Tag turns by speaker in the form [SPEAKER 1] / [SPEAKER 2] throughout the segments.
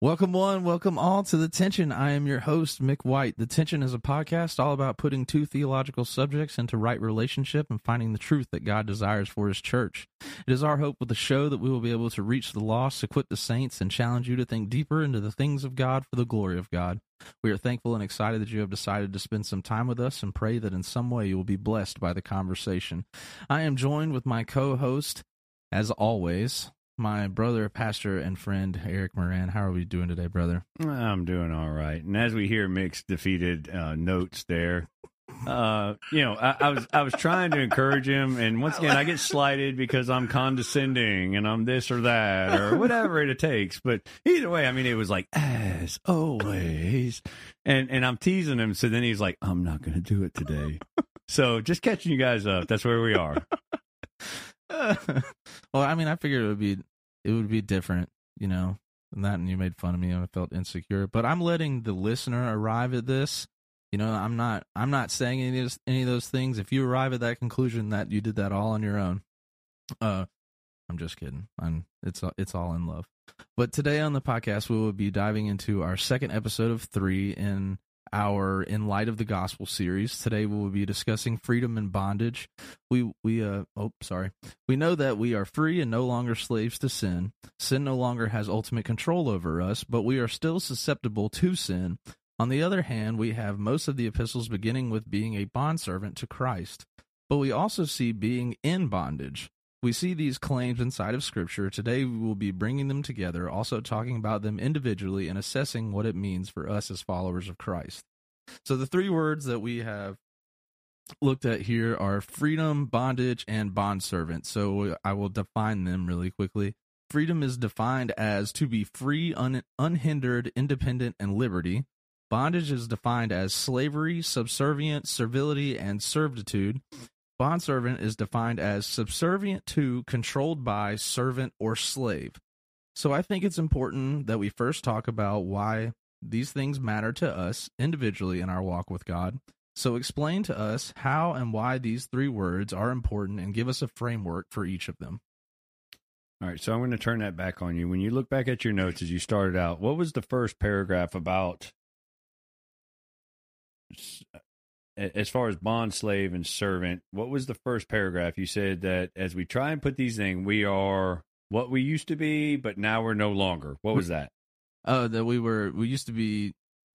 [SPEAKER 1] Welcome, one, welcome all to The Tension. I am your host, Mick White. The Tension is a podcast all about putting two theological subjects into right relationship and finding the truth that God desires for His church. It is our hope with the show that we will be able to reach the lost, equip the saints, and challenge you to think deeper into the things of God for the glory of God. We are thankful and excited that you have decided to spend some time with us and pray that in some way you will be blessed by the conversation. I am joined with my co host, as always, my brother, pastor, and friend Eric Moran. How are we doing today, brother?
[SPEAKER 2] I'm doing all right. And as we hear Mick's defeated uh, notes there, uh, you know, I, I was I was trying to encourage him, and once again, I get slighted because I'm condescending and I'm this or that or whatever it takes. But either way, I mean, it was like as always, and and I'm teasing him. So then he's like, "I'm not going to do it today." So just catching you guys up. That's where we are.
[SPEAKER 1] well, I mean, I figured it would be it would be different, you know, than that. And you made fun of me, and I felt insecure. But I'm letting the listener arrive at this. You know, I'm not I'm not saying any of those, any of those things. If you arrive at that conclusion that you did that all on your own, uh, I'm just kidding. I'm it's it's all in love. But today on the podcast, we will be diving into our second episode of three in our in light of the gospel series today we will be discussing freedom and bondage we we uh oh sorry we know that we are free and no longer slaves to sin sin no longer has ultimate control over us but we are still susceptible to sin on the other hand we have most of the epistles beginning with being a bondservant to christ but we also see being in bondage we see these claims inside of Scripture. Today, we will be bringing them together, also talking about them individually and assessing what it means for us as followers of Christ. So, the three words that we have looked at here are freedom, bondage, and bondservant. So, I will define them really quickly. Freedom is defined as to be free, un- unhindered, independent, and liberty. Bondage is defined as slavery, subservience, servility, and servitude. Bondservant is defined as subservient to, controlled by, servant, or slave. So I think it's important that we first talk about why these things matter to us individually in our walk with God. So explain to us how and why these three words are important and give us a framework for each of them.
[SPEAKER 2] All right, so I'm going to turn that back on you. When you look back at your notes as you started out, what was the first paragraph about? as far as bond slave and servant what was the first paragraph you said that as we try and put these things we are what we used to be but now we're no longer what was that
[SPEAKER 1] uh that we were we used to be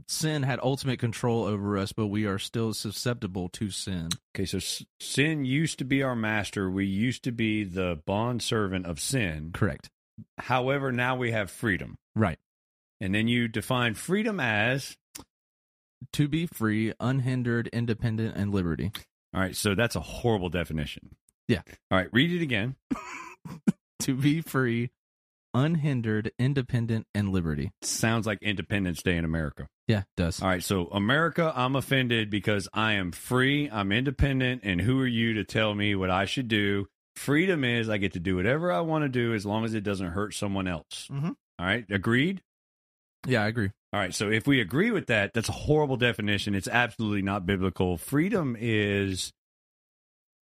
[SPEAKER 1] sin had ultimate control over us but we are still susceptible to sin
[SPEAKER 2] okay so s- sin used to be our master we used to be the bond servant of sin
[SPEAKER 1] correct
[SPEAKER 2] however now we have freedom
[SPEAKER 1] right
[SPEAKER 2] and then you define freedom as
[SPEAKER 1] to be free, unhindered, independent, and liberty.
[SPEAKER 2] All right, so that's a horrible definition.
[SPEAKER 1] Yeah.
[SPEAKER 2] All right, read it again.
[SPEAKER 1] to be free, unhindered, independent, and liberty.
[SPEAKER 2] Sounds like Independence Day in America.
[SPEAKER 1] Yeah, it does.
[SPEAKER 2] All right, so America, I'm offended because I am free, I'm independent, and who are you to tell me what I should do? Freedom is I get to do whatever I want to do as long as it doesn't hurt someone else.
[SPEAKER 1] Mhm.
[SPEAKER 2] All right, agreed?
[SPEAKER 1] Yeah, I agree.
[SPEAKER 2] All right, so if we agree with that, that's a horrible definition. It's absolutely not biblical. Freedom is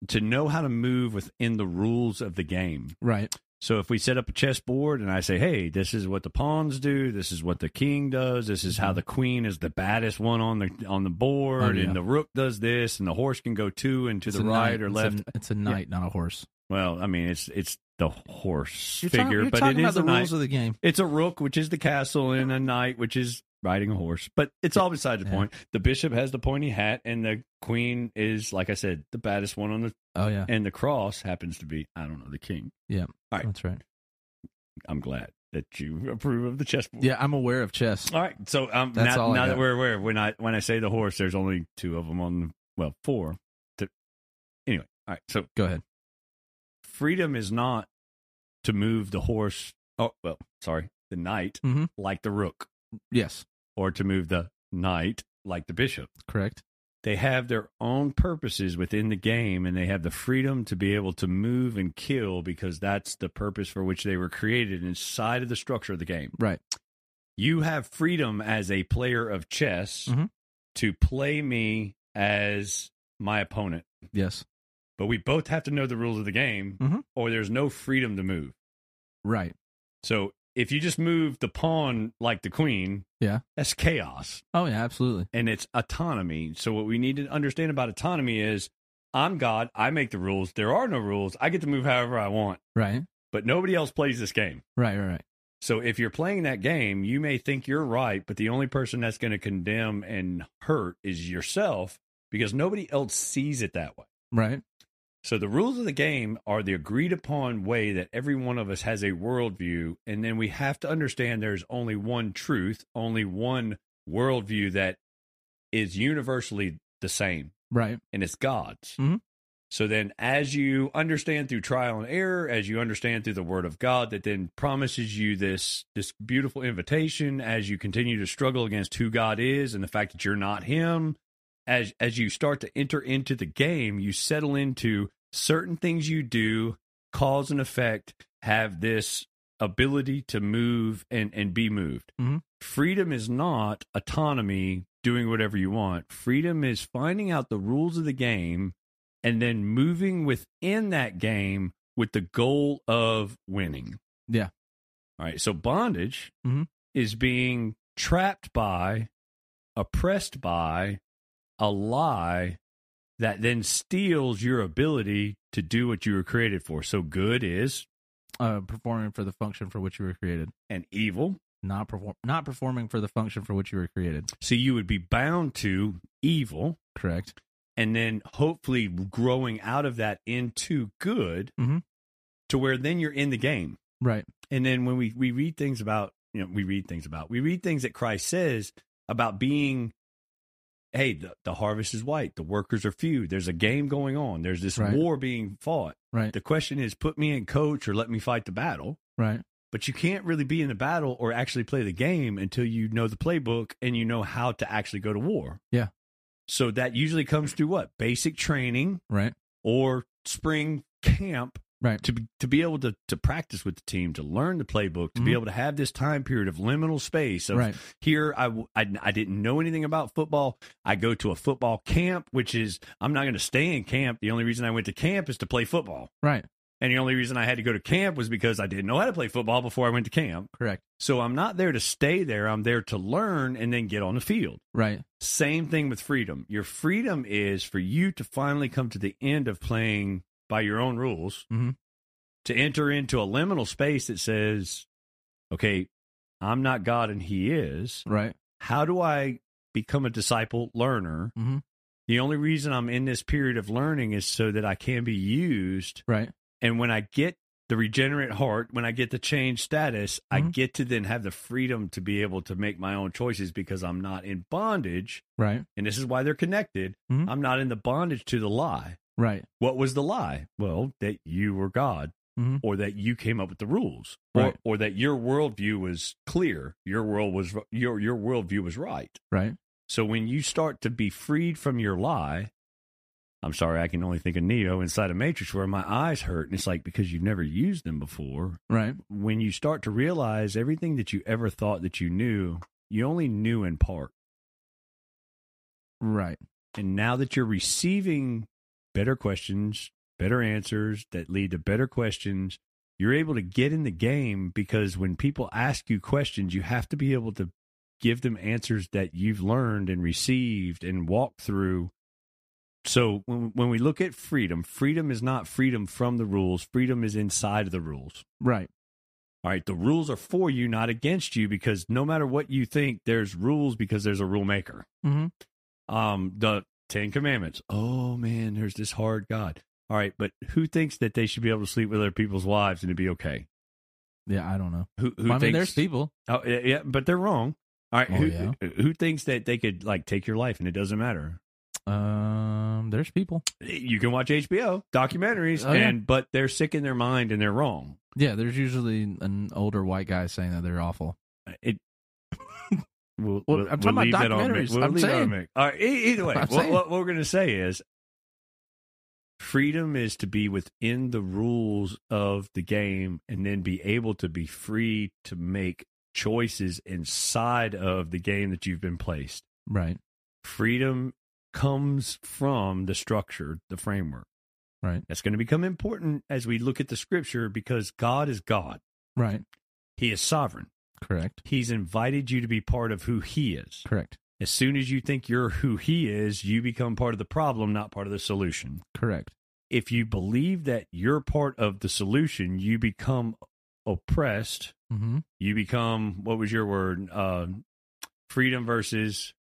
[SPEAKER 2] to know how to move within the rules of the game.
[SPEAKER 1] Right.
[SPEAKER 2] So if we set up a chessboard and I say, hey, this is what the pawns do, this is what the king does, this is how the queen is the baddest one on the on the board,
[SPEAKER 1] Mm-hmm. Oh, yeah.
[SPEAKER 2] and the rook does this, and the horse can go two and to
[SPEAKER 1] It's
[SPEAKER 2] the
[SPEAKER 1] a
[SPEAKER 2] right
[SPEAKER 1] knight.
[SPEAKER 2] or
[SPEAKER 1] It's
[SPEAKER 2] left.
[SPEAKER 1] A, it's a knight, not a horse.
[SPEAKER 2] well, I mean, it's it's the horse
[SPEAKER 1] You're talking-
[SPEAKER 2] figure,
[SPEAKER 1] you're
[SPEAKER 2] but
[SPEAKER 1] talking
[SPEAKER 2] it
[SPEAKER 1] about
[SPEAKER 2] is
[SPEAKER 1] the
[SPEAKER 2] a knight.
[SPEAKER 1] rules of the game.
[SPEAKER 2] It's a rook, which is the castle, and a knight, which is riding a horse. But it's all beside the
[SPEAKER 1] Yeah.
[SPEAKER 2] point. The bishop has the pointy hat, and the queen is, like I said, the baddest one on the,
[SPEAKER 1] Oh yeah,
[SPEAKER 2] and the cross happens to be, I don't know, the king. right.
[SPEAKER 1] that's right.
[SPEAKER 2] I'm glad that you approve of the chessboard.
[SPEAKER 1] Yeah, I'm aware of chess.
[SPEAKER 2] All right. So um,
[SPEAKER 1] That's
[SPEAKER 2] now,
[SPEAKER 1] all I
[SPEAKER 2] now that
[SPEAKER 1] got.
[SPEAKER 2] we're aware, when I when I say the horse, there's only two of them on. Well, four. To, anyway, all right. So
[SPEAKER 1] Go ahead.
[SPEAKER 2] freedom is not to move the horse. Oh well, sorry, the knight
[SPEAKER 1] Mhm.
[SPEAKER 2] like the rook,
[SPEAKER 1] Yes,
[SPEAKER 2] or to move the knight like the bishop.
[SPEAKER 1] correct.
[SPEAKER 2] They have their own purposes within the game, and they have the freedom to be able to move and kill because that's the purpose for which they were created inside of the structure of the game.
[SPEAKER 1] Right.
[SPEAKER 2] you have freedom as a player of chess
[SPEAKER 1] Mhm.
[SPEAKER 2] to play me as my opponent
[SPEAKER 1] Yes.
[SPEAKER 2] but we both have to know the rules of the game
[SPEAKER 1] Mhm.
[SPEAKER 2] or there's no freedom to move
[SPEAKER 1] Right.
[SPEAKER 2] so if you just move the pawn like the queen,
[SPEAKER 1] Yeah.
[SPEAKER 2] that's chaos
[SPEAKER 1] Oh yeah, absolutely.
[SPEAKER 2] and it's autonomy. So what we need to understand about autonomy is I'm God, I make the rules. There are no rules. I get to move however I want,
[SPEAKER 1] Right.
[SPEAKER 2] but nobody else plays this game.
[SPEAKER 1] Right. Right. Right.
[SPEAKER 2] So if you're playing that game, you may think you're right, but the only person that's going to condemn and hurt is yourself because nobody else sees it that way.
[SPEAKER 1] Right.
[SPEAKER 2] So the rules of the game are the agreed upon way that every one of us has a worldview, and then we have to understand there's only one truth, only one worldview that is universally the same,
[SPEAKER 1] Right.
[SPEAKER 2] and it's God's.
[SPEAKER 1] Mhm.
[SPEAKER 2] So then, as you understand through trial and error, as you understand through the Word of God, that then promises you this this beautiful invitation. As you continue to struggle against who God is and the fact that you're not Him, as as you start to enter into the game, you settle into certain things you do, cause and effect have this ability to move and and be moved.
[SPEAKER 1] Mhm.
[SPEAKER 2] Freedom is not autonomy, doing whatever you want. Freedom is finding out the rules of the game and then moving within that game with the goal of winning.
[SPEAKER 1] Yeah.
[SPEAKER 2] All right. So bondage
[SPEAKER 1] Mhm.
[SPEAKER 2] is being trapped by, oppressed by a lie that then steals your ability to do what you were created for. So good is
[SPEAKER 1] Uh, performing for the function for which you were created.
[SPEAKER 2] and evil.
[SPEAKER 1] Not perform. Not performing for the function for which you were created.
[SPEAKER 2] So you would be bound to evil
[SPEAKER 1] Correct.
[SPEAKER 2] and then hopefully growing out of that into good
[SPEAKER 1] Mhm.
[SPEAKER 2] to where then you're in the game.
[SPEAKER 1] Right.
[SPEAKER 2] And then when we, we read things about, you know, we read things about, we read things that Christ says about being, hey, the, the harvest is white, the workers are few, there's a game going on, there's this
[SPEAKER 1] Right.
[SPEAKER 2] war being fought.
[SPEAKER 1] Right.
[SPEAKER 2] The question is put me in coach or let me fight the battle.
[SPEAKER 1] Right.
[SPEAKER 2] But you can't really be in the battle or actually play the game until you know the playbook and you know how to actually go to war.
[SPEAKER 1] Yeah.
[SPEAKER 2] So that usually comes through what? Basic training
[SPEAKER 1] Right.
[SPEAKER 2] or spring camp
[SPEAKER 1] Right.
[SPEAKER 2] to be, to be able to, to practice with the team, to learn the playbook, to be
[SPEAKER 1] Mhm.
[SPEAKER 2] able to have this time period of liminal space of
[SPEAKER 1] Right.
[SPEAKER 2] here I, w- I I didn't know anything about football. I go to a football camp, which is I'm not going to stay in camp. The only reason I went to camp is to play football.
[SPEAKER 1] Right.
[SPEAKER 2] And the only reason I had to go to camp was because I didn't know how to play football before I went to camp.
[SPEAKER 1] Correct.
[SPEAKER 2] So I'm not there to stay there. I'm there to learn and then get on the field.
[SPEAKER 1] Right.
[SPEAKER 2] Same thing with freedom. Your freedom is for you to finally come to the end of playing by your own rules,
[SPEAKER 1] Mhm.
[SPEAKER 2] to enter into a liminal space that says, okay, I'm not God and He is.
[SPEAKER 1] Right.
[SPEAKER 2] How do I become a disciple learner?
[SPEAKER 1] Mhm.
[SPEAKER 2] The only reason I'm in this period of learning is so that I can be used
[SPEAKER 1] Right.
[SPEAKER 2] and when I get the regenerate heart, when I get the change status, I
[SPEAKER 1] Mhm.
[SPEAKER 2] get to then have the freedom to be able to make my own choices because I'm not in bondage.
[SPEAKER 1] Right.
[SPEAKER 2] And this is why they're connected.
[SPEAKER 1] Mhm.
[SPEAKER 2] I'm not in the bondage to the lie.
[SPEAKER 1] Right.
[SPEAKER 2] What was the lie? Well, that you were God
[SPEAKER 1] Mhm.
[SPEAKER 2] or that you came up with the rules
[SPEAKER 1] Right.
[SPEAKER 2] or, or that your worldview was clear. Your world was your, your worldview was right.
[SPEAKER 1] Right.
[SPEAKER 2] So when you start to be freed from your lie, I'm sorry, I can only think of Neo inside a Matrix where my eyes hurt. And it's like because you've never used them before.
[SPEAKER 1] Right.
[SPEAKER 2] When you start to realize everything that you ever thought that you knew, you only knew in part.
[SPEAKER 1] Right.
[SPEAKER 2] And now that you're receiving better questions, better answers that lead to better questions, you're able to get in the game because when people ask you questions, you have to be able to give them answers that you've learned and received and walked through. So when when we look at freedom, freedom is not freedom from the rules. Freedom is inside of the rules.
[SPEAKER 1] Right.
[SPEAKER 2] All right, the rules are for you, not against you, because no matter what you think, there's rules because there's a rule maker
[SPEAKER 1] Mm-hmm.
[SPEAKER 2] um the Ten Commandments. Oh man, there's this hard God. All right, but who thinks that they should be able to sleep with other people's wives and it'd be okay?
[SPEAKER 1] Yeah. I don't know.
[SPEAKER 2] Who who
[SPEAKER 1] Well, I mean,
[SPEAKER 2] thinks?
[SPEAKER 1] there's people.
[SPEAKER 2] oh, yeah, yeah, but they're wrong. All right,
[SPEAKER 1] Oh,
[SPEAKER 2] who
[SPEAKER 1] yeah.
[SPEAKER 2] who thinks that they could like take your life and it doesn't matter?
[SPEAKER 1] Um. There's people.
[SPEAKER 2] You can watch HBO documentaries,
[SPEAKER 1] Oh, yeah.
[SPEAKER 2] and but they're sick in their mind and they're wrong.
[SPEAKER 1] Yeah. There's usually an older white guy saying that they're awful.
[SPEAKER 2] Uh, It. We'll,
[SPEAKER 1] Well,
[SPEAKER 2] we'll,
[SPEAKER 1] I'm
[SPEAKER 2] we'll
[SPEAKER 1] talking about
[SPEAKER 2] leave that on Mick.
[SPEAKER 1] documentaries.
[SPEAKER 2] We'll
[SPEAKER 1] I'm
[SPEAKER 2] leave that
[SPEAKER 1] saying.
[SPEAKER 2] on Mick. All right. e- Either way,
[SPEAKER 1] I'm
[SPEAKER 2] what,
[SPEAKER 1] saying.
[SPEAKER 2] what we're going to say is freedom is to be within the rules of the game and then be able to be free to make choices inside of the game that you've been placed.
[SPEAKER 1] Right.
[SPEAKER 2] Freedom comes from the structure, the framework.
[SPEAKER 1] Right.
[SPEAKER 2] That's going to become important as we look at the scripture because God is God.
[SPEAKER 1] Right.
[SPEAKER 2] He is sovereign.
[SPEAKER 1] Correct.
[SPEAKER 2] He's invited you to be part of who he is.
[SPEAKER 1] Correct.
[SPEAKER 2] As soon as you think you're who he is, you become part of the problem, not part of the solution.
[SPEAKER 1] Correct.
[SPEAKER 2] If you believe that you're part of the solution, you become oppressed.
[SPEAKER 1] Mm-hmm.
[SPEAKER 2] You become, what was your word? Uh, freedom versus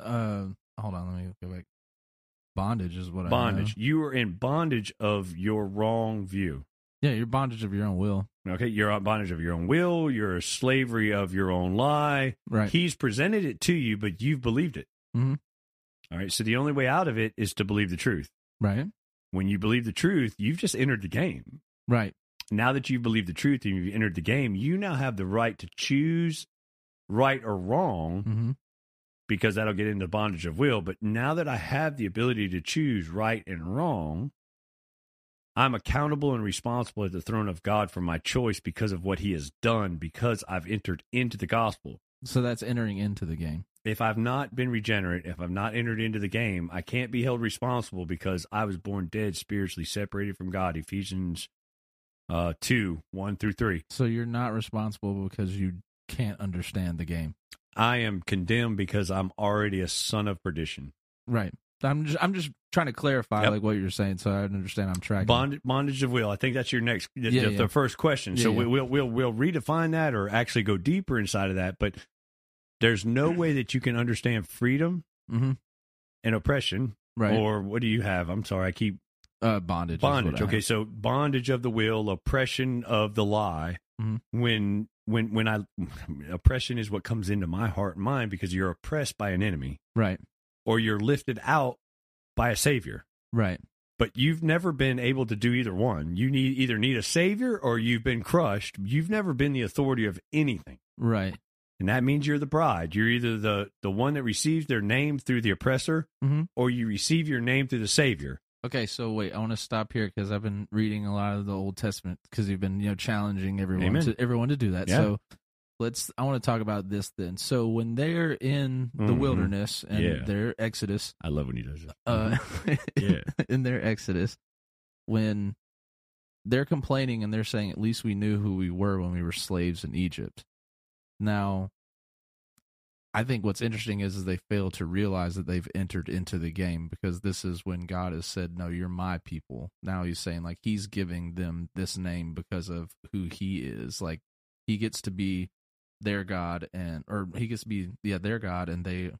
[SPEAKER 1] Uh, hold on. Let me go back. Bondage is what
[SPEAKER 2] bondage. You are in bondage of your wrong view.
[SPEAKER 1] I know. Yeah, you're bondage of your own will.
[SPEAKER 2] Okay, you're in bondage of your own will. You're a slavery of your own lie.
[SPEAKER 1] Right.
[SPEAKER 2] He's presented it to you, but you've believed it.
[SPEAKER 1] Mhm.
[SPEAKER 2] All right. So the only way out of it is to believe the truth.
[SPEAKER 1] right.
[SPEAKER 2] When you believe the truth, you've just entered the game.
[SPEAKER 1] Right.
[SPEAKER 2] Now that you believe the truth and you've entered the game, you now have the right to choose right or wrong
[SPEAKER 1] Mm-hmm.
[SPEAKER 2] because that'll get into bondage of will. But now that I have the ability to choose right and wrong, I'm accountable and responsible at the throne of God for my choice because of what He has done, because I've entered into the gospel.
[SPEAKER 1] So that's entering into the game.
[SPEAKER 2] if I've not been regenerate, if I've not entered into the game, I can't be held responsible because I was born dead spiritually, separated from God. Ephesians uh, 2 1 through 3.
[SPEAKER 1] So you're not responsible because you can't understand the game.
[SPEAKER 2] I am condemned because I'm already a son of perdition.
[SPEAKER 1] Right. I'm just I'm just trying to clarify
[SPEAKER 2] Yep.
[SPEAKER 1] like what you're saying so I understand I'm tracking.
[SPEAKER 2] Bond, bondage of will. I think that's your next, the,
[SPEAKER 1] Yeah,
[SPEAKER 2] the,
[SPEAKER 1] yeah.
[SPEAKER 2] the first question. so
[SPEAKER 1] Yeah,
[SPEAKER 2] we
[SPEAKER 1] yeah.
[SPEAKER 2] We'll, we'll, we'll redefine that or actually go deeper inside of that. But there's no way that you can understand freedom
[SPEAKER 1] hmm
[SPEAKER 2] and oppression.
[SPEAKER 1] Right.
[SPEAKER 2] Or what do you have? I'm sorry, I keep
[SPEAKER 1] uh, bondage. is what
[SPEAKER 2] bondage
[SPEAKER 1] I
[SPEAKER 2] okay
[SPEAKER 1] have.
[SPEAKER 2] so bondage of the will oppression of the lie
[SPEAKER 1] Mhm.
[SPEAKER 2] when when when i oppression is what comes into my heart and mind because you're oppressed by an enemy
[SPEAKER 1] Right.
[SPEAKER 2] or you're lifted out by a savior
[SPEAKER 1] Right.
[SPEAKER 2] but you've never been able to do either one you need either need a savior or you've been crushed you've never been the authority of anything
[SPEAKER 1] Right.
[SPEAKER 2] and that means you're the bride you're either the the one that receives their name through the oppressor
[SPEAKER 1] Mhm.
[SPEAKER 2] or you receive your name through the savior
[SPEAKER 1] Okay, so wait, I want to stop here because I've been reading a lot of the Old Testament because you've been you know challenging everyone
[SPEAKER 2] Amen.
[SPEAKER 1] to everyone to do that.
[SPEAKER 2] Yeah.
[SPEAKER 1] So let's I want to talk about this then. So when they're in the
[SPEAKER 2] Mhm.
[SPEAKER 1] wilderness and
[SPEAKER 2] Yeah.
[SPEAKER 1] their Exodus,
[SPEAKER 2] i love when he does that
[SPEAKER 1] uh,
[SPEAKER 2] yeah
[SPEAKER 1] in their Exodus, when they're complaining and they're saying, "At least we knew who we were when we were slaves in Egypt." Now, I think what's interesting is, is they fail to realize that they've entered into the game because this is when God has said, "No, you're my people." Now He's saying, like He's giving them this name because of who He is. Like He gets to be their God, and or He gets to be yeah their God, and they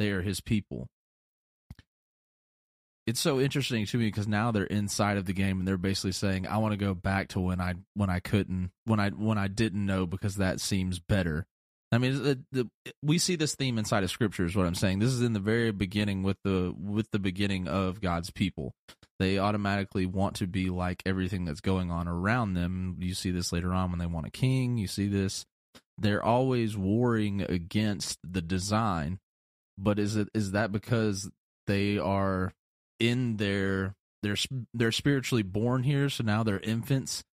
[SPEAKER 1] they are His people it's so interesting to me because now they're inside of the game and they're basically saying, "I want to go back to when I when I couldn't when I when I didn't know because that seems better." I mean, the, the, we see this theme inside of Scripture is what I'm saying. This is in the very beginning with the with the beginning of God's people. They automatically want to be like everything that's going on around them. You see this later on when they want a king. You see this. They're always warring against the design. But is it is that because they are in their they're they're spiritually born here, so now they're infants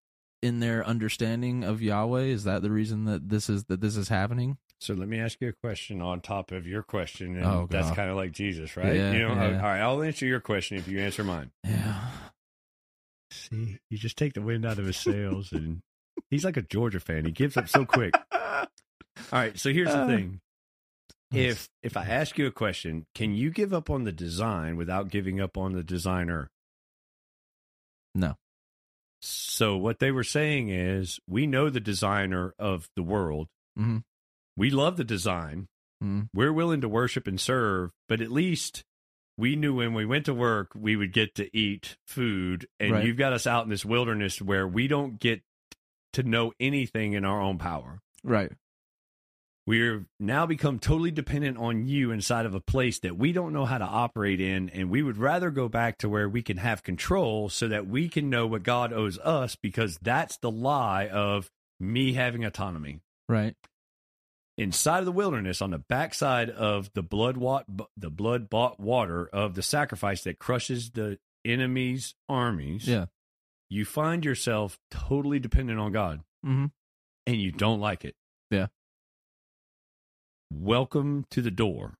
[SPEAKER 1] in their understanding of Yahweh. Is that the reason that this is that this is happening?
[SPEAKER 2] So let me ask you a question on top of your question, and
[SPEAKER 1] Oh,
[SPEAKER 2] that's
[SPEAKER 1] God.
[SPEAKER 2] kind of like Jesus, right?
[SPEAKER 1] Yeah,
[SPEAKER 2] you know,
[SPEAKER 1] yeah.
[SPEAKER 2] all right. I'll answer your question if you answer mine.
[SPEAKER 1] Yeah.
[SPEAKER 2] See, you just take the wind out of his sails, and he's like a Georgia fan. He gives up so quick. All right, so here's the
[SPEAKER 1] Uh,
[SPEAKER 2] thing: if if I ask you a question, can you give up on the design without giving up on the designer?
[SPEAKER 1] No.
[SPEAKER 2] So what they were saying is, we know the designer of the world.
[SPEAKER 1] Mhm.
[SPEAKER 2] We love the design.
[SPEAKER 1] Mhm.
[SPEAKER 2] We're willing to worship and serve, but at least we knew when we went to work we would get to eat food. And
[SPEAKER 1] Right.
[SPEAKER 2] you've got us out in this wilderness where we don't get to know anything in our own power.
[SPEAKER 1] right,
[SPEAKER 2] We're now become totally dependent on you inside of a place that we don't know how to operate in. And we would rather go back to where we can have control so that we can know what God owes us because that's the lie of me having autonomy.
[SPEAKER 1] right,
[SPEAKER 2] Inside of the wilderness, on the backside of the blood wa- the blood bought water of the sacrifice that crushes the enemy's armies,
[SPEAKER 1] yeah,
[SPEAKER 2] you find yourself totally dependent on God
[SPEAKER 1] mm-hmm.
[SPEAKER 2] and you don't like it.
[SPEAKER 1] Yeah.
[SPEAKER 2] Welcome to the door.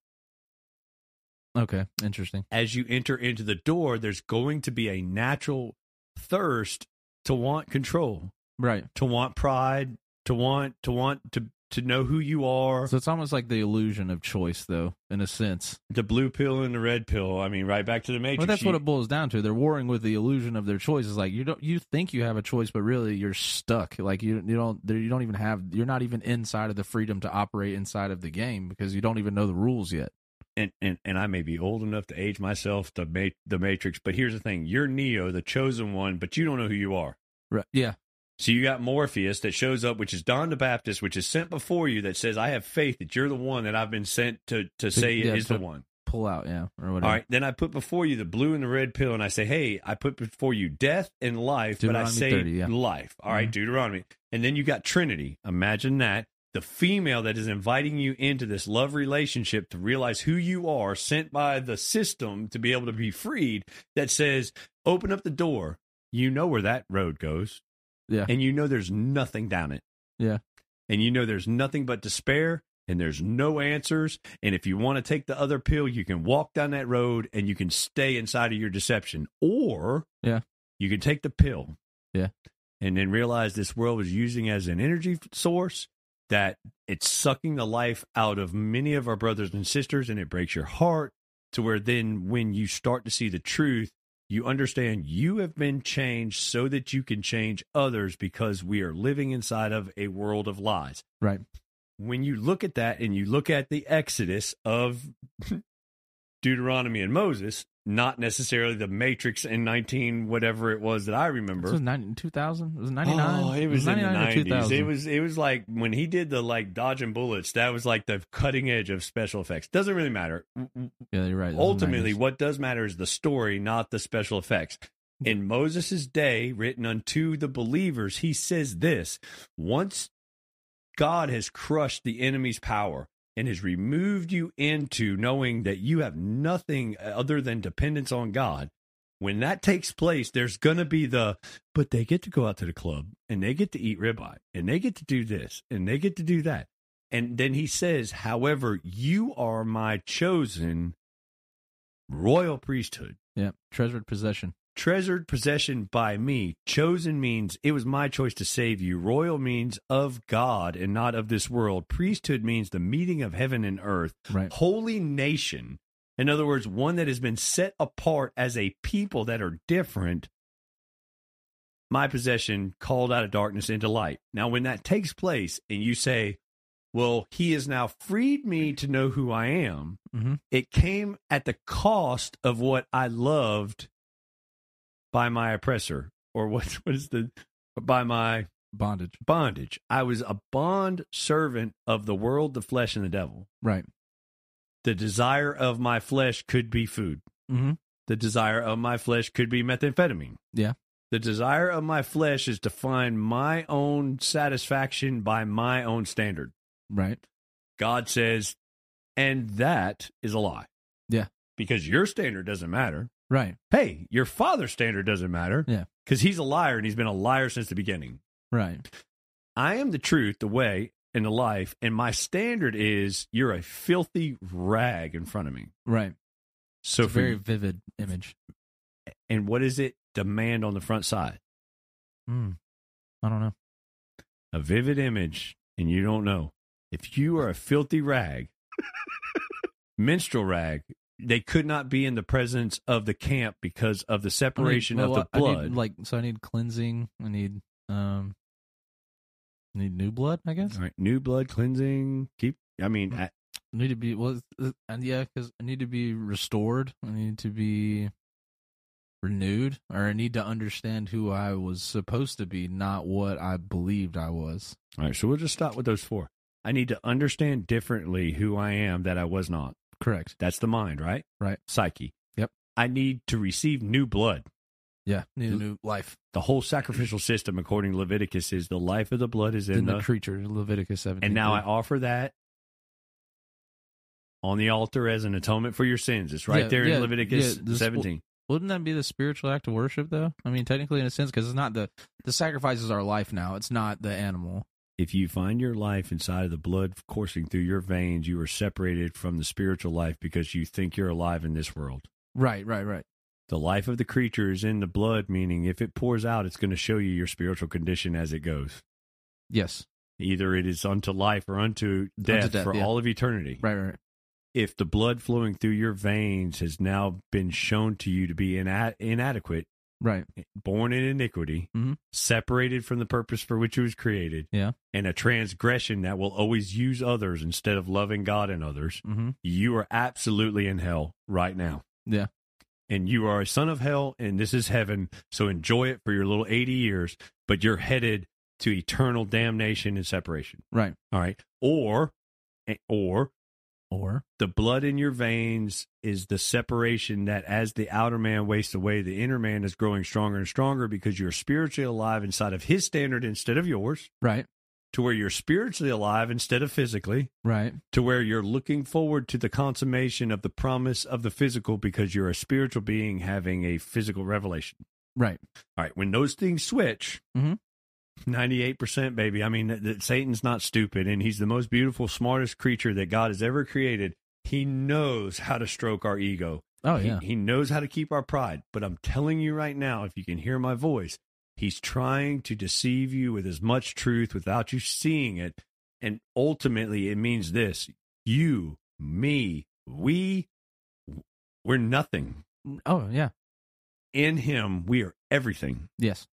[SPEAKER 1] okay, interesting,
[SPEAKER 2] As you enter into the door, there's going to be a natural thirst to want control,
[SPEAKER 1] right,
[SPEAKER 2] to want pride, to want to want to to know who you are,
[SPEAKER 1] So it's almost like the illusion of choice, though, in a sense.
[SPEAKER 2] the blue pill and the red pill. I mean, right back to the matrix.
[SPEAKER 1] Well, that's
[SPEAKER 2] You-
[SPEAKER 1] what it boils down to. They're warring with the illusion of their choices. Like you don't, you think you have a choice, but really you're stuck. Like you, you don't, there- you don't even have, you're not even inside of the freedom to operate inside of the game because you don't even know the rules yet.
[SPEAKER 2] and, and and I may be old enough to age myself the ma- the matrix, but here's the thing: you're Neo, the chosen one, but you don't know who you are.
[SPEAKER 1] Right? Yeah.
[SPEAKER 2] So you got Morpheus that shows up, which is Don the Baptist, which is sent before you that says, "I have faith that you're the one that I've been sent to to say
[SPEAKER 1] yeah,
[SPEAKER 2] it is
[SPEAKER 1] to-
[SPEAKER 2] the one."
[SPEAKER 1] Pull out. Yeah. Or whatever.
[SPEAKER 2] All right. Then I put before you the blue and the red pill, and I say, "Hey, I put before you death and life, but I
[SPEAKER 1] Deuteronomy
[SPEAKER 2] say
[SPEAKER 1] 30, yeah.
[SPEAKER 2] life." All right,
[SPEAKER 1] Mhm.
[SPEAKER 2] Deuteronomy, and then you got Trinity. Imagine that the female that is inviting you into this love relationship to realize who you are, sent by the system to be able to be freed. That says, "Open up the door." You know where that road goes,
[SPEAKER 1] Yeah.
[SPEAKER 2] and you know there's nothing down it.
[SPEAKER 1] Yeah.
[SPEAKER 2] and you know there's nothing but despair and there's no answers. And if you want to take the other pill, you can walk down that road and you can stay inside of your deception. Or
[SPEAKER 1] Yeah.
[SPEAKER 2] you can take the pill.
[SPEAKER 1] Yeah.
[SPEAKER 2] And then realize this world is using as an energy source that it's sucking the life out of many of our brothers and sisters and it breaks your heart to where then when you start to see the truth, you understand you have been changed so that you can change others because we are living inside of a world of lies
[SPEAKER 1] Right.
[SPEAKER 2] when you look at that and you look at the exodus of Deuteronomy and Moses, not necessarily the Matrix in 19 whatever it was that I remember.
[SPEAKER 1] This was 90, 2000? Was it 99?
[SPEAKER 2] Oh, it was in the
[SPEAKER 1] 99 or
[SPEAKER 2] 90s.
[SPEAKER 1] 2000.
[SPEAKER 2] It was it was like when he did the like dodging bullets, that was like the cutting edge of special effects. Doesn't really matter.
[SPEAKER 1] yeah, you're right. This was
[SPEAKER 2] Ultimately,
[SPEAKER 1] 90s.
[SPEAKER 2] what does matter is the story, not the special effects. In Moses' day, written unto the believers, he says this once God has crushed the enemy's power and has removed you into knowing that you have nothing other than dependence on God. When that takes place, there's going to be the, but they get to go out to the club and they get to eat ribeye and they get to do this and they get to do that. And then he says, however, you are my chosen royal priesthood,
[SPEAKER 1] yeah, treasured possession.
[SPEAKER 2] treasured possession by me. Chosen means it was my choice to save you. Royal means of God and not of this world. Priesthood means the meeting of heaven and earth.
[SPEAKER 1] Right.
[SPEAKER 2] Holy nation. In other words, one that has been set apart as a people that are different. My possession called out of darkness into light. Now, when that takes place and you say, Well, he has now freed me to know who I am,
[SPEAKER 1] Mhm.
[SPEAKER 2] it came at the cost of what I loved by my oppressor, or what, what is the, by my
[SPEAKER 1] Bondage.
[SPEAKER 2] bondage. I was a bond servant of the world, the flesh, and the devil.
[SPEAKER 1] Right.
[SPEAKER 2] The desire of my flesh could be food.
[SPEAKER 1] Mm-hmm.
[SPEAKER 2] The desire of my flesh could be methamphetamine.
[SPEAKER 1] Yeah.
[SPEAKER 2] The desire of my flesh is to find my own satisfaction by my own standard.
[SPEAKER 1] Right.
[SPEAKER 2] God says, and that is a lie.
[SPEAKER 1] Yeah.
[SPEAKER 2] Because your standard doesn't matter.
[SPEAKER 1] Right.
[SPEAKER 2] Hey, your father's standard doesn't matter.
[SPEAKER 1] Yeah.
[SPEAKER 2] Because he's a liar and he's been a liar since the beginning.
[SPEAKER 1] Right.
[SPEAKER 2] I am the truth, the way, and the life, and my standard is you're a filthy rag in front of me.
[SPEAKER 1] Right.
[SPEAKER 2] So
[SPEAKER 1] it's a
[SPEAKER 2] for-
[SPEAKER 1] very vivid image.
[SPEAKER 2] and what is it demand on the front side?
[SPEAKER 1] Mm. I don't know.
[SPEAKER 2] A vivid image, and you don't know. If you are a filthy rag, minstrel rag, they could not be in the presence of the camp because of the
[SPEAKER 1] I need-
[SPEAKER 2] separation
[SPEAKER 1] well,
[SPEAKER 2] of the
[SPEAKER 1] I- I
[SPEAKER 2] blood.
[SPEAKER 1] need, like so, I need cleansing. I need um, I need new blood. I guess Mm.
[SPEAKER 2] All right, new blood cleansing. Keep. I mean, I,
[SPEAKER 1] I need to be well, it's- and yeah, because I need to be restored. I need to be renewed, or I need to understand who I was supposed to be, not what I believed I was.
[SPEAKER 2] all right. So we'll just stop with those four. I need to understand differently who I am that I was not.
[SPEAKER 1] Correct.
[SPEAKER 2] That's the mind, right?
[SPEAKER 1] Right.
[SPEAKER 2] Psyche.
[SPEAKER 1] Yep.
[SPEAKER 2] I need to receive new blood.
[SPEAKER 1] Yeah. Need a new life.
[SPEAKER 2] The whole sacrificial system, according to Leviticus, is the life of the blood is in
[SPEAKER 1] Then the,
[SPEAKER 2] the.
[SPEAKER 1] creature, Leviticus seventeen.
[SPEAKER 2] and now I offer that on the altar as an atonement for your sins. It's right
[SPEAKER 1] Yeah,
[SPEAKER 2] there
[SPEAKER 1] yeah,
[SPEAKER 2] in Leviticus
[SPEAKER 1] yeah, this-
[SPEAKER 2] 17.
[SPEAKER 1] Wouldn't that be the spiritual act of worship, though? I mean, technically, in a sense, because it's not the the sacrifice is our life now. It's not the animal.
[SPEAKER 2] if you find your life inside of the blood coursing through your veins, you are separated from the spiritual life because you think you're alive in this world.
[SPEAKER 1] Right. Right. Right.
[SPEAKER 2] The life of the creature is in the blood, meaning if it pours out, it's going to show you your spiritual condition as it goes.
[SPEAKER 1] Yes.
[SPEAKER 2] Either it is unto life or unto death,
[SPEAKER 1] death,
[SPEAKER 2] for
[SPEAKER 1] yeah.
[SPEAKER 2] all of eternity.
[SPEAKER 1] Right, right, right.
[SPEAKER 2] If the blood flowing through your veins has now been shown to you to be ina- inadequate,
[SPEAKER 1] right.
[SPEAKER 2] born in iniquity,
[SPEAKER 1] Mhm.
[SPEAKER 2] separated from the purpose for which it was created,
[SPEAKER 1] Yeah.
[SPEAKER 2] and a transgression that will always use others instead of loving God and others,
[SPEAKER 1] Mm-hmm.
[SPEAKER 2] you are absolutely in hell right now.
[SPEAKER 1] Yeah.
[SPEAKER 2] And you are a son of hell, and this is heaven. So enjoy it for your little 80 years, but you're headed to eternal damnation and separation.
[SPEAKER 1] Right.
[SPEAKER 2] All right. Or, eh, or
[SPEAKER 1] Or
[SPEAKER 2] the blood in your veins is the separation that as the outer man wastes away, the inner man is growing stronger and stronger because you're spiritually alive inside of his standard instead of yours,
[SPEAKER 1] right,
[SPEAKER 2] to where you're spiritually alive instead of physically,
[SPEAKER 1] right,
[SPEAKER 2] to where you're looking forward to the consummation of the promise of the physical because you're a spiritual being having a physical revelation.
[SPEAKER 1] right.
[SPEAKER 2] All right, when those things switch,
[SPEAKER 1] Mhm.
[SPEAKER 2] 98%, baby. I mean, that, that Satan's not stupid, and he's the most beautiful, smartest creature that God has ever created. He knows how to stroke our ego.
[SPEAKER 1] Oh
[SPEAKER 2] He-
[SPEAKER 1] yeah.
[SPEAKER 2] he knows how to keep our pride. But I'm telling you right now, if you can hear my voice, he's trying to deceive you with as much truth without you seeing it. And ultimately, it means this you, me, we, we're nothing.
[SPEAKER 1] Oh yeah.
[SPEAKER 2] In him, we are everything
[SPEAKER 1] Yes.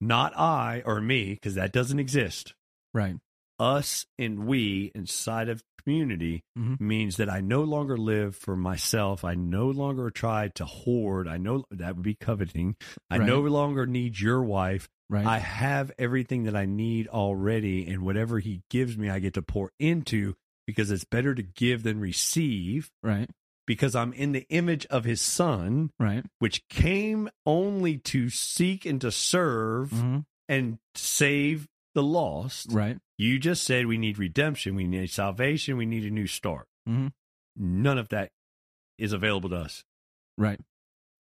[SPEAKER 2] not I or me, because that doesn't exist.
[SPEAKER 1] Right.
[SPEAKER 2] Us and we inside of community
[SPEAKER 1] Mhm.
[SPEAKER 2] means that I no longer live for myself. I no longer try to hoard. I know that would be coveting. I
[SPEAKER 1] Right.
[SPEAKER 2] no longer need your wife.
[SPEAKER 1] Right.
[SPEAKER 2] I have everything that I need already, and whatever he gives me, I get to pour into because it's better to give than receive.
[SPEAKER 1] right.
[SPEAKER 2] Because I'm in the image of his son,
[SPEAKER 1] Right.
[SPEAKER 2] which came only to seek and to serve
[SPEAKER 1] hmm
[SPEAKER 2] and save the lost.
[SPEAKER 1] Right.
[SPEAKER 2] You just said we need redemption, we need salvation, we need a new start.
[SPEAKER 1] Mhm.
[SPEAKER 2] None of that is available to us
[SPEAKER 1] Right.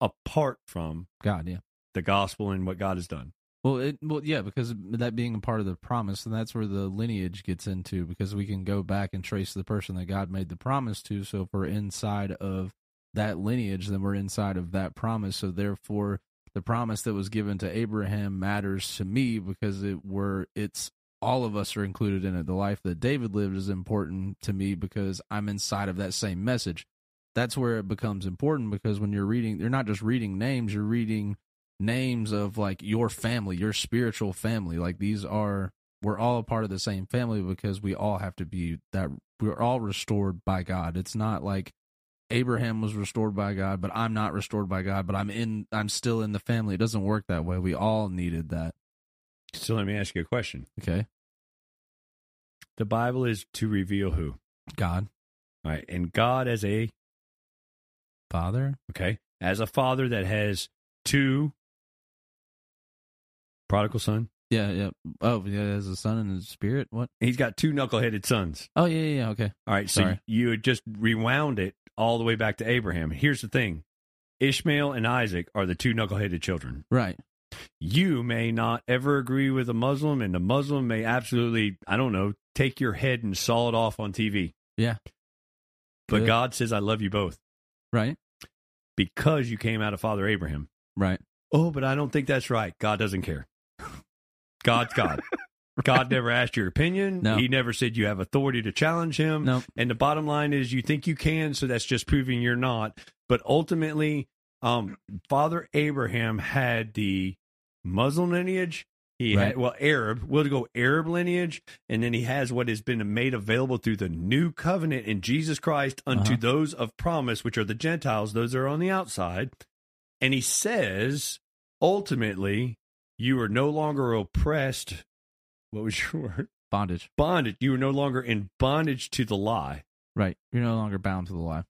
[SPEAKER 2] apart from
[SPEAKER 1] God. Yeah.
[SPEAKER 2] the gospel and what God has done.
[SPEAKER 1] Well, it well yeah because that being a part of the promise, and that's where the lineage gets into because we can go back and trace the person that God made the promise to. So if we're inside of that lineage, then we're inside of that promise. So therefore, the promise that was given to Abraham matters to me because it were it's all of us are included in it. The life that David lived is important to me because I'm inside of that same message. That's where it becomes important because when you're reading, you're not just reading names, you're reading names of like your family, your spiritual family. Like these are we're all a part of the same family because we all have to be that we're all restored by God. It's not like Abraham was restored by God, but I'm not restored by God, but I'm in I'm still in the family. It doesn't work that way. We all needed that.
[SPEAKER 2] So let me ask you a question.
[SPEAKER 1] Okay.
[SPEAKER 2] The Bible is to reveal who,
[SPEAKER 1] God,
[SPEAKER 2] All right? And God as a
[SPEAKER 1] Father,
[SPEAKER 2] okay, as a father that has two prodigal son.
[SPEAKER 1] yeah, yeah. Oh, yeah, as a son and a spirit. What?
[SPEAKER 2] He's got two knuckleheaded sons.
[SPEAKER 1] Oh, yeah, yeah, yeah. Okay.
[SPEAKER 2] All right, so
[SPEAKER 1] Sorry.
[SPEAKER 2] you had just rewound it all the way back to Abraham. Here's the thing Ishmael and Isaac are the two knuckleheaded children.
[SPEAKER 1] Right.
[SPEAKER 2] You may not ever agree with a Muslim, and the Muslim may absolutely, I don't know, take your head and saw it off on TV.
[SPEAKER 1] Yeah.
[SPEAKER 2] But
[SPEAKER 1] Good.
[SPEAKER 2] God says, I love you both
[SPEAKER 1] Right.
[SPEAKER 2] because you came out of Father Abraham.
[SPEAKER 1] Right.
[SPEAKER 2] Oh, but I don't think that's right. God doesn't care. God's God. God never asked your opinion.
[SPEAKER 1] No.
[SPEAKER 2] He never said you have authority to challenge him.
[SPEAKER 1] No.
[SPEAKER 2] And the bottom line is you think you can, so that's just proving you're not. But ultimately, um, Father Abraham had the Muslim lineage. He had
[SPEAKER 1] Right.
[SPEAKER 2] well Arab. We'll go Arab lineage, and then he has what has been made available through the new covenant in Jesus Christ unto
[SPEAKER 1] Uh-huh.
[SPEAKER 2] those of promise, which are the Gentiles, those that are on the outside. And he says, ultimately, you are no longer oppressed. What was your word?
[SPEAKER 1] Bondage.
[SPEAKER 2] Bondage. You are no longer in bondage to the lie
[SPEAKER 1] Right. You're no longer bound to the lie.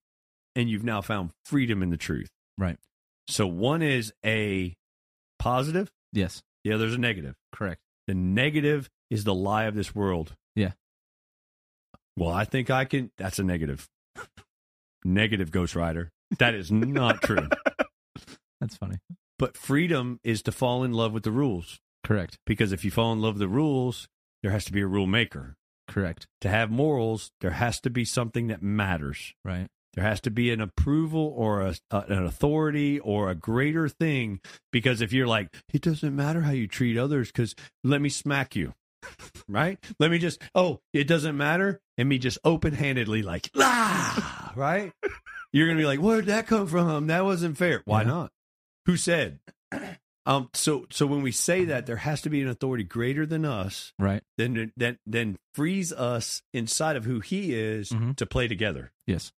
[SPEAKER 2] and you've now found freedom in the truth.
[SPEAKER 1] Right.
[SPEAKER 2] So one is a positive,
[SPEAKER 1] Yes.
[SPEAKER 2] the other is a negative.
[SPEAKER 1] Correct.
[SPEAKER 2] The negative is the lie of this world.
[SPEAKER 1] Yeah.
[SPEAKER 2] Well, I think I can. That's a negative. negative Ghost Rider. That is not true.
[SPEAKER 1] That's funny.
[SPEAKER 2] But freedom is to fall in love with the rules
[SPEAKER 1] Correct.
[SPEAKER 2] because if you fall in love with the rules, there has to be a rule maker.
[SPEAKER 1] Correct.
[SPEAKER 2] To have morals, there has to be something that matters.
[SPEAKER 1] Right.
[SPEAKER 2] There has to be an approval or a, a- an authority or a greater thing because if you're like, it doesn't matter how you treat others because let me smack you. right? Let me just, oh, it doesn't matter. And me just open handedly, like, ah, right? You're going to be like, where'd that come from? That wasn't fair. Why
[SPEAKER 1] Yeah.
[SPEAKER 2] not? Who said? Um, so, so when we say that, there has to be an authority greater than us,
[SPEAKER 1] Right.
[SPEAKER 2] then, then, then frees us inside of who he is
[SPEAKER 1] Mhm.
[SPEAKER 2] to play together.
[SPEAKER 1] Yes.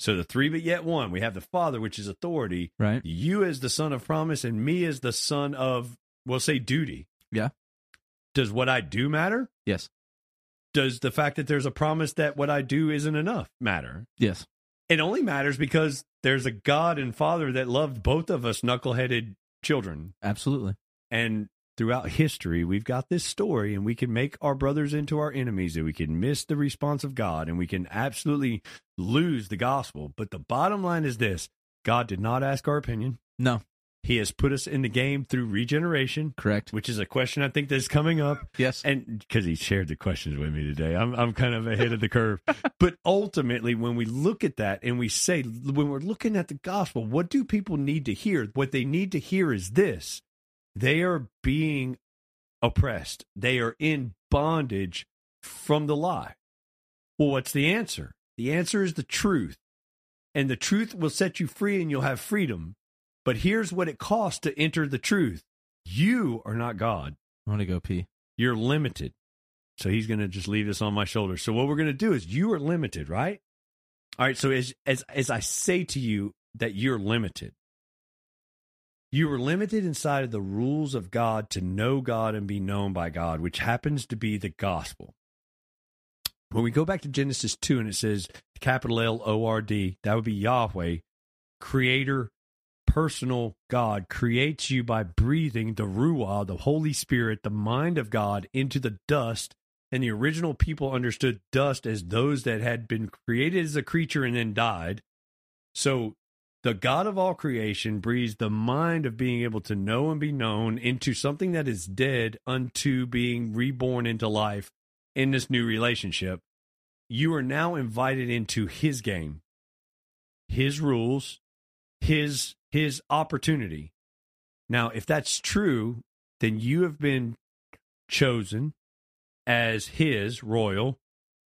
[SPEAKER 2] So the three, but yet one, we have the Father, which is authority,
[SPEAKER 1] Right.
[SPEAKER 2] you as the son of promise and me as the son of we'll say duty
[SPEAKER 1] Yeah.
[SPEAKER 2] does what i do matter
[SPEAKER 1] Yes.
[SPEAKER 2] does the fact that there's a promise that what i do isn't enough matter
[SPEAKER 1] Yes.
[SPEAKER 2] it only matters because there's a god and father that loved both of us knuckleheaded children
[SPEAKER 1] Absolutely.
[SPEAKER 2] and throughout history we've got this story and we can make our brothers into our enemies and we can miss the response of god and we can absolutely lose the gospel but the bottom line is this god did not ask our opinion
[SPEAKER 1] No.
[SPEAKER 2] he has put us in the game through regeneration,
[SPEAKER 1] Correct.
[SPEAKER 2] which is a question I think that's coming up.
[SPEAKER 1] Yes.
[SPEAKER 2] And because he shared the questions with me today, I'm, I'm kind of ahead of the curve. but ultimately, when we look at that and we say, when we're looking at the gospel, what do people need to hear? What they need to hear is this they are being oppressed, they are in bondage from the lie. Well, what's the answer? The answer is the truth. And the truth will set you free and you'll have freedom. But here's what it costs to enter the truth you are not God,
[SPEAKER 1] I'm gonna go pee.
[SPEAKER 2] you're limited. So he's going to just leave this on my shoulder. So what we're going to do is you are limited, right? All right, so as as as I say to you that you're limited. You are limited inside of the rules of God to know God and be known by God, which happens to be the gospel. When we go back to Genesis 2 and it says capital L O R D, that would be Yahweh, creator, personal God, creates you by breathing the Ruah, the Holy Spirit, the mind of God into the dust. And the original people understood dust as those that had been created as a creature and then died. So the God of all creation breathes the mind of being able to know and be known into something that is dead unto being reborn into life in this new relationship. You are now invited into his game, his rules, his his opportunity. Now, if that's true, then you have been chosen as his royal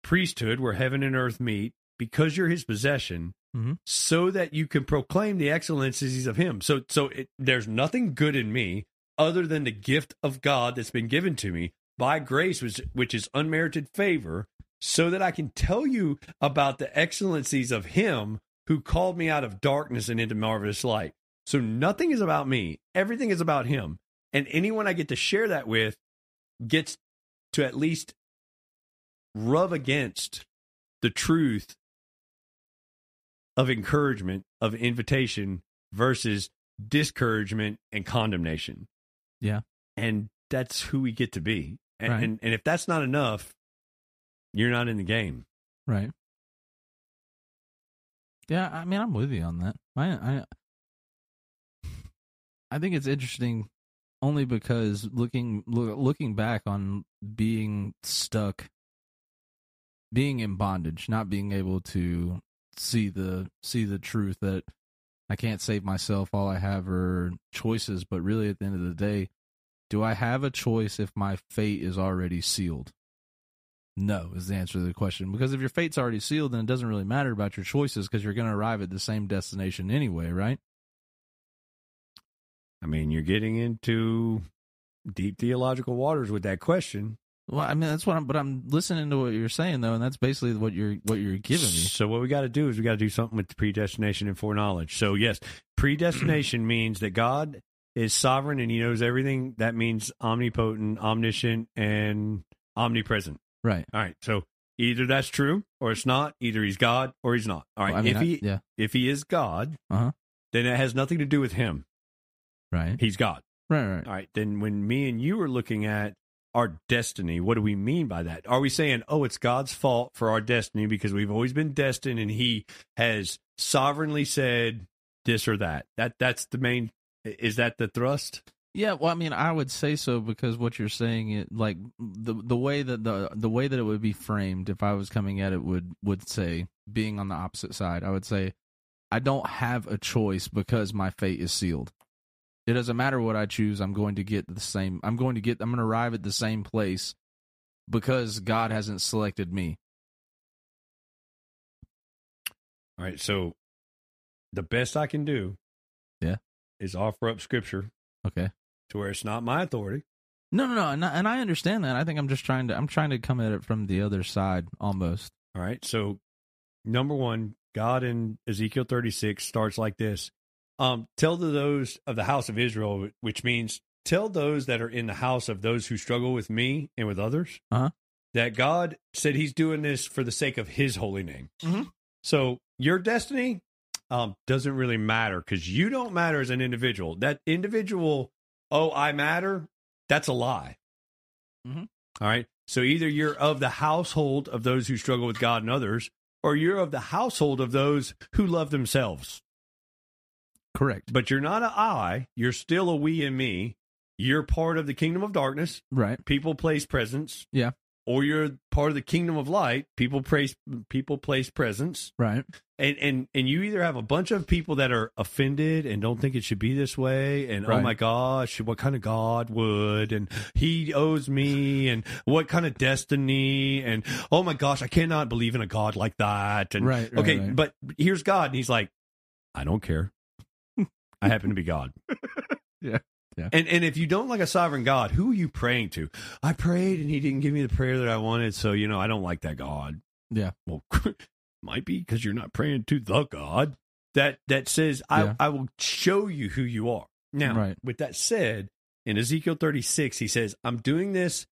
[SPEAKER 2] priesthood where heaven and earth meet because you're his possession
[SPEAKER 1] Mhm.
[SPEAKER 2] so that you can proclaim the excellencies of him. So so it, there's nothing good in me other than the gift of God that's been given to me by grace which, which is unmerited favor so that I can tell you about the excellencies of him who called me out of darkness and into marvelous light. So nothing is about me, everything is about him. And anyone I get to share that with gets to at least rub against the truth of encouragement, of invitation versus discouragement and condemnation.
[SPEAKER 1] Yeah.
[SPEAKER 2] And that's who we get to be. And,
[SPEAKER 1] Right.
[SPEAKER 2] and, and if that's not enough, you're not in the game.
[SPEAKER 1] Right. Yeah, I mean, I'm with you on that. I, I, I think it's interesting, only because looking loo- looking back on being stuck, being in bondage, not being able to see the see the truth that I can't save myself. All I have are choices, but really, at the end of the day, do I have a choice if my fate is already sealed? No, is the answer to the question. Because if your fate's already sealed, then it doesn't really matter about your choices because you're going to arrive at the same destination anyway, right?
[SPEAKER 2] I mean, you're getting into deep theological waters with that question.
[SPEAKER 1] Well, I mean that's what I'm. But I'm listening to what you're saying though, and that's basically what you're what you're giving me.
[SPEAKER 2] So what we got to do is we got to do something with predestination and foreknowledge. So yes, predestination means that God is sovereign and he knows everything. That means omnipotent, omniscient, and omnipresent.
[SPEAKER 1] Right.
[SPEAKER 2] All right. So either that's true or it's not. Either he's God or he's not. All right.
[SPEAKER 1] Well, I mean,
[SPEAKER 2] if
[SPEAKER 1] I-
[SPEAKER 2] he
[SPEAKER 1] yeah.
[SPEAKER 2] if he is God,
[SPEAKER 1] Uh-huh.
[SPEAKER 2] then it has nothing to do with him.
[SPEAKER 1] Right.
[SPEAKER 2] He's God.
[SPEAKER 1] Right. Right.
[SPEAKER 2] All right. Then when me and you are looking at our destiny, what do we mean by that? Are we saying, oh, it's God's fault for our destiny because we've always been destined and he has sovereignly said this or that? That that's the main is that the thrust?
[SPEAKER 1] Yeah. Well, I mean, I would say so because what you're saying, it like the the way that the the way that it would be framed if I was coming at it would would say being on the opposite side. I would say I don't have a choice because my fate is sealed. It doesn't matter what I choose. I'm going to get the same. I'm going to get. I'm going to arrive at the same place because God hasn't selected me.
[SPEAKER 2] All right. So the best I can do
[SPEAKER 1] Yeah.
[SPEAKER 2] is offer up scripture
[SPEAKER 1] Okay.
[SPEAKER 2] to where it's not my authority.
[SPEAKER 1] No, no, no, and I, and I understand that. I think I'm just trying to I'm trying to come at it from the other side almost.
[SPEAKER 2] All right. So number one, God in Ezekiel 36 starts like this. Um, tell to those of the house of Israel, which means tell those that are in the house of those who struggle with me and with others
[SPEAKER 1] Uh-huh.
[SPEAKER 2] that God said he's doing this for the sake of his holy name.
[SPEAKER 1] Mhm.
[SPEAKER 2] So your destiny um, doesn't really matter because you don't matter as an individual. That individual, oh, I matter, that's a lie.
[SPEAKER 1] Mhm.
[SPEAKER 2] All right. So either you're of the household of those who struggle with God and others, or you're of the household of those who love themselves.
[SPEAKER 1] Correct.
[SPEAKER 2] But you're not an I. You're still a we and me. You're part of the kingdom of darkness,
[SPEAKER 1] Right.
[SPEAKER 2] people, place, presence.
[SPEAKER 1] Yeah.
[SPEAKER 2] Or you're part of the kingdom of light, people, place, people, place, presence
[SPEAKER 1] Right.
[SPEAKER 2] and and and you either have a bunch of people that are offended and don't think it should be this way and oh
[SPEAKER 1] Right.
[SPEAKER 2] my gosh what kind of god would and he owes me and what kind of destiny and oh my gosh i cannot believe in a god like that and
[SPEAKER 1] right. right,
[SPEAKER 2] okay
[SPEAKER 1] right.
[SPEAKER 2] but here's god and he's like i don't care i happen to be god
[SPEAKER 1] Yeah, yeah.
[SPEAKER 2] and and if you don't like a sovereign god who are you praying to i prayed and he didn't give me the prayer that i wanted so you know i don't like that god
[SPEAKER 1] Yeah.
[SPEAKER 2] well might be because you're not praying to the god that that says
[SPEAKER 1] Yeah.
[SPEAKER 2] i i will show you who you are now
[SPEAKER 1] Right.
[SPEAKER 2] with that said in ezekiel 36 he says i'm doing this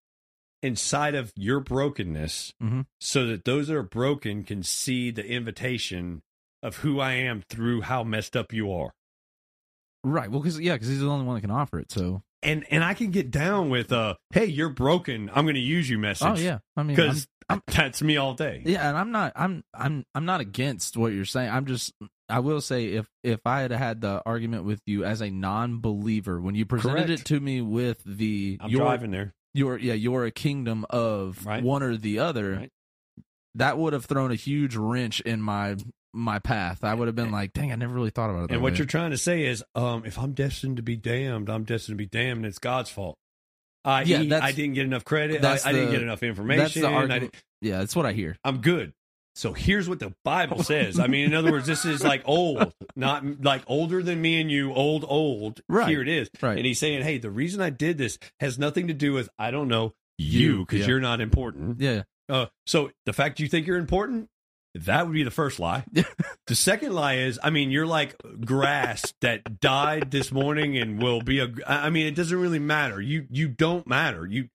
[SPEAKER 2] inside of your brokenness
[SPEAKER 1] Mhm.
[SPEAKER 2] so that those that are broken can see the invitation of who I am through how messed up you are.
[SPEAKER 1] Right. Well, because yeah, because he's the only one that can offer it. So.
[SPEAKER 2] And and I can get down with uh hey you're broken I'm going to use you message.
[SPEAKER 1] oh yeah. I mean, I'm-
[SPEAKER 2] Cuz that's me all day.
[SPEAKER 1] yeah, and I'm not. I'm. I'm. I'm not against what you're saying. I'm just. I will say if if I had had the argument with you as a non-believer when you presented
[SPEAKER 2] Correct.
[SPEAKER 1] it to me with the
[SPEAKER 2] I'm
[SPEAKER 1] your
[SPEAKER 2] driving there.
[SPEAKER 1] your yeah you're a kingdom of
[SPEAKER 2] Right.
[SPEAKER 1] one or the other,
[SPEAKER 2] Right.
[SPEAKER 1] that would have thrown a huge wrench in my my path. I would have been like, dang, I never really thought about it. that
[SPEAKER 2] And what
[SPEAKER 1] way.
[SPEAKER 2] you're trying to say is um if I'm destined to be damned I'm destined to be damned and it's God's fault. I E,
[SPEAKER 1] Yeah, that's-
[SPEAKER 2] I didn't get enough credit. I,
[SPEAKER 1] that's
[SPEAKER 2] I didn't
[SPEAKER 1] the-
[SPEAKER 2] get enough information.
[SPEAKER 1] that's the
[SPEAKER 2] I
[SPEAKER 1] argument.
[SPEAKER 2] didn't-
[SPEAKER 1] yeah, that's what I hear.
[SPEAKER 2] I'm good. So here's what the
[SPEAKER 1] Oh.
[SPEAKER 2] Bible says. I mean, in other words, this is like old, not like older than me and you, old, old.
[SPEAKER 1] Right.
[SPEAKER 2] Here it is.
[SPEAKER 1] Right.
[SPEAKER 2] And he's saying, hey, the reason I did this has nothing to do with, I don't know, you,
[SPEAKER 1] You,
[SPEAKER 2] because
[SPEAKER 1] yeah. Mm-hmm.
[SPEAKER 2] you're not important.
[SPEAKER 1] yeah.
[SPEAKER 2] Uh, so the fact you think you're important, that would be the first lie. the second lie is, I mean, you're like grass that died this morning and will be a, I mean, it doesn't really matter. You, you don't matter. You,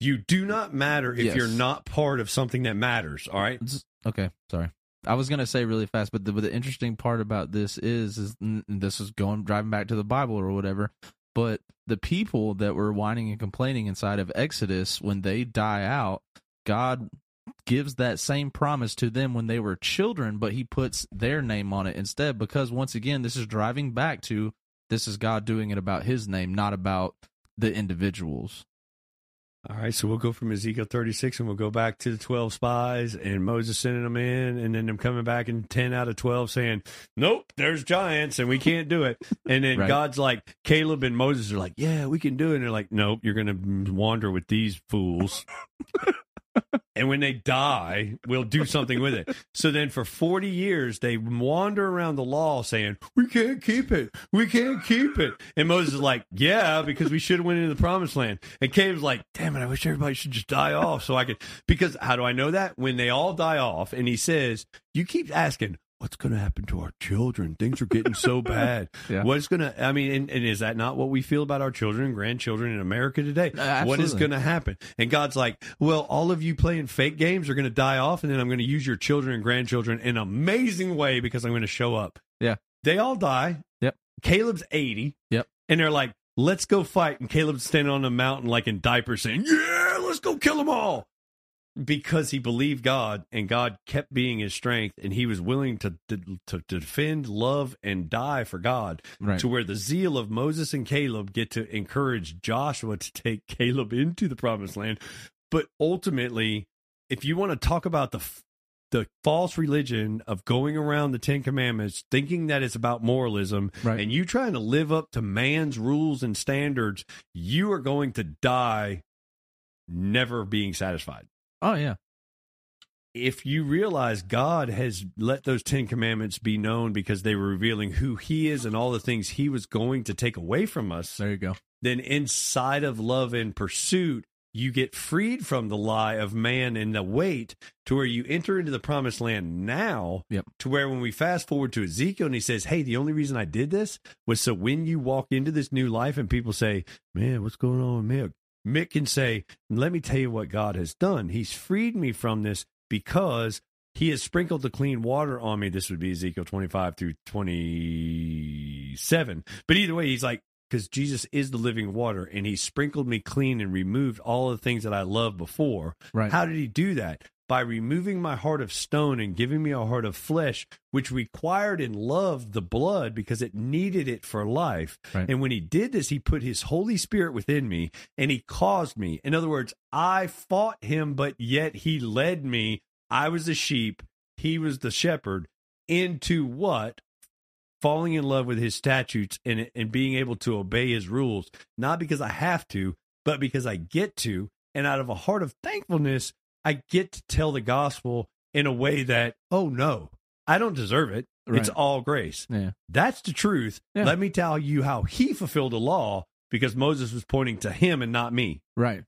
[SPEAKER 2] you do not matter if
[SPEAKER 1] Yes.
[SPEAKER 2] you're not part of something that matters. All right.
[SPEAKER 1] It's- okay sorry i was gonna say really fast but the, but the interesting part about this is is n- this is going driving back to the bible or whatever but the people that were whining and complaining inside of exodus when they die out god gives that same promise to them when they were children but he puts their name on it instead because once again this is driving back to this is god doing it about his name not about the individuals
[SPEAKER 2] All right, so we'll go from Ezekiel 36 and we'll go back to the 12 spies and Moses sending them in and then them coming back in 10 out of 12 saying, Nope, there's giants and we can't do it. And then
[SPEAKER 1] Right.
[SPEAKER 2] God's like, Caleb and Moses are like, Yeah, we can do it. And they're like, Nope, you're going to wander with these fools. and when they die, we'll do something with it. So then for 40 years, they wander around the law saying, We can't keep it. We can't keep it. And Moses is like, Yeah, because we should have went into the promised land. And Caleb's like, Damn it, I wish everybody should just die off so I could. Because how do I know that? When they all die off, and he says, You keep asking, What's going to happen to our children? Things are getting so bad.
[SPEAKER 1] Yeah.
[SPEAKER 2] What's going to, I mean, and, and is that not what we feel about our children and grandchildren in America today?
[SPEAKER 1] Uh,
[SPEAKER 2] what is
[SPEAKER 1] absolutely.
[SPEAKER 2] going to happen? And God's like, well, all of you playing fake games are going to die off, and then I'm going to use your children and grandchildren in an amazing way because I'm going to show up.
[SPEAKER 1] Yeah.
[SPEAKER 2] They all die.
[SPEAKER 1] Yep.
[SPEAKER 2] Caleb's 80.
[SPEAKER 1] Yep.
[SPEAKER 2] And they're like, let's go fight. And Caleb's standing on a mountain like in diapers saying, yeah, let's go kill them all. Because he believed God and God kept being his strength, and he was willing to, to, to defend, love, and die for God
[SPEAKER 1] right
[SPEAKER 2] to where the zeal of Moses and Caleb get to encourage Joshua to take Caleb into the promised land. But ultimately, if you want to talk about the f- the false religion of going around the 10 commandments thinking that it's about moralism
[SPEAKER 1] right
[SPEAKER 2] and you trying to live up to man's rules and standards, you are going to die never being satisfied.
[SPEAKER 1] Oh yeah.
[SPEAKER 2] If you realize God has let those 10 commandments be known because they were revealing who he is and all the things he was going to take away from us,
[SPEAKER 1] There you go.
[SPEAKER 2] then inside of love and pursuit, you get freed from the lie of man and the weight to where you enter into the promised land now.
[SPEAKER 1] Yep.
[SPEAKER 2] To where when we fast forward to Ezekiel and he says, Hey, the only reason I did this was so when you walk into this new life and people say, Man, what's going on with Mick? Mick can say, Let me tell you what God has done. He's freed me from this because he has sprinkled the clean water on me. This would be Ezekiel 25 through 27. But either way, he's like, because Jesus is the living water and he sprinkled me clean and removed all the things that I loved before.
[SPEAKER 1] Right.
[SPEAKER 2] How did he do that? By removing my heart of stone and giving me a heart of flesh, which required and loved the blood because it needed it for life.
[SPEAKER 1] Right.
[SPEAKER 2] And when he did this, he put his Holy Spirit within me and he caused me. In other words, I fought him, but yet he led me. I was the sheep, he was the shepherd into what? falling in love with his statutes and and being able to obey his rules, not because I have to, but because I get to, and out of a heart of thankfulness, I get to tell the gospel in a way that, oh no, I don't deserve it. It's
[SPEAKER 1] Right.
[SPEAKER 2] all grace.
[SPEAKER 1] Yeah.
[SPEAKER 2] That's the truth.
[SPEAKER 1] Yeah.
[SPEAKER 2] Let me tell you how he fulfilled the law because Moses was pointing to him and not me.
[SPEAKER 1] Right.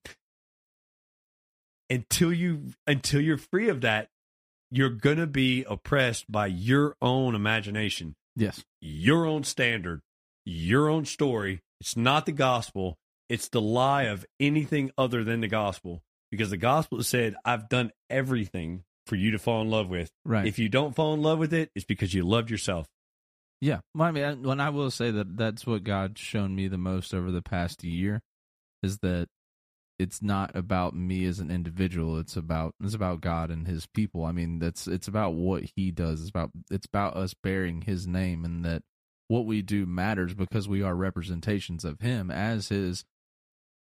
[SPEAKER 2] Until you until you're free of that, you're gonna be oppressed by your own imagination
[SPEAKER 1] Yes.
[SPEAKER 2] your own standard, your own story. It's not the gospel. It's the lie of anything other than the gospel. Because the gospel said, I've done everything for you to fall in love with.
[SPEAKER 1] Right.
[SPEAKER 2] If you don't fall in love with it, it's because you loved yourself.
[SPEAKER 1] Yeah, well, I mean, I- when I will say that that's what God's shown me the most over the past year is that it's not about me as an individual. It's about it's about God and His people. I mean, that's it's about what He does. It's about it's about us bearing His name and that what we do matters because we are representations of Him as His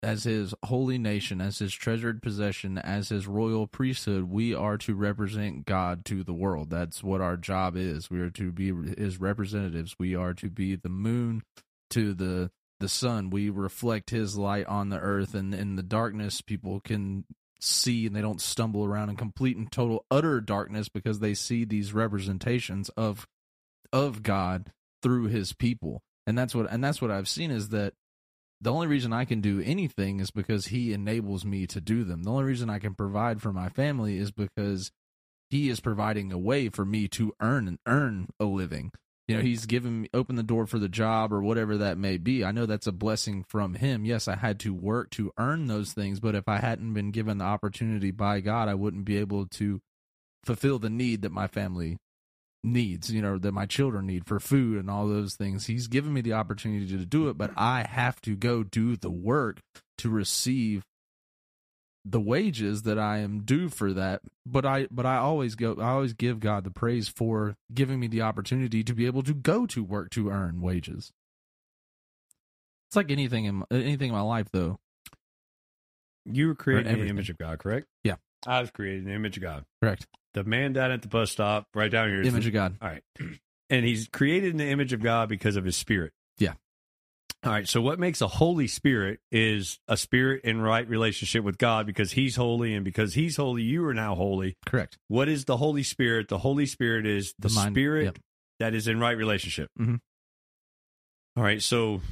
[SPEAKER 1] as His holy nation, as His treasured possession, as His royal priesthood. We are to represent God to the world. That's what our job is. We are to be His representatives. We are to be the moon to the the sun. We reflect His light on the earth, and in the darkness, people can see and they don't stumble around in complete and total utter darkness because they see these representations of of God through His people. And that's what and that's what I've seen is that the only reason I can do anything is because he enables me to do them. The only reason I can provide for my family is because he is providing a way for me to earn and earn a living. You know, he's given me open the door for the job or whatever that may be. I know that's a blessing from him. Yes, I had to work to earn those things, but if I hadn't been given the opportunity by God, I wouldn't be able to fulfill the need that my family needs, you know, that my children need for food and all those things. He's given me the opportunity to do it, but I have to go do the work to receive the wages that I am due for that. But I but I always go I always give God the praise for giving me the opportunity to be able to go to work to earn wages. It's like anything in anything in my life though.
[SPEAKER 2] You were created in the
[SPEAKER 1] everything.
[SPEAKER 2] image of God, correct?
[SPEAKER 1] Yeah.
[SPEAKER 2] I was created in the image of God.
[SPEAKER 1] Correct.
[SPEAKER 2] The man down at the bus stop, right down here, is the
[SPEAKER 1] Image of God.
[SPEAKER 2] All right. And he's created in the image of God because of his spirit.
[SPEAKER 1] Yeah.
[SPEAKER 2] All right. So what makes a holy spirit is a spirit in right relationship with God because he's holy and because he's holy, you are now holy.
[SPEAKER 1] Correct.
[SPEAKER 2] What is the Holy Spirit? The Holy Spirit is the,
[SPEAKER 1] The mind-
[SPEAKER 2] spirit
[SPEAKER 1] yep.
[SPEAKER 2] that is in right relationship.
[SPEAKER 1] Mhm.
[SPEAKER 2] All right. So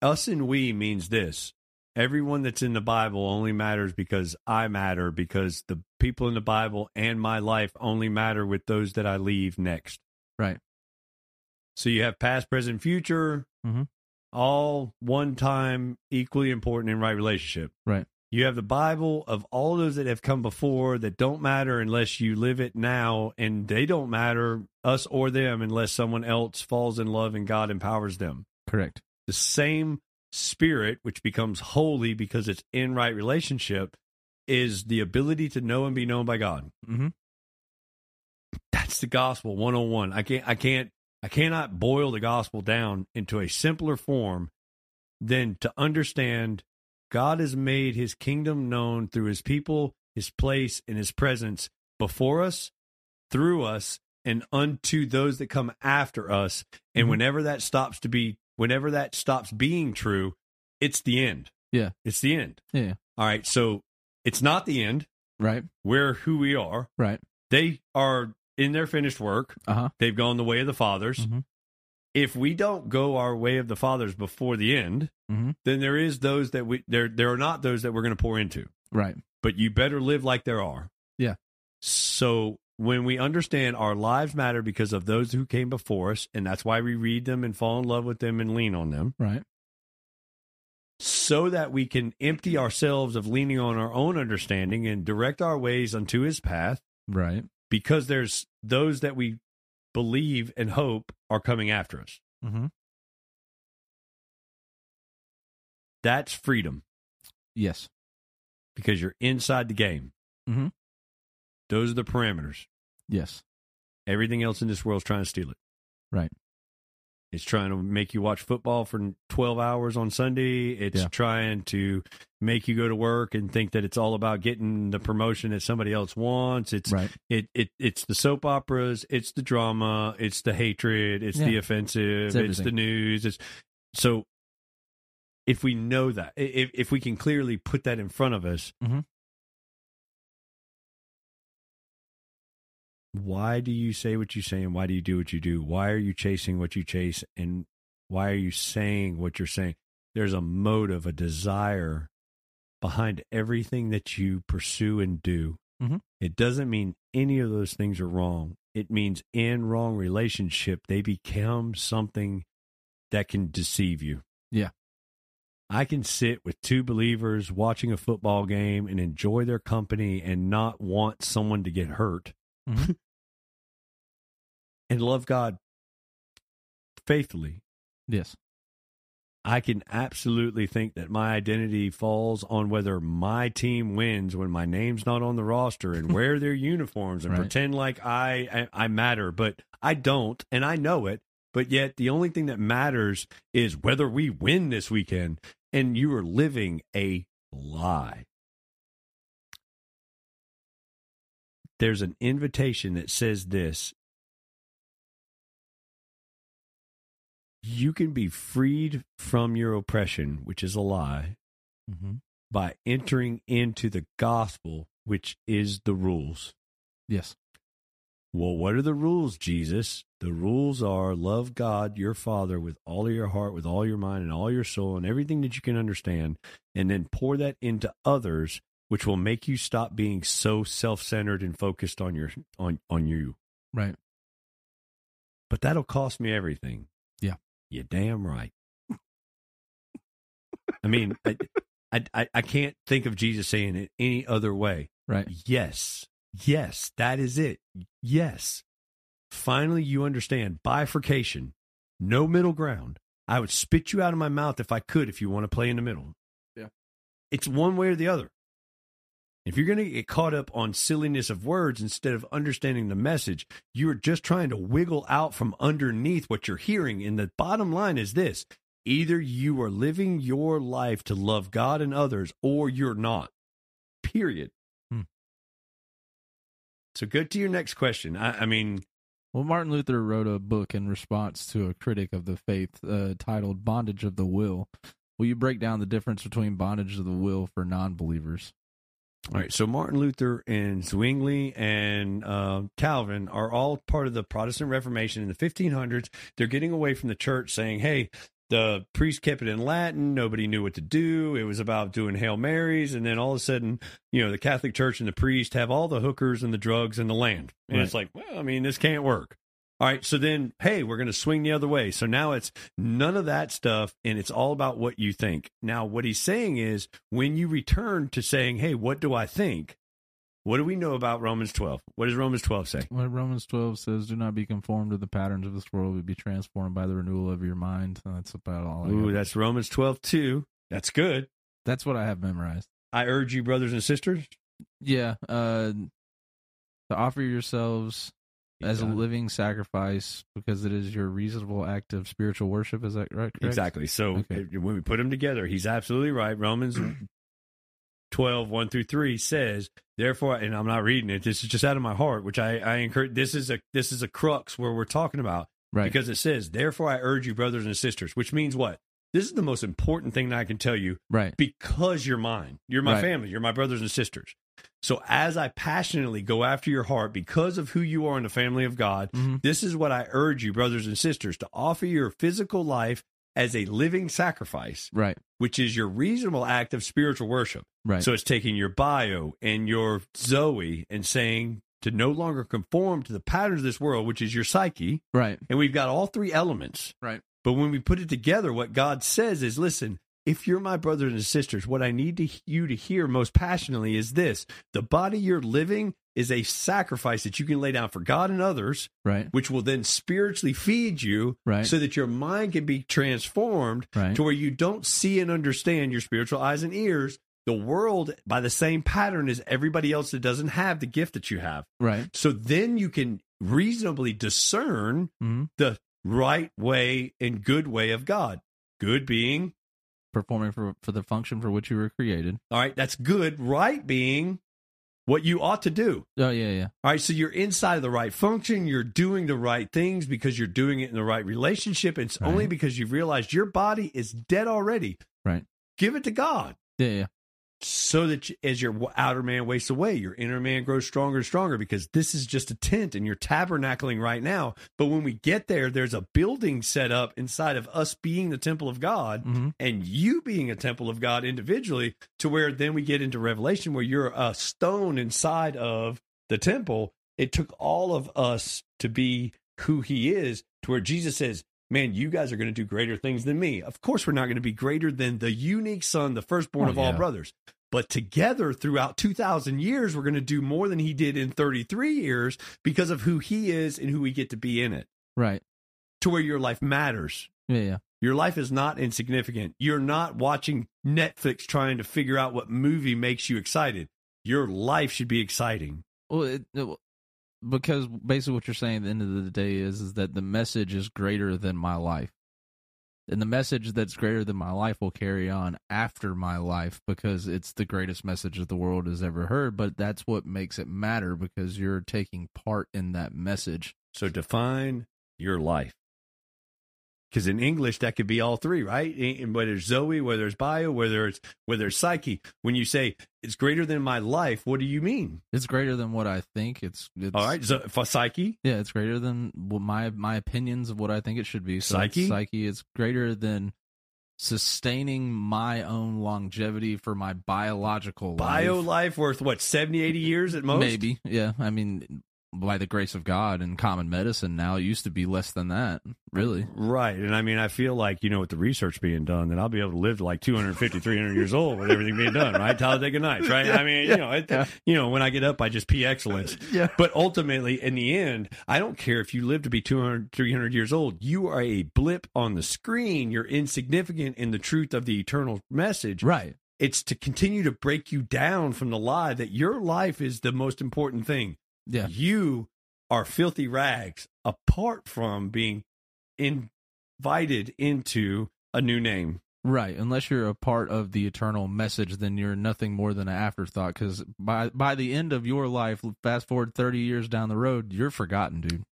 [SPEAKER 2] us and we means this everyone that's in the Bible only matters because I matter, because the people in the Bible and my life only matter with those that I leave next.
[SPEAKER 1] Right.
[SPEAKER 2] So you have past, present, future,
[SPEAKER 1] Mhm.
[SPEAKER 2] all one time equally important in right relationship.
[SPEAKER 1] Right.
[SPEAKER 2] You have the Bible of all those that have come before that don't matter unless you live it now, and they don't matter, us or them, unless someone else falls in love and God empowers them
[SPEAKER 1] Correct.
[SPEAKER 2] the same spirit which becomes holy because it's in right relationship is the ability to know and be known by God.
[SPEAKER 1] Mhm.
[SPEAKER 2] That's the gospel 101. I can't I can't I cannot boil the gospel down into a simpler form than to understand God has made his kingdom known through his people, his place and his presence before us, through us and unto those that come after us. And
[SPEAKER 1] Mhm.
[SPEAKER 2] whenever that stops to be, whenever that stops being true, it's the end.
[SPEAKER 1] Yeah.
[SPEAKER 2] It's the end.
[SPEAKER 1] Yeah.
[SPEAKER 2] All right. So it's not the end.
[SPEAKER 1] Right.
[SPEAKER 2] We're who we are.
[SPEAKER 1] Right.
[SPEAKER 2] They are in their finished work.
[SPEAKER 1] Uh huh.
[SPEAKER 2] They've gone the way of the fathers.
[SPEAKER 1] Mhm.
[SPEAKER 2] If we don't go our way of the fathers before the end,
[SPEAKER 1] Mhm.
[SPEAKER 2] then there is those that we there there are not those that we're going to pour into.
[SPEAKER 1] Right.
[SPEAKER 2] But you better live like there are.
[SPEAKER 1] Yeah.
[SPEAKER 2] So when we understand our lives matter because of those who came before us, and that's why we read them and fall in love with them and lean on them
[SPEAKER 1] Right.
[SPEAKER 2] so that we can empty ourselves of leaning on our own understanding and direct our ways unto his path
[SPEAKER 1] Right.
[SPEAKER 2] because there's those that we believe and hope are coming after us
[SPEAKER 1] Mm-hmm.
[SPEAKER 2] that's freedom
[SPEAKER 1] Yes.
[SPEAKER 2] because you're inside the game
[SPEAKER 1] Mhm.
[SPEAKER 2] those are the parameters
[SPEAKER 1] Yes.
[SPEAKER 2] everything else in this world's trying to steal it
[SPEAKER 1] Right.
[SPEAKER 2] it's trying to make you watch football for 12 hours on sunday it's
[SPEAKER 1] Yeah.
[SPEAKER 2] trying to make you go to work and think that it's all about getting the promotion that somebody else wants it's
[SPEAKER 1] Right.
[SPEAKER 2] it, it it's the soap operas, it's the drama, it's the hatred, it's the
[SPEAKER 1] Yeah.
[SPEAKER 2] offensive,
[SPEAKER 1] It's
[SPEAKER 2] it's, the
[SPEAKER 1] everything.
[SPEAKER 2] news. It's so if we know that, i- if if we can clearly put that in front of us,
[SPEAKER 1] Mhm.
[SPEAKER 2] why do you say what you say and why do you do what you do? Why are you chasing what you chase and why are you saying what you're saying? There's a motive, a desire behind everything that you pursue and do. It doesn't mean any of those things are wrong. It means in wrong relationship, they become something that can deceive you.
[SPEAKER 1] Yeah.
[SPEAKER 2] I can sit with two believers watching a football game and enjoy their company and not want someone to get hurt
[SPEAKER 1] Mhm.
[SPEAKER 2] and love God faithfully.
[SPEAKER 1] Yes.
[SPEAKER 2] I can absolutely think that my identity falls on whether my team wins when my name's not on the roster and wear their uniforms and
[SPEAKER 1] Right.
[SPEAKER 2] pretend like I, I I matter, but I don't, and I know it. But yet, the only thing that matters is whether we win this weekend. And you are living a lie. There's an invitation that says this you can be freed from your oppression, which is a lie,
[SPEAKER 1] Mm-hmm.
[SPEAKER 2] by entering into the gospel, which is the rules.
[SPEAKER 1] Yes.
[SPEAKER 2] Well, what are the rules, Jesus? The rules are love God, your Father, with all of your heart, with all your mind, and all your soul, and everything that you can understand, and then pour that into others, which will make you stop being so self-centered and focused on your on on you.
[SPEAKER 1] Right.
[SPEAKER 2] But that'll cost me everything.
[SPEAKER 1] Yeah.
[SPEAKER 2] You're damn right. I mean, I, I, I- I can't think of Jesus saying it any other way.
[SPEAKER 1] Right.
[SPEAKER 2] Yes. Yes. That is it. Yes. Finally, you understand bifurcation, no middle ground. I would spit you out of my mouth if I could, if you want to play in the middle.
[SPEAKER 1] Yeah.
[SPEAKER 2] It's one way or the other. If you're going to get caught up on silliness of words instead of understanding the message, you're just trying to wiggle out from underneath what you're hearing. And the bottom line is this either you are living your life to love God and others, or you're not. Period.
[SPEAKER 1] Hmm.
[SPEAKER 2] So go to your next question. I, I mean,
[SPEAKER 1] Well, Martin Luther wrote a book in response to a critic of the faith uh, titled Bondage of the Will. Will you break down the difference between bondage of the will for non believers?
[SPEAKER 2] all right. So Martin Luther and Zwingli and uh, Calvin are all part of the Protestant Reformation in the 1500s. They're getting away from the church, saying, "Hey." The priest kept it in Latin. Nobody knew what to do. It was about doing Hail Marys. And then all of a sudden, you know, the Catholic Church and the priest have all the hookers and the drugs and the land. And it's like, well, I mean, this can't work. All right. So then, hey, we're going to swing the other way. So now it's none of that stuff. And it's all about what you think. Now, what he's saying is when you return to saying, hey, what do I think? What do we know about Romans 12? What does Romans 12 say?
[SPEAKER 1] Well, Romans 12 says, Do not be conformed to the patterns of this world, but be transformed by the renewal of your mind. And that's about all I got.
[SPEAKER 2] Ooh, that's Romans 12, too. That's good.
[SPEAKER 1] That's what I have memorized.
[SPEAKER 2] I urge you, brothers and sisters,
[SPEAKER 1] Yeah. Uh, to offer yourselves as a living sacrifice because it is your reasonable act of spiritual worship. Is that right? Correct?
[SPEAKER 2] Exactly. So
[SPEAKER 1] Okay.
[SPEAKER 2] it- when we put them together, he's absolutely right. Romans 12, 1 through 3 says, therefore, and I'm not reading it, this is just out of my heart, which I, I encourage this is a this is a crux where we're talking about
[SPEAKER 1] Right.
[SPEAKER 2] because it says, Therefore I urge you, brothers and sisters, which means what? this is the most important thing that I can tell you
[SPEAKER 1] Right.
[SPEAKER 2] because you're mine. You're my
[SPEAKER 1] Right.
[SPEAKER 2] family. You're my brothers and sisters. So as I passionately go after your heart because of who you are in the family of God,
[SPEAKER 1] Mhm.
[SPEAKER 2] this is what I urge you, brothers and sisters, to offer your physical life as a living sacrifice,
[SPEAKER 1] Right.
[SPEAKER 2] which is your reasonable act of spiritual worship.
[SPEAKER 1] Right.
[SPEAKER 2] So it's taking your bio and your Zoe and saying to no longer conform to the patterns of this world, which is your psyche,
[SPEAKER 1] right.
[SPEAKER 2] and we've got all three elements.
[SPEAKER 1] Right.
[SPEAKER 2] But when we put it together, what God says is listen, if you're my brothers and sisters, what I need to, you to hear most passionately is this the body you're living is a sacrifice that you can lay down for God and others,
[SPEAKER 1] Right.
[SPEAKER 2] which will then spiritually feed you
[SPEAKER 1] Right.
[SPEAKER 2] so that your mind can be transformed
[SPEAKER 1] right.
[SPEAKER 2] to where you don't see and understand your spiritual eyes and ears. The world by the same pattern as everybody else that doesn't have the gift that you have.
[SPEAKER 1] right.
[SPEAKER 2] So then you can reasonably discern
[SPEAKER 1] Mhm.
[SPEAKER 2] the right way and good way of God. Good being,
[SPEAKER 1] Performing for for the function for which you were created.
[SPEAKER 2] all right, that's good. Right being, what you ought to do.
[SPEAKER 1] Oh yeah. Yeah.
[SPEAKER 2] All right, so you're inside of the right function. You're doing the right things because you're doing it in the right relationship. It's
[SPEAKER 1] Right.
[SPEAKER 2] only because you've realized your body is dead already.
[SPEAKER 1] Right.
[SPEAKER 2] Give it to God
[SPEAKER 1] Yeah. Yeah.
[SPEAKER 2] so that you- as your outer man wastes away, your inner man grows stronger and stronger because this is just a tent and you're tabernacling right now. But when we get there, there's a building set up inside of us being the temple of God.
[SPEAKER 1] hmm
[SPEAKER 2] and you being a temple of God individually, to where then we get into Revelation where you're a stone inside of the temple. It took all of us to be who he is, to where Jesus says, Man, you guys are going to do greater things than me. Of course, we're not going to be greater than the unique son, the firstborn
[SPEAKER 1] Oh,
[SPEAKER 2] of all
[SPEAKER 1] yeah.
[SPEAKER 2] brothers. But together throughout 2,000 years, we're going to do more than he did in 33 years because of who he is and who we get to be in it,
[SPEAKER 1] Right.
[SPEAKER 2] to where your life matters.
[SPEAKER 1] Yeah. Yeah.
[SPEAKER 2] Your life is not insignificant. You're not watching Netflix trying to figure out what movie makes you excited. Your life should be exciting.
[SPEAKER 1] Well, it, it- because basically what you're saying at the end of the day is is that the message is greater than my life, and the message that's greater than my life will carry on after my life because it's the greatest message that the world has ever heard. But that's what makes it matter because you're taking part in that message.
[SPEAKER 2] So define your life. Because in English, that could be all three, right? And- and Whether it's Zoe, whether it's bio, whether it's whether it's psyche. When you say it's greater than my life, what do you mean?
[SPEAKER 1] It's greater than what I think. It's, it's
[SPEAKER 2] All right, so for psyche,
[SPEAKER 1] Yeah, it's greater than what my my opinions of what I think it should be. So it's
[SPEAKER 2] Psyche?
[SPEAKER 1] psyche. It's greater than sustaining my own longevity for my biological
[SPEAKER 2] bio
[SPEAKER 1] life.
[SPEAKER 2] life worth what 70, 80 years at most.
[SPEAKER 1] Maybe. Yeah. I mean, by the grace of God and common medicine, now it used to be less than that. Really.
[SPEAKER 2] Right. And I mean, I feel like, you know, with the research being done, that I'll be able to live to like 250, 300 years old with everything being done, right? Talladega Nights, right? I mean, you know, it,
[SPEAKER 1] yeah.
[SPEAKER 2] you know, when I get up, I just pee excellence.
[SPEAKER 1] Yeah.
[SPEAKER 2] But ultimately, in the end, I don't care if you live to be 200, 300 years old. You are a blip on the screen. You're insignificant in the truth of the eternal message.
[SPEAKER 1] Right.
[SPEAKER 2] It's to continue to break you down from the lie that your life is the most important thing
[SPEAKER 1] Yeah.
[SPEAKER 2] you are filthy rags apart from being invited into a new name.
[SPEAKER 1] Right. Unless you're a part of the eternal message, then you're nothing more than an afterthought. Because by by the end of your life, fast forward thirty years down the road, you're forgotten, dude.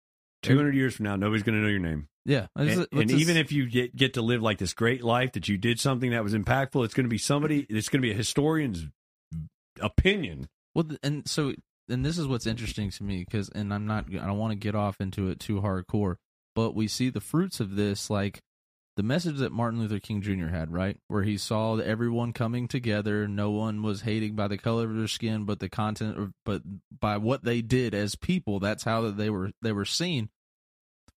[SPEAKER 2] 200 years from now, nobody's going to know your name.
[SPEAKER 1] Yeah. It's-
[SPEAKER 2] And,
[SPEAKER 1] it's
[SPEAKER 2] and
[SPEAKER 1] just-
[SPEAKER 2] even if you get, get to live like this great life, that you did something that was impactful, it's going to be somebody, it's going to be a historian's opinion.
[SPEAKER 1] Well, th- and so, and this is what's interesting to me because, and I'm not, I don't want to get off into it too hardcore, but we see the fruits of this, like the message that Martin Luther King Jr. had, right? Where he saw everyone coming together, no one was hating by the color of their skin, but the content, or, but by what they did as people, that's how that they were, they were seen.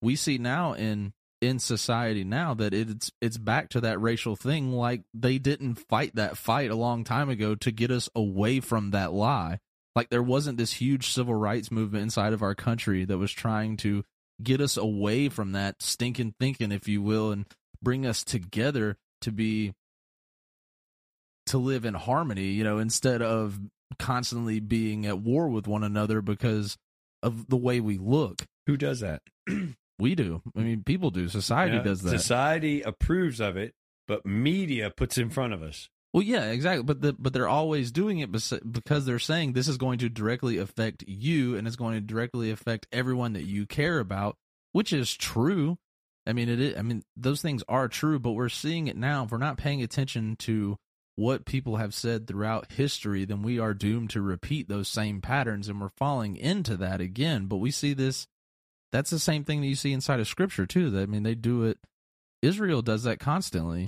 [SPEAKER 1] We see now in, in society now that it's it's back to that racial thing like they didn't fight that fight a long time ago to get us away from that lie like there wasn't this huge civil rights movement inside of our country that was trying to get us away from that stinking thinking if you will and bring us together to be to live in harmony you know instead of constantly being at war with one another because of the way we look
[SPEAKER 2] Who does that?
[SPEAKER 1] we do i mean people do society
[SPEAKER 2] Yeah,
[SPEAKER 1] does that
[SPEAKER 2] Society approves of it, but media puts in front of us.
[SPEAKER 1] Well, yeah, exactly. But the, but they're always doing it bes- because they're saying this is going to directly affect you, and it's going to directly affect everyone that you care about, which is true. I mean, it. Is, I mean, those things are true, but we're seeing it now. If we're not paying attention to what people have said throughout history, then we are doomed to repeat those same patterns, and we're falling into that again. But we see this. That's the same thing that you see inside of Scripture too. That I mean, they do it. Israel does that constantly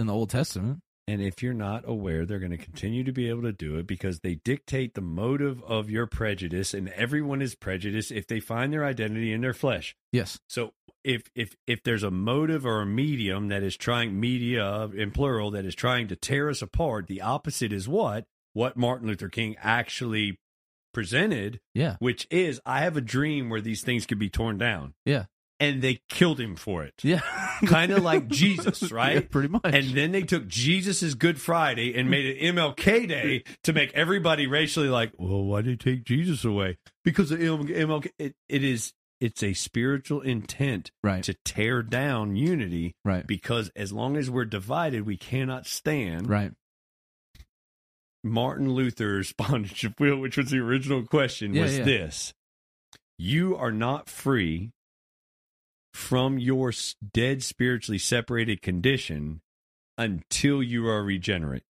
[SPEAKER 1] in the Old Testament.
[SPEAKER 2] And if you're not aware, they're going to continue to be able to do it because they dictate the motive of your prejudice, and everyone is prejudiced if they find their identity in their flesh.
[SPEAKER 1] Yes.
[SPEAKER 2] So if if if there's a motive or a medium that is trying media in plural that is trying to tear us apart, the opposite is what what Martin Luther King actually presented,
[SPEAKER 1] Yeah.
[SPEAKER 2] which is I have a dream where these things could be torn down.
[SPEAKER 1] Yeah.
[SPEAKER 2] And they killed him for it.
[SPEAKER 1] Yeah.
[SPEAKER 2] Kind of like Jesus,
[SPEAKER 1] Yeah,
[SPEAKER 2] right?
[SPEAKER 1] pretty much.
[SPEAKER 2] And then they took Jesus' Good Friday and made it MLK Day to make everybody racially like, well, why did they take Jesus away? Because of M- MLK. It, it is, it's a spiritual intent
[SPEAKER 1] right.
[SPEAKER 2] to tear down unity
[SPEAKER 1] Right.
[SPEAKER 2] because as long as we're divided, we cannot stand.
[SPEAKER 1] Right.
[SPEAKER 2] Martin Luther's bondage of will, which was the original question,
[SPEAKER 1] Yeah,
[SPEAKER 2] was
[SPEAKER 1] yeah.
[SPEAKER 2] this You are not free from your s- dead, spiritually separated condition until you are regenerate,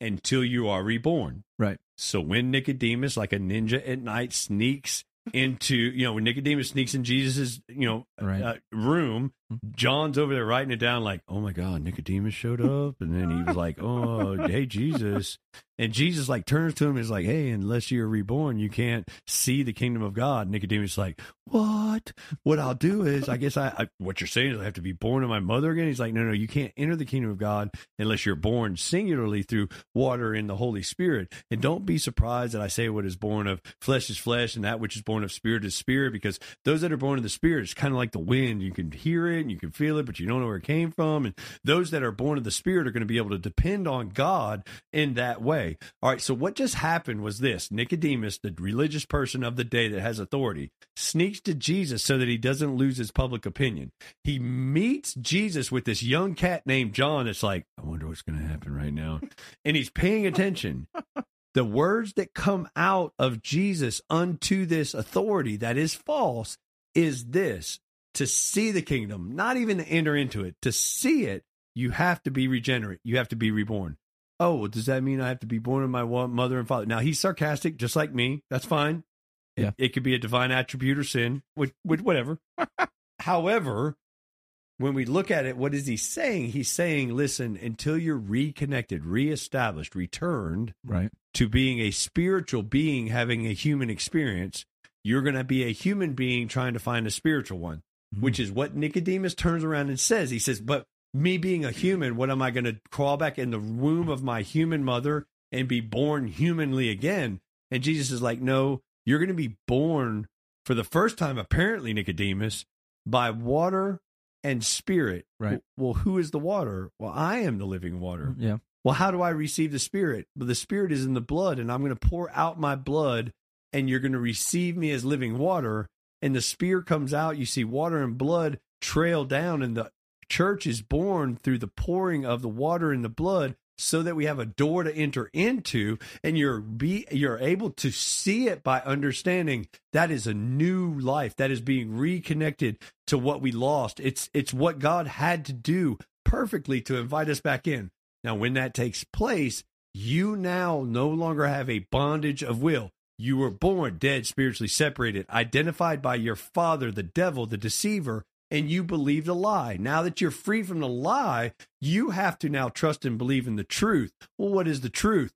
[SPEAKER 2] until you are reborn.
[SPEAKER 1] Right.
[SPEAKER 2] So when Nicodemus, like a ninja at night, sneaks into, you know, when Nicodemus sneaks in Jesus's, you know,
[SPEAKER 1] Right.
[SPEAKER 2] uh, room. John's over there writing it down, like, "Oh my God, Nicodemus showed up," and then he was like, "Oh, hey, Jesus," and Jesus like turns to him, and is like, "Hey, unless you're reborn, you can't see the kingdom of God." Nicodemus is like, "What? What I'll do is, I guess I, I what you're saying is I have to be born of my mother again." He's like, "No, no, you can't enter the kingdom of God unless you're born singularly through water and the Holy Spirit. And don't be surprised that I say what is born of flesh is flesh and that which is born of spirit is spirit, because those that are born of the spirit is kind of like the wind. You can hear it and you can feel it, but you don't know where it came from. And those that are born of the spirit are going to be able to depend on God in that way. All right. So what just happened was this Nicodemus, the religious person of the day that has authority, sneaks to Jesus so that he doesn't lose his public opinion. He meets Jesus with this young cat named John. It's like, I wonder what's going to happen right now. And he's paying attention. The words that come out of Jesus unto this authority that is false is this to see the kingdom, not even to enter into it, to see it, you have to be regenerate. You have to be reborn. Oh, well, does that mean I have to be born of my wa- mother and father? Now, he's sarcastic, just like me. That's fine. It-
[SPEAKER 1] Yeah.
[SPEAKER 2] It, could be a divine attribute or sin, which, which whatever. However, when we look at it, what is he saying? He's saying, listen, until you're reconnected, reestablished, returned,
[SPEAKER 1] Right.
[SPEAKER 2] to being a spiritual being having a human experience, you're going to be a human being trying to find a spiritual one,
[SPEAKER 1] Mhm.
[SPEAKER 2] which is what Nicodemus turns around and says. He says, But me being a human, what am I going to crawl back in the womb of my human mother and be born humanly again? And Jesus is like, No, you're going to be born for the first time, apparently, Nicodemus, by water and spirit.
[SPEAKER 1] Right. Mm-hmm.
[SPEAKER 2] Well, who is the water? Well, I am the living water.
[SPEAKER 1] Yeah.
[SPEAKER 2] Well, how do I receive the Spirit? But the Spirit is in the blood, and I'm going to pour out my blood, and you're going to receive me as living water. And the spear comes out, you see water and blood trail down, and the church is born through the pouring of the water and the blood, so that we have a door to enter into, and you're be you're able to see it by understanding that is a new life that is being reconnected to what we lost. It's it's what God had to do perfectly to invite us back in. Now, when that takes place, you now no longer have a bondage of will. You were born dead, spiritually separated, identified by your father, the devil, the deceiver, and you believed a lie. Now that you're free from the lie, you have to now trust and believe in the truth. Well, what is the truth?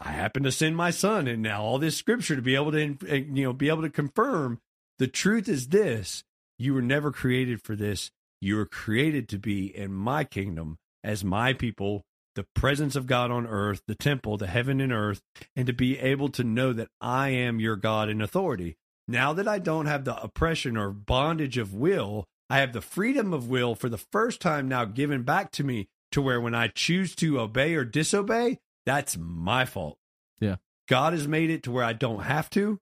[SPEAKER 2] I happen to send my son, and now all this scripture to be able to, eh, you know, be able to confirm the truth is this: you were never created for this. You were created to be in my kingdom as my people the presence of God on earth, the temple, the heaven and earth, and to be able to know that I am your God in authority. Now that I don't have the oppression or bondage of will, I have the freedom of will for the first time now given back to me to where when I choose to obey or disobey, that's my fault.
[SPEAKER 1] Yeah.
[SPEAKER 2] God has made it to where I don't have to.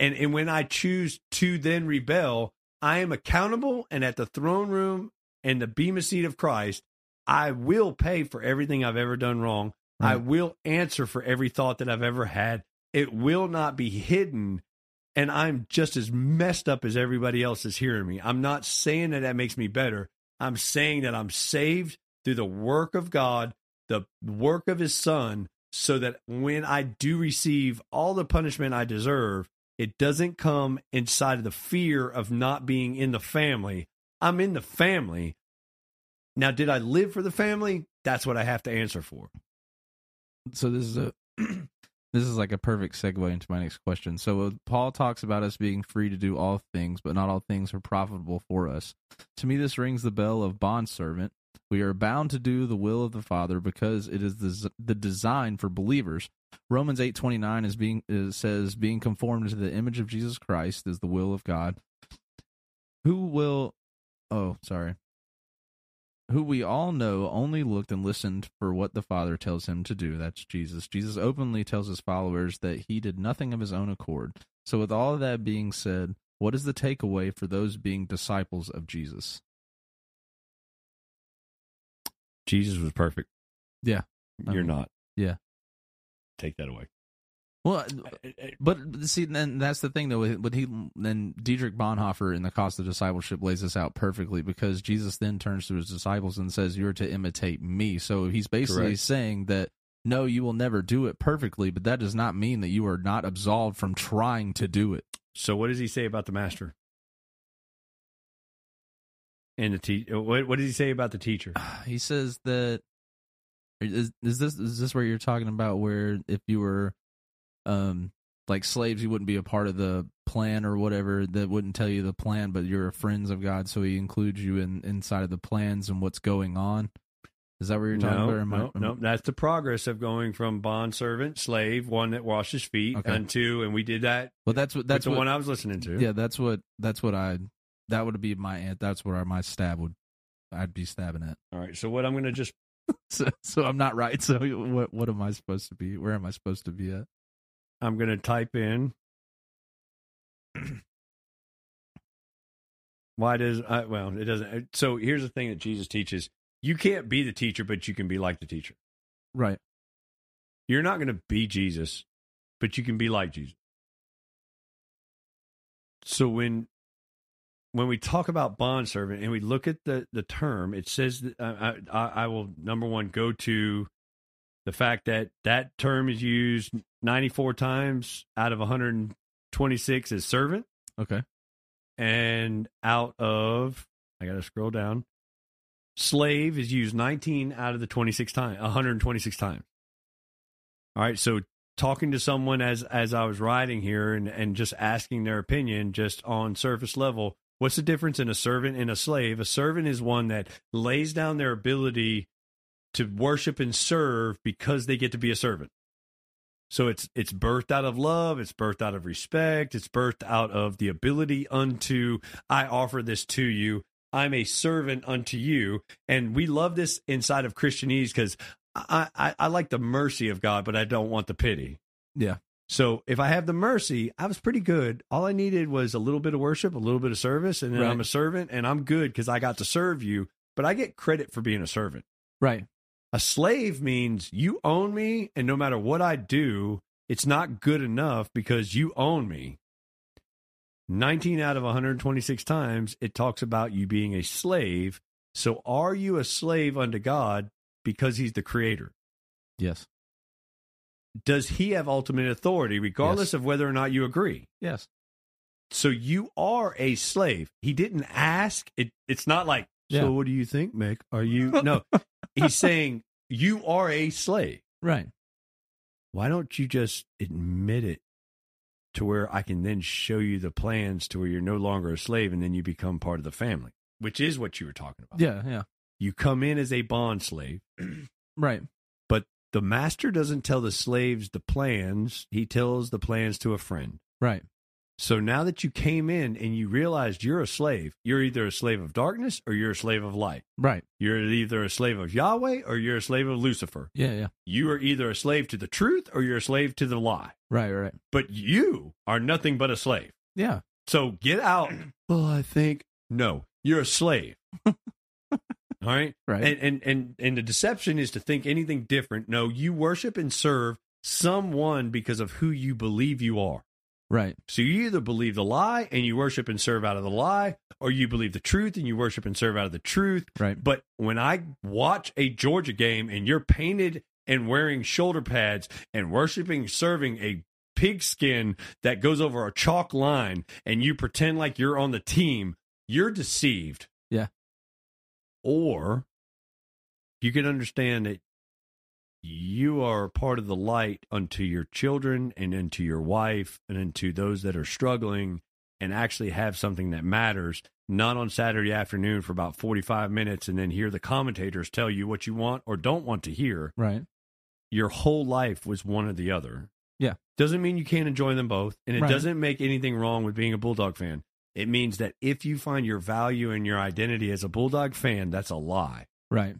[SPEAKER 2] And and when I choose to then rebel, I am accountable and at the throne room and the bema seat of Christ I will pay for everything I've ever done wrong. I
[SPEAKER 1] Right.
[SPEAKER 2] will answer for every thought that I've ever had. It will not be hidden. and I'm just as messed up as everybody else is hearing me. I'm not saying that that makes me better. I'm saying that I'm saved through the work of God, the work of His Son, so that when I do receive all the punishment I deserve, it doesn't come inside of the fear of not being in the family. I'm in the family. Now, did I live for the family? That's what I have to answer for.
[SPEAKER 1] So this is a this is like a perfect segue into my next question. So uh, Paul talks about us being free to do all things, but not all things are profitable for us. To me, this rings the bell of bondservant. We are bound to do the will of the Father because it is the, the design for believers. Romans eight twenty nine is being is, says being conformed to the image of Jesus Christ is the will of God. Who will? Oh, sorry who we all know only looked and listened for what the Father tells him to do. That's Jesus. Jesus openly tells his followers that he did nothing of his own accord. So, with all of that being said, what is the takeaway for those being disciples of Jesus?
[SPEAKER 2] Jesus was perfect.
[SPEAKER 1] Yeah.
[SPEAKER 2] You're
[SPEAKER 1] Um,
[SPEAKER 2] not.
[SPEAKER 1] yeah.
[SPEAKER 2] Take that away. Uh,
[SPEAKER 1] Well, but see, then that's the thing though. But he then Diedrich Bonhoeffer in the Cost of Discipleship lays this out perfectly because Jesus then turns to his disciples and says, "You're to imitate me." So he's basically
[SPEAKER 2] Correct.
[SPEAKER 1] saying that no, you will never do it perfectly, but that does not mean that you are not absolved from trying to do it.
[SPEAKER 2] So, what does he say about the master? And the te- uh, what, what does he say about the teacher?
[SPEAKER 1] He says that is, is this is this where you're talking about where if you were um like slaves you wouldn't be a part of the plan or whatever that wouldn't tell you the plan but you're friends of god so he includes you in inside of the plans and what's going on is that what you're talking
[SPEAKER 2] no,
[SPEAKER 1] about or am I-
[SPEAKER 2] no,
[SPEAKER 1] am-
[SPEAKER 2] no. That's the progress of going from bond servant, slave, one that washes feet,
[SPEAKER 1] Okay.
[SPEAKER 2] unto, and we did that.
[SPEAKER 1] well that's what
[SPEAKER 2] That's
[SPEAKER 1] that's
[SPEAKER 2] the
[SPEAKER 1] what,
[SPEAKER 2] one I was listening to.
[SPEAKER 1] yeah that's what that's what i that would be my aunt that's where my stab would i'd be stabbing at
[SPEAKER 2] All right. So, what I'm going to just
[SPEAKER 1] so, so i'm not right so what what am i supposed to be where am i supposed to be at
[SPEAKER 2] I'm going to type in. Why does I, well it doesn't uh, so here's the thing that Jesus teaches you can't be the teacher but you can be like the teacher
[SPEAKER 1] right
[SPEAKER 2] you're not going to be Jesus but you can be like Jesus so when when we talk about bondservant and we look at the the term it says that I, I, I will number one go to the fact that that term is used 94 times out of 126 as servant
[SPEAKER 1] okay
[SPEAKER 2] and out of I got to scroll down. Slave is used 19 out of the 26 times, 126 times. All right, so talking to someone as as I was riding here and and just asking their opinion just on surface level, what's the difference in a servant and a slave? A servant is one that lays down their ability to worship and serve because they get to be a servant. So it's it's birthed out of love, it's birthed out of respect, it's birthed out of the ability unto I offer this to you. I'm a servant unto you. And we love this inside of Christianese because I, I, I like the mercy of God, but I don't want the pity.
[SPEAKER 1] Yeah.
[SPEAKER 2] So if I have the mercy, I was pretty good. All I needed was a little bit of worship, a little bit of service, and then
[SPEAKER 1] Right.
[SPEAKER 2] I'm a servant and I'm good because I got to serve you, but I get credit for being a servant.
[SPEAKER 1] right
[SPEAKER 2] A slave means you own me, and no matter what I do, it's not good enough because you own me. 19 out of 126 times, it talks about you being a slave. So, are you a slave unto God because he's the creator?
[SPEAKER 1] yes
[SPEAKER 2] Does he have ultimate authority, regardless
[SPEAKER 1] Yes.
[SPEAKER 2] of whether or not you agree?
[SPEAKER 1] yes
[SPEAKER 2] So, you are a slave. He didn't ask. It, it's not like,
[SPEAKER 1] Yeah.
[SPEAKER 2] so what do you think, Mick? Are you? No, he's saying you are a slave.
[SPEAKER 1] right
[SPEAKER 2] why don't you just admit it to where I can then show you the plans to where you're no longer a slave and then you become part of the family, which is what you were talking about.
[SPEAKER 1] Yeah, yeah,
[SPEAKER 2] You come in as a bond slave.
[SPEAKER 1] right.
[SPEAKER 2] The master doesn't tell the slaves the plans, he tells the plans to a friend.
[SPEAKER 1] Right.
[SPEAKER 2] So now that you came in and you realized you're a slave, you're either a slave of darkness or you're a slave of light.
[SPEAKER 1] Right.
[SPEAKER 2] You're either a slave of Yahweh or you're a slave of Lucifer.
[SPEAKER 1] Yeah, yeah.
[SPEAKER 2] You are either a slave to the truth or you're a slave to the lie.
[SPEAKER 1] Right, right.
[SPEAKER 2] but you are nothing but a slave.
[SPEAKER 1] Yeah.
[SPEAKER 2] So get out. Well, I think no, you're a slave. All right?
[SPEAKER 1] Right.
[SPEAKER 2] And, and and and the deception is to think anything different. No, you worship and serve someone because of who you believe you are.
[SPEAKER 1] Right.
[SPEAKER 2] So you either believe the lie and you worship and serve out of the lie, or you believe the truth and you worship and serve out of the truth.
[SPEAKER 1] Right.
[SPEAKER 2] But when I watch a Georgia game and you're painted and wearing shoulder pads and worshiping, serving a pigskin that goes over a chalk line and you pretend like you're on the team, you're deceived.
[SPEAKER 1] Yeah.
[SPEAKER 2] Or you can understand that you are part of the light unto your children and unto your wife and unto those that are struggling and actually have something that matters, not on Saturday afternoon for about 45 minutes and then hear the commentators tell you what you want or don't want to hear.
[SPEAKER 1] Right.
[SPEAKER 2] Your whole life was one or the other.
[SPEAKER 1] Yeah.
[SPEAKER 2] Doesn't mean you can't enjoy them both. And it
[SPEAKER 1] Right.
[SPEAKER 2] doesn't make anything wrong with being a Bulldog fan. It means that if you find your value and your identity as a Bulldog fan, that's a lie.
[SPEAKER 1] Right.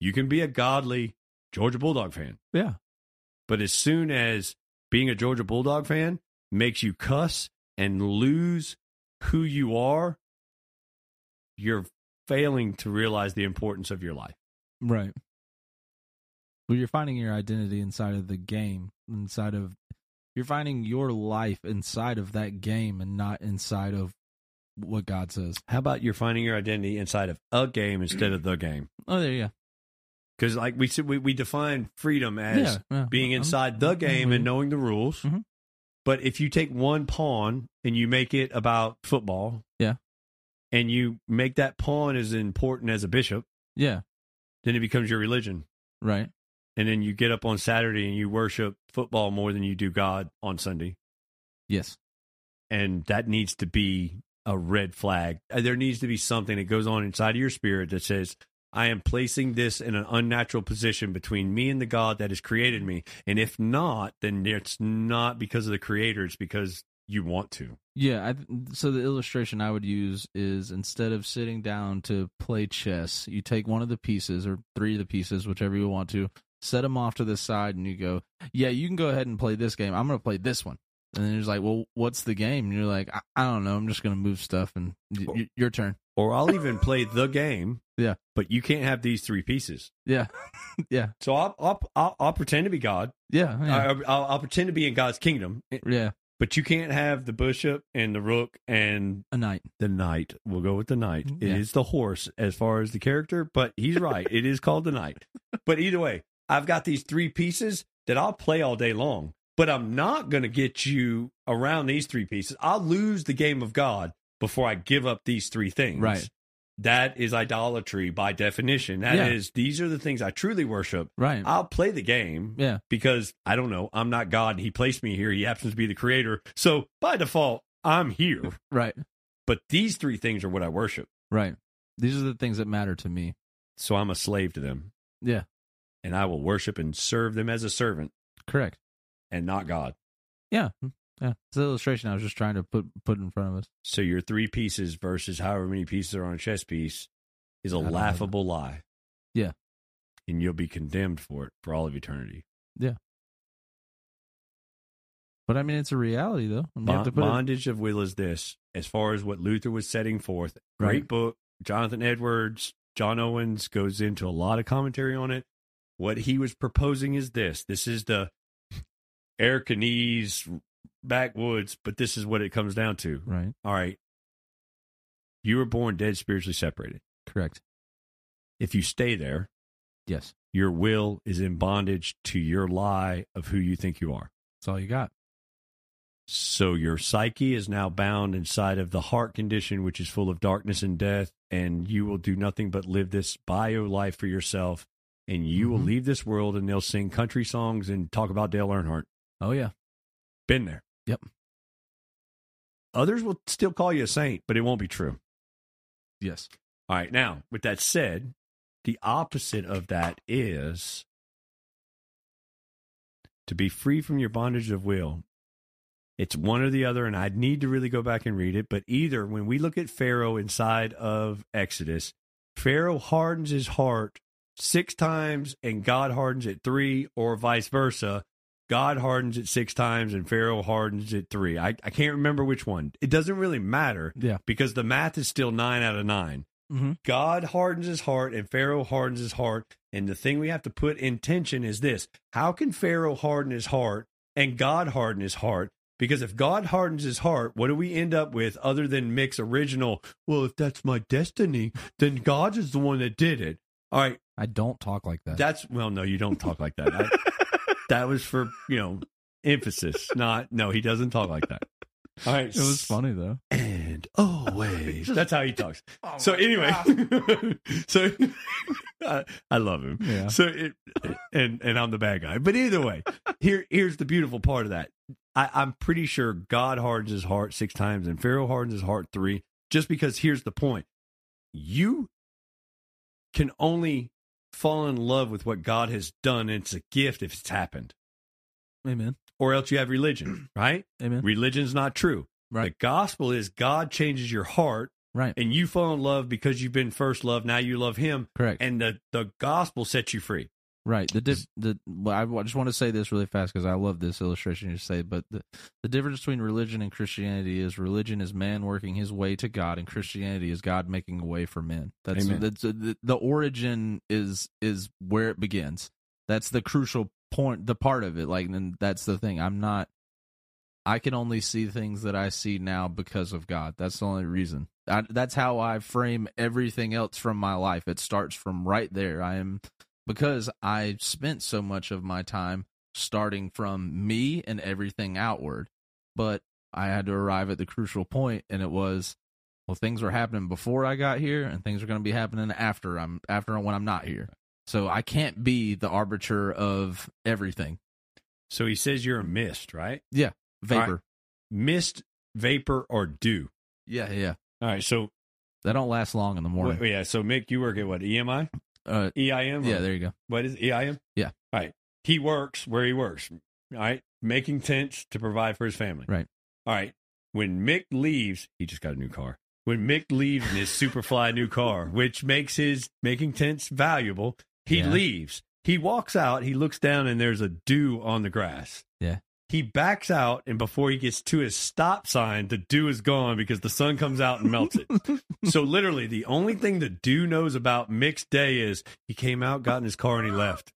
[SPEAKER 2] You can be a godly Georgia Bulldog fan.
[SPEAKER 1] Yeah.
[SPEAKER 2] But as soon as being a Georgia Bulldog fan makes you cuss and lose who you are, you're failing to realize the importance of your life.
[SPEAKER 1] Right. Well, you're finding your identity inside of the game, inside of you're finding your life inside of that game and not inside of what God says.
[SPEAKER 2] How about you're finding your identity inside of a game instead of the game?
[SPEAKER 1] Oh, there you go.
[SPEAKER 2] Because like we said, we, we define freedom as
[SPEAKER 1] yeah, Uh-huh. Mm-hmm. yeah.
[SPEAKER 2] being
[SPEAKER 1] I'm-
[SPEAKER 2] inside the
[SPEAKER 1] I'm
[SPEAKER 2] game
[SPEAKER 1] with
[SPEAKER 2] and
[SPEAKER 1] you.
[SPEAKER 2] knowing the rules.
[SPEAKER 1] Mhm.
[SPEAKER 2] But if you take one pawn and you make it about football,
[SPEAKER 1] Yeah.
[SPEAKER 2] and you make that pawn as important as a bishop,
[SPEAKER 1] Yeah.
[SPEAKER 2] then it becomes your religion.
[SPEAKER 1] Right.
[SPEAKER 2] and then you get up on Saturday and you worship football more than you do God on Sunday,
[SPEAKER 1] Yes.
[SPEAKER 2] and that needs to be a red flag. Uh, There needs to be something that goes on inside of your spirit that says, "I am placing this in an unnatural position between me and the God that has created me." And if not, then it's not because of the Creator; it's because you want to.
[SPEAKER 1] Yeah, I, th- so the illustration I would use is instead of sitting down to play chess, you take one of the pieces or three of the pieces, whichever you want to, set them off to the side, and you go, "Yeah, you can go ahead and play this game. I'm going to play this one." And then you're just like, "Well, what's the game?" And you're like, "I, I don't know. I'm just going to move stuff." And y- y- your turn.
[SPEAKER 2] Or I'll even play the game.
[SPEAKER 1] Yeah.
[SPEAKER 2] but you can't have these three pieces.
[SPEAKER 1] Yeah, yeah,
[SPEAKER 2] So I'll I'll, I'll, I'll pretend to be God.
[SPEAKER 1] yeah, yeah.
[SPEAKER 2] I- I'll, I'll pretend to be in God's kingdom,
[SPEAKER 1] yeah.
[SPEAKER 2] But you can't have the bishop and the rook and Mm-hmm.
[SPEAKER 1] A knight.
[SPEAKER 2] the knight. We'll go with the knight.
[SPEAKER 1] Yeah.
[SPEAKER 2] It is the horse as far as the character, but he's right. it is called the knight. But either way, I've got these three pieces that I'll play all day long, but I'm not going to get you around these three pieces. I'll lose the game of God before I give up these three things.
[SPEAKER 1] Right.
[SPEAKER 2] That is idolatry by definition. That is,
[SPEAKER 1] Yeah.
[SPEAKER 2] these are the things I truly worship.
[SPEAKER 1] Right.
[SPEAKER 2] I'll play the game
[SPEAKER 1] yeah.
[SPEAKER 2] because I don't know, I'm not God. He placed me here. He happens to be the creator. So by default, I'm here.
[SPEAKER 1] Right.
[SPEAKER 2] But these three things are what I worship.
[SPEAKER 1] Right. These are the things that matter to me.
[SPEAKER 2] So I'm a slave to them.
[SPEAKER 1] Yeah.
[SPEAKER 2] And I will worship and serve them as a servant
[SPEAKER 1] Correct.
[SPEAKER 2] and not God.
[SPEAKER 1] Yeah. Hmm. Yeah. It's the illustration I was just trying to put put in front of us.
[SPEAKER 2] So your three pieces versus however many pieces are on a chess piece is a
[SPEAKER 1] I don't know.
[SPEAKER 2] laughable lie.
[SPEAKER 1] Yeah.
[SPEAKER 2] And you'll be condemned for it for all of eternity.
[SPEAKER 1] But I mean, it's a reality, though. I mean, you have to
[SPEAKER 2] Bon-
[SPEAKER 1] put it-
[SPEAKER 2] bondage of will is this, as far as what Luther was setting forth. Great
[SPEAKER 1] Right.
[SPEAKER 2] book. Jonathan Edwards, John Owens goes into a lot of commentary on it. What he was proposing is this. This is the Arkanese backwoods, but this is what it comes down to.
[SPEAKER 1] Right.
[SPEAKER 2] All right. You were born dead, spiritually separated.
[SPEAKER 1] Correct.
[SPEAKER 2] If you stay there,
[SPEAKER 1] Yes.
[SPEAKER 2] your will is in bondage to your lie of who you think you are.
[SPEAKER 1] That's all you got.
[SPEAKER 2] So your psyche is now bound inside of the heart condition, which is full of darkness and death, and you will do nothing but live this bio life for yourself. And you will
[SPEAKER 1] Mhm.
[SPEAKER 2] leave this world, and they'll sing country songs and talk about Dale Earnhardt.
[SPEAKER 1] Oh yeah.
[SPEAKER 2] Been there.
[SPEAKER 1] Yep.
[SPEAKER 2] Others will still call you a saint, but it won't be true.
[SPEAKER 1] Yes.
[SPEAKER 2] All right. Now, with that said, the opposite of that is to be free from your bondage of will. It's one or the other, and I'd need to really go back and read it. But either when we look at Pharaoh inside of Exodus, Pharaoh hardens his heart six times and God hardens it three, or vice versa. God hardens it six times and Pharaoh hardens it three. I, I can't remember which one. It doesn't really matter
[SPEAKER 1] Yeah.
[SPEAKER 2] because the math is still nine out of nine.
[SPEAKER 1] Mhm.
[SPEAKER 2] God hardens his heart and Pharaoh hardens his heart. And the thing we have to put in tension is this how can Pharaoh harden his heart and God harden his heart? Because if God hardens his heart, what do we end up with other than Mick's original? Well, if that's my destiny, then God is the one that did it. All right.
[SPEAKER 1] I don't talk like that.
[SPEAKER 2] That's, well, no, you don't talk like that. I, that was for, you know, emphasis, not, no, he doesn't talk like that. All right.
[SPEAKER 1] it was funny though.
[SPEAKER 2] And always. That's how he talks. So,
[SPEAKER 1] Oh my
[SPEAKER 2] anyway,
[SPEAKER 1] God.
[SPEAKER 2] so I, I love him.
[SPEAKER 1] yeah.
[SPEAKER 2] So it, and and I'm the bad guy. But either way, here here's the beautiful part of that. I, I'm pretty sure God hardens his heart six times and Pharaoh hardens his heart three, just because here's the point. You can only fall in love with what God has done and it's a gift if it's happened.
[SPEAKER 1] Amen.
[SPEAKER 2] Or else you have religion, right?
[SPEAKER 1] Amen.
[SPEAKER 2] Religion's not true.
[SPEAKER 1] Right.
[SPEAKER 2] The gospel is God changes your heart
[SPEAKER 1] Right.
[SPEAKER 2] and you fall in love because you've been first loved, now you love him,
[SPEAKER 1] Correct.
[SPEAKER 2] and the, the gospel sets you free.
[SPEAKER 1] Right. The dif- the well, I wa- just want to say this really fast because I love this illustration you say, but the, the difference between religion and Christianity is religion is man working his way to God, and Christianity is God making a way for men. That's
[SPEAKER 2] Amen.
[SPEAKER 1] that's uh, the, the origin is is where it begins. That's the crucial point, the part of it. Like, and that's the thing. I'm not. I can only see things that I see now because of God. That's the only reason. I, that's how I frame everything else from my life. It starts from right there. I am because I spent so much of my time starting from me and everything outward. But I had to arrive at the crucial point, and it was, well, things were happening before I got here, and things are going to be happening after I'm after when I'm not here. So I can't be the arbiter of everything.
[SPEAKER 2] So he says you're a mist, right?
[SPEAKER 1] Vapor.
[SPEAKER 2] Mist, vapor, or dew.
[SPEAKER 1] Yeah, yeah.
[SPEAKER 2] All right. So
[SPEAKER 1] They don't last long in the morning.
[SPEAKER 2] wh- yeah. So Mick, you work at what? E EMI?
[SPEAKER 1] Uh,
[SPEAKER 2] EIM?
[SPEAKER 1] yeah,
[SPEAKER 2] E Or
[SPEAKER 1] there you go.
[SPEAKER 2] What is E it? EIM?
[SPEAKER 1] Yeah.
[SPEAKER 2] All right. He works where he works. All right. Making tents to provide for his family.
[SPEAKER 1] Right.
[SPEAKER 2] All right. When Mick leaves, he just got a new car. When Mick leaves in his superfly new car, which makes his making tents valuable, he
[SPEAKER 1] Yeah.
[SPEAKER 2] leaves. He walks out, he looks down, and there's a dew on the grass.
[SPEAKER 1] Yeah.
[SPEAKER 2] He backs out, and before he gets to his stop sign, the dew is gone because the sun comes out and melts it. so, literally, the only thing the dew knows about Mick's day is he came out, got in his car, and he left.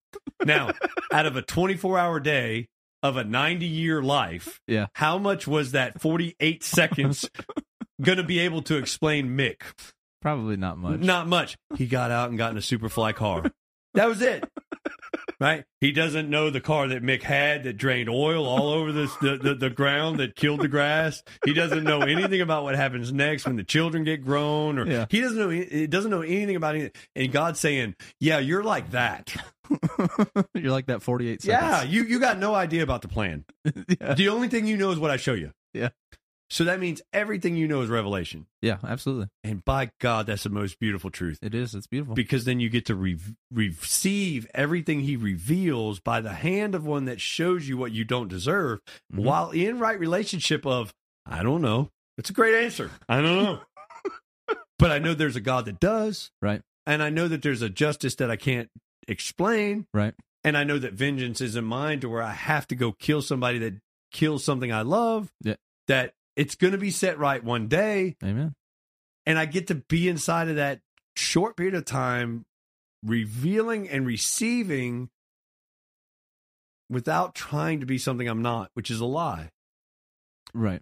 [SPEAKER 2] Now, out of a 24 hour day of a 90 year life,
[SPEAKER 1] Yeah.
[SPEAKER 2] how much was that 48 seconds going to be able to explain Mick?
[SPEAKER 1] Probably not much.
[SPEAKER 2] Not much. He got out and got in a Superfly car. That was it. Right? He doesn't know the car that Mick had that drained oil all over this, the, the, the ground that killed the grass. He doesn't know anything about what happens next when the children get grown or
[SPEAKER 1] Yeah.
[SPEAKER 2] he doesn't know he doesn't know anything about it. And God's saying, Yeah, you're like that.
[SPEAKER 1] You're like that 48
[SPEAKER 2] Yeah,
[SPEAKER 1] seconds.
[SPEAKER 2] you, you got no idea about the plan.
[SPEAKER 1] yeah.
[SPEAKER 2] The only thing you know is what I show you.
[SPEAKER 1] Yeah.
[SPEAKER 2] So that means everything you know is revelation.
[SPEAKER 1] Yeah, absolutely.
[SPEAKER 2] And by God, that's the most beautiful truth
[SPEAKER 1] It is. It's beautiful.
[SPEAKER 2] because then you get to re- receive everything he reveals by the hand of one that shows you what you don't deserve
[SPEAKER 1] Mhm.
[SPEAKER 2] while in right relationship of I don't know. It's a great answer. I don't know. but I know there's a God that does.
[SPEAKER 1] Right.
[SPEAKER 2] And I know that there's a justice that I can't explain.
[SPEAKER 1] Right.
[SPEAKER 2] And I know that vengeance is in mind to where I have to go kill somebody that kills something I love.
[SPEAKER 1] Yeah.
[SPEAKER 2] That it's going to be set right one day
[SPEAKER 1] Amen.
[SPEAKER 2] and I get to be inside of that short period of time, revealing and receiving without trying to be something I'm not, which is a lie.
[SPEAKER 1] Right.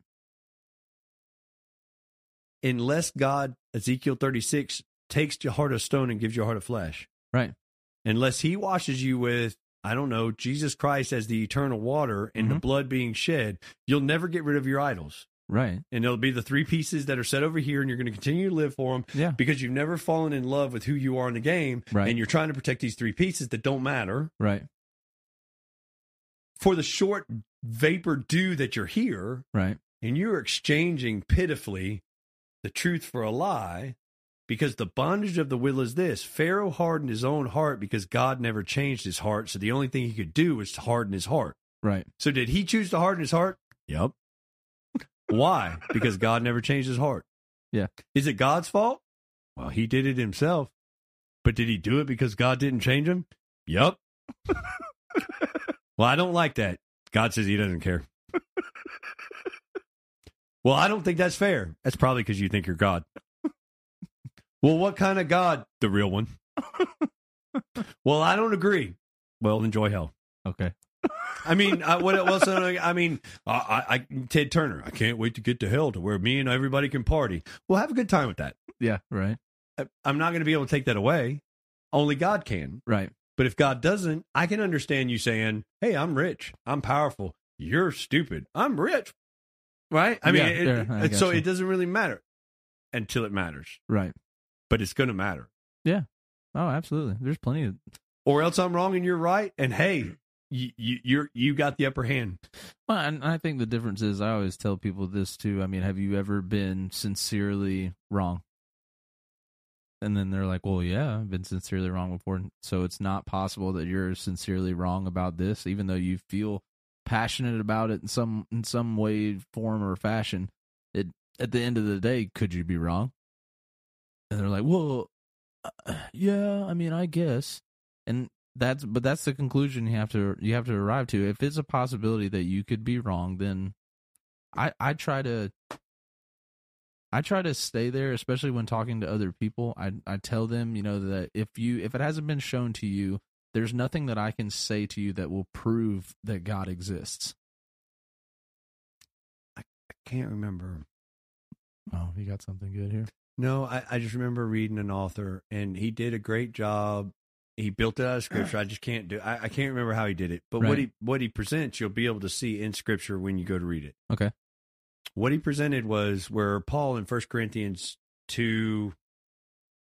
[SPEAKER 2] Unless God, Ezekiel 36, takes your heart of stone and gives you a heart of flesh.
[SPEAKER 1] Right.
[SPEAKER 2] Unless he washes you with, I don't know, Jesus Christ as the eternal water and the
[SPEAKER 1] Mhm.
[SPEAKER 2] blood being shed, you'll never get rid of your idols.
[SPEAKER 1] Right.
[SPEAKER 2] And it'll be the three pieces that are set over here, and you're going to continue to live for them.
[SPEAKER 1] Yeah.
[SPEAKER 2] because you've never fallen in love with who you are in the game
[SPEAKER 1] Right.
[SPEAKER 2] and you're trying to protect these three pieces that don't matter
[SPEAKER 1] Right.
[SPEAKER 2] for the short vapor dew that you're here
[SPEAKER 1] Right.
[SPEAKER 2] and you're exchanging pitifully the truth for a lie because the bondage of the will is this pharaoh hardened his own heart because god never changed his heart so the only thing he could do was to harden his heart
[SPEAKER 1] Right.
[SPEAKER 2] so did he choose to harden his heart yep why because god never changed his heart
[SPEAKER 1] Yeah.
[SPEAKER 2] is it god's fault well he did it himself but did he do it because god didn't change him yep well i don't like that god says he doesn't care well i don't think that's fair that's probably because you think you're god well what kind of god the real one well i don't agree well enjoy hell
[SPEAKER 1] Okay.
[SPEAKER 2] I mean, I, what else? I mean, I, I, I- Ted Turner. I can't wait to get to hell to where me and everybody can party. Well, have a good time with that.
[SPEAKER 1] Yeah, right,
[SPEAKER 2] I- I'm not going to be able to take that away. Only God can.
[SPEAKER 1] right.
[SPEAKER 2] But if God doesn't, I can understand you saying, "Hey, I'm rich. I'm powerful. You're stupid. I'm rich." Right? I mean,
[SPEAKER 1] Yeah,
[SPEAKER 2] it-
[SPEAKER 1] yeah, I
[SPEAKER 2] it- so
[SPEAKER 1] gotcha.
[SPEAKER 2] it doesn't really matter until it matters.
[SPEAKER 1] Right.
[SPEAKER 2] But it's going to matter.
[SPEAKER 1] Oh, absolutely. There's plenty of.
[SPEAKER 2] or else I'm wrong and you're right. And hey, you, you you're you got the upper hand.
[SPEAKER 1] Well, and I think the difference is I always tell people this too. I mean, have you ever been sincerely wrong? And then they're like, well, yeah, I've been sincerely wrong before. So it's not possible that you're sincerely wrong about this, even though you feel passionate about it in some in some way, form, or fashion. It at the end of the day, could you be wrong? And they're like, well, uh, yeah, I mean, I guess. And that's but that's the conclusion you have to you have to arrive to if it's a possibility that you could be wrong then i i try to i try to stay there especially when talking to other people i i tell them you know that if you if it hasn't been shown to you there's nothing that i can say to you that will prove that god exists
[SPEAKER 2] I can't remember.
[SPEAKER 1] oh you got something good here
[SPEAKER 2] No, I, I just remember reading an author and he did a great job. He built it out of scripture. I just can't do I, I can't remember how he did it. But what
[SPEAKER 1] Right.
[SPEAKER 2] he what he presents you'll be able to see in scripture when you go to read it.
[SPEAKER 1] Okay.
[SPEAKER 2] What he presented was where Paul in First Corinthians two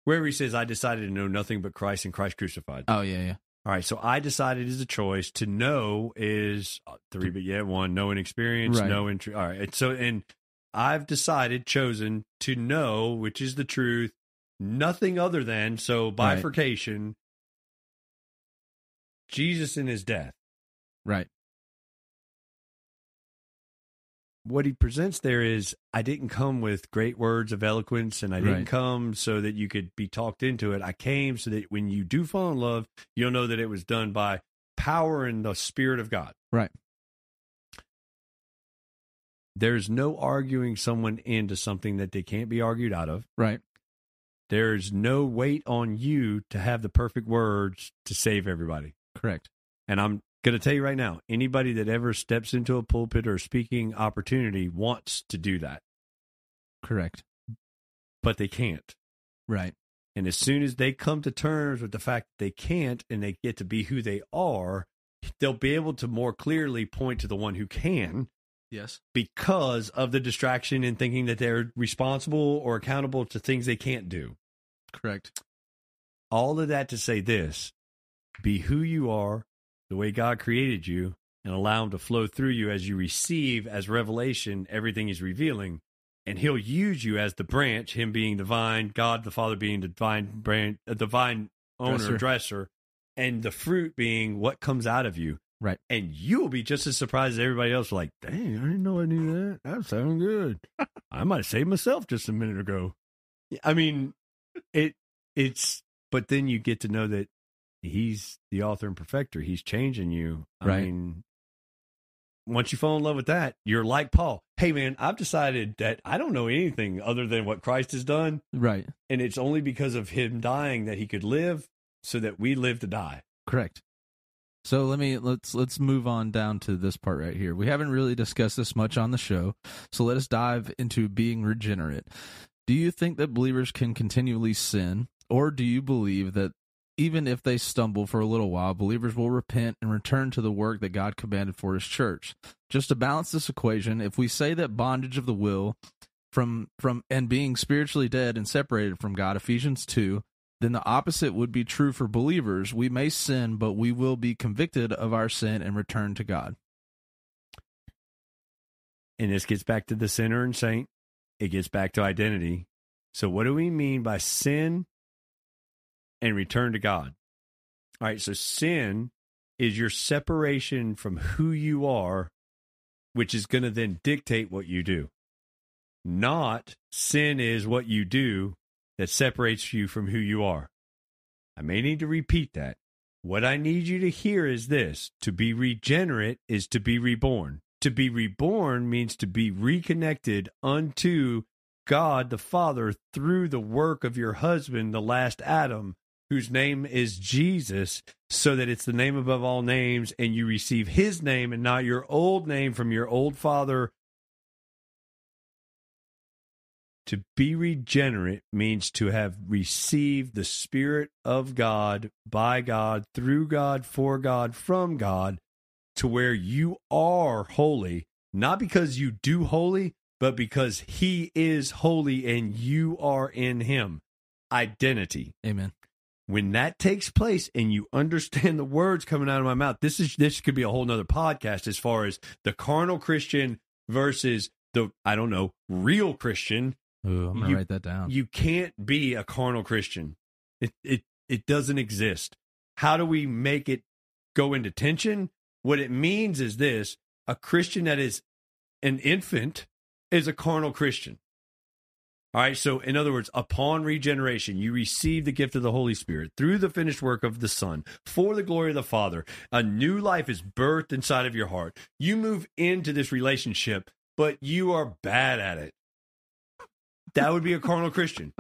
[SPEAKER 2] wherever he says, I decided to know nothing but Christ and Christ crucified.
[SPEAKER 1] oh yeah yeah
[SPEAKER 2] All right, so I decided as a choice to know is uh, three, but yeah, one, no inexperience,
[SPEAKER 1] Right.
[SPEAKER 2] no entry. All right, and so and I've decided, chosen to know, which is the truth, nothing other than so
[SPEAKER 1] Right.
[SPEAKER 2] bifurcation, Jesus and his death.
[SPEAKER 1] right
[SPEAKER 2] What he presents there is, I didn't come with great words of eloquence, and I didn't
[SPEAKER 1] Right.
[SPEAKER 2] come so that you could be talked into it. I came so that when you do fall in love, you'll know that it was done by power and the Spirit of God.
[SPEAKER 1] right
[SPEAKER 2] There's no arguing someone into something that they can't be argued out of.
[SPEAKER 1] right
[SPEAKER 2] There's no weight on you to have the perfect words to save everybody.
[SPEAKER 1] correct
[SPEAKER 2] And I'm going to tell you right now anybody that ever steps into a pulpit or speaking opportunity wants to do that,
[SPEAKER 1] correct
[SPEAKER 2] but they can't.
[SPEAKER 1] right
[SPEAKER 2] And as soon as they come to terms with the fact that they can't and they get to be who they are, they'll be able to more clearly point to the one who can
[SPEAKER 1] yes
[SPEAKER 2] because of the distraction and thinking that they're responsible or accountable to things they can't do.
[SPEAKER 1] correct
[SPEAKER 2] All of that to say this be who you are, the way God created you, and allow Him to flow through you as you receive, as revelation, everything He's revealing. And He'll use you as the branch, Him being the vine, God the Father being the divine branch, uh, the vine owner,
[SPEAKER 1] Dresser.
[SPEAKER 2] dresser, and the fruit being what comes out of you.
[SPEAKER 1] Right.
[SPEAKER 2] And you will be just as surprised as everybody else. Like, dang, I didn't know I knew that. That sounds good. I might have saved myself just a minute ago. I mean, it it's but then you get to know that he's the author and perfecter. He's changing you. I
[SPEAKER 1] Right.
[SPEAKER 2] mean, once you fall in love with that, you're like Paul. Hey man, I've decided that I don't know anything other than what Christ has done,
[SPEAKER 1] right
[SPEAKER 2] and it's only because of him dying that he could live so that we live to die.
[SPEAKER 1] Correct. So let me let's let's move on down to this part right here. We haven't really discussed this much on the show, so let us dive into being regenerate. Do you think that believers can continually sin, or do you believe that even if they stumble for a little while, believers will repent and return to the work that God commanded for his church? Just to balance this equation, if we say that bondage of the will from from and being spiritually dead and separated from God, Ephesians 2, then the opposite would be true for believers. We may sin, but we will be convicted of our sin and return to God.
[SPEAKER 2] And this gets back to the sinner and saint. It gets back to identity. So, what do we mean by sin and return to God? All right. So, sin is your separation from who you are, which is going to then dictate what you do. Not sin is what you do that separates you from who you are. I may need to repeat that. What I need you to hear is this to be regenerate is to be reborn. To be reborn means to be reconnected unto God the Father through the work of your husband, the last Adam, whose name is Jesus, so that it's the name above all names, and you receive his name and not your old name from your old father. To be regenerate means to have received the Spirit of God, by God, through God, for God, from God, to where you are holy, not because you do holy, but because he is holy and you are in him. Identity
[SPEAKER 1] Amen.
[SPEAKER 2] when that takes place and you understand the words coming out of my mouth this is this could be a whole nother podcast as far as the carnal christian versus the i don't know real christian
[SPEAKER 1] Ooh, I'm gonna
[SPEAKER 2] You-
[SPEAKER 1] write that down.
[SPEAKER 2] you can't be a carnal christian it it it doesn't exist how do we make it go into tension what it means is this a christian that is an infant is a carnal christian all right so in other words upon regeneration you receive the gift of the holy spirit through the finished work of the son for the glory of the father a new life is birthed inside of your heart you move into this relationship but you are bad at it that would be a carnal christian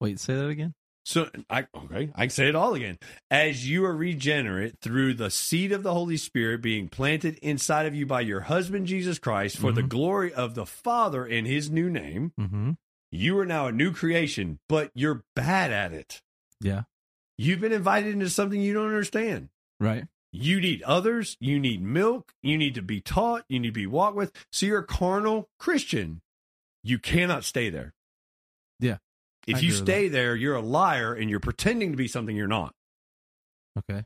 [SPEAKER 1] Wait, say that again.
[SPEAKER 2] so I okay, I can say it all again. As you are regenerate through the seed of the Holy Spirit being planted inside of you by your husband Jesus Christ for the
[SPEAKER 1] Mhm.
[SPEAKER 2] glory of the Father in his new name,
[SPEAKER 1] Mm-hmm.
[SPEAKER 2] you are now a new creation, but you're bad at it.
[SPEAKER 1] Yeah.
[SPEAKER 2] You've been invited into something you don't understand.
[SPEAKER 1] Right.
[SPEAKER 2] You need others, you need milk, you need to be taught, you need to be walked with. So you're a carnal Christian. You cannot stay there.
[SPEAKER 1] Yeah,
[SPEAKER 2] If
[SPEAKER 1] I
[SPEAKER 2] you
[SPEAKER 1] agree with
[SPEAKER 2] stay there, you're a liar and you're pretending to be something you're not.
[SPEAKER 1] Okay.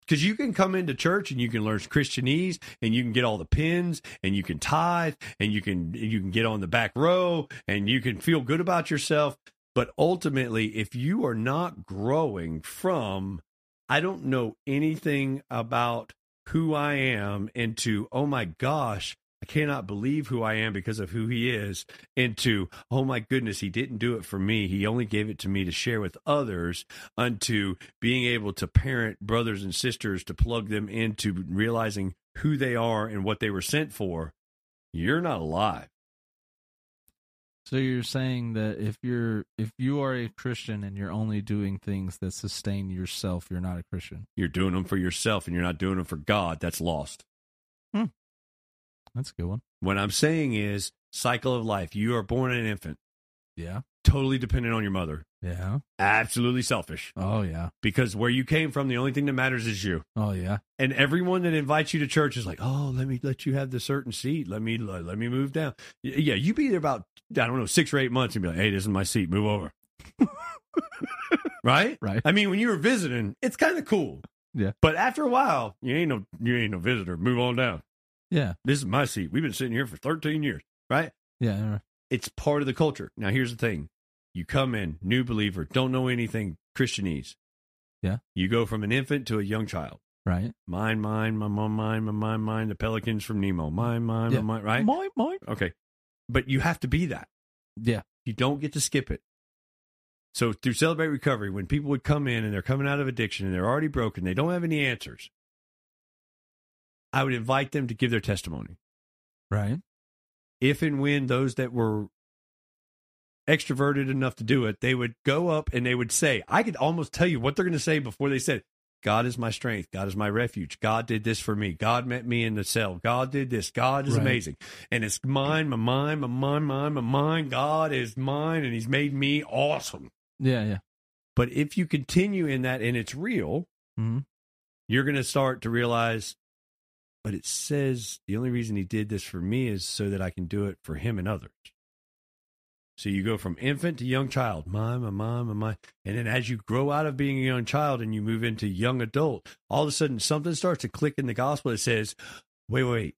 [SPEAKER 2] Because you can come into church and you can learn Christianese and you can get all the pins and you can tithe and you can you can get on the back row and you can feel good about yourself. But ultimately, if you are not growing from I don't know anything about who I am into oh my gosh, I cannot believe who I am because of who he is, into oh my goodness, he didn't do it for me. He only gave it to me to share with others unto being able to parent brothers and sisters to plug them into realizing who they are and what they were sent for, you're not alive.
[SPEAKER 1] So you're saying that if you're if you are a Christian and you're only doing things that sustain yourself, you're not a Christian.
[SPEAKER 2] You're doing them for yourself and you're not doing them for God. That's lost.
[SPEAKER 1] That's a good one.
[SPEAKER 2] What I'm saying is, cycle of life. You are born an infant,
[SPEAKER 1] Yeah.
[SPEAKER 2] totally dependent on your mother,
[SPEAKER 1] Yeah.
[SPEAKER 2] absolutely selfish
[SPEAKER 1] Oh yeah.
[SPEAKER 2] because where you came from, the only thing that matters is you.
[SPEAKER 1] Oh yeah.
[SPEAKER 2] and everyone that invites you to church is like, "Oh, let me let you have the certain seat. Let me let, me move down." Y- Yeah, you be there about I don't know six or eight months and be like, "Hey, this is my seat. Move over." right?
[SPEAKER 1] Right.
[SPEAKER 2] I mean, when you were visiting, it's kind of cool.
[SPEAKER 1] Yeah.
[SPEAKER 2] But after a while, you ain't no you ain't no visitor. Move on down.
[SPEAKER 1] Yeah.
[SPEAKER 2] This is my seat. We've been sitting here for thirteen years. Right?
[SPEAKER 1] Yeah. yeah.
[SPEAKER 2] It's part of the culture. Now, here's the thing: you come in new believer, don't know anything Christianese.
[SPEAKER 1] Yeah.
[SPEAKER 2] You go from an infant to a young child.
[SPEAKER 1] Right.
[SPEAKER 2] Mine, mine, my mom, mine, my mine, mine, the Pelicans from Nemo. Mine, mine,
[SPEAKER 1] Yeah.
[SPEAKER 2] my mine, right?
[SPEAKER 1] Mine, mine.
[SPEAKER 2] Okay. But you have to be that.
[SPEAKER 1] Yeah.
[SPEAKER 2] You don't get to skip it. So through Celebrate Recovery, when people would come in and they're coming out of addiction and they're already broken, they don't have any answers. I would invite them to give their testimony.
[SPEAKER 1] Right.
[SPEAKER 2] If and when those that were extroverted enough to do it, they would go up and they would say, I could almost tell you what they're going to say before they said, God is my strength. God is my refuge. God did this for me. God met me in the cell. God did this. God is
[SPEAKER 1] Right.
[SPEAKER 2] amazing. And it's mine, my mind, my mind, mine, my mind. God is mine and he's made me awesome.
[SPEAKER 1] Yeah. Yeah.
[SPEAKER 2] But if you continue in that and it's real,
[SPEAKER 1] Mhm.
[SPEAKER 2] you're going to start to realize, but it says the only reason he did this for me is so that I can do it for him and others. So you go from infant to young child, my, my, my, my, my. And then as you grow out of being a young child and you move into young adult, all of a sudden something starts to click in the gospel that says, wait, wait,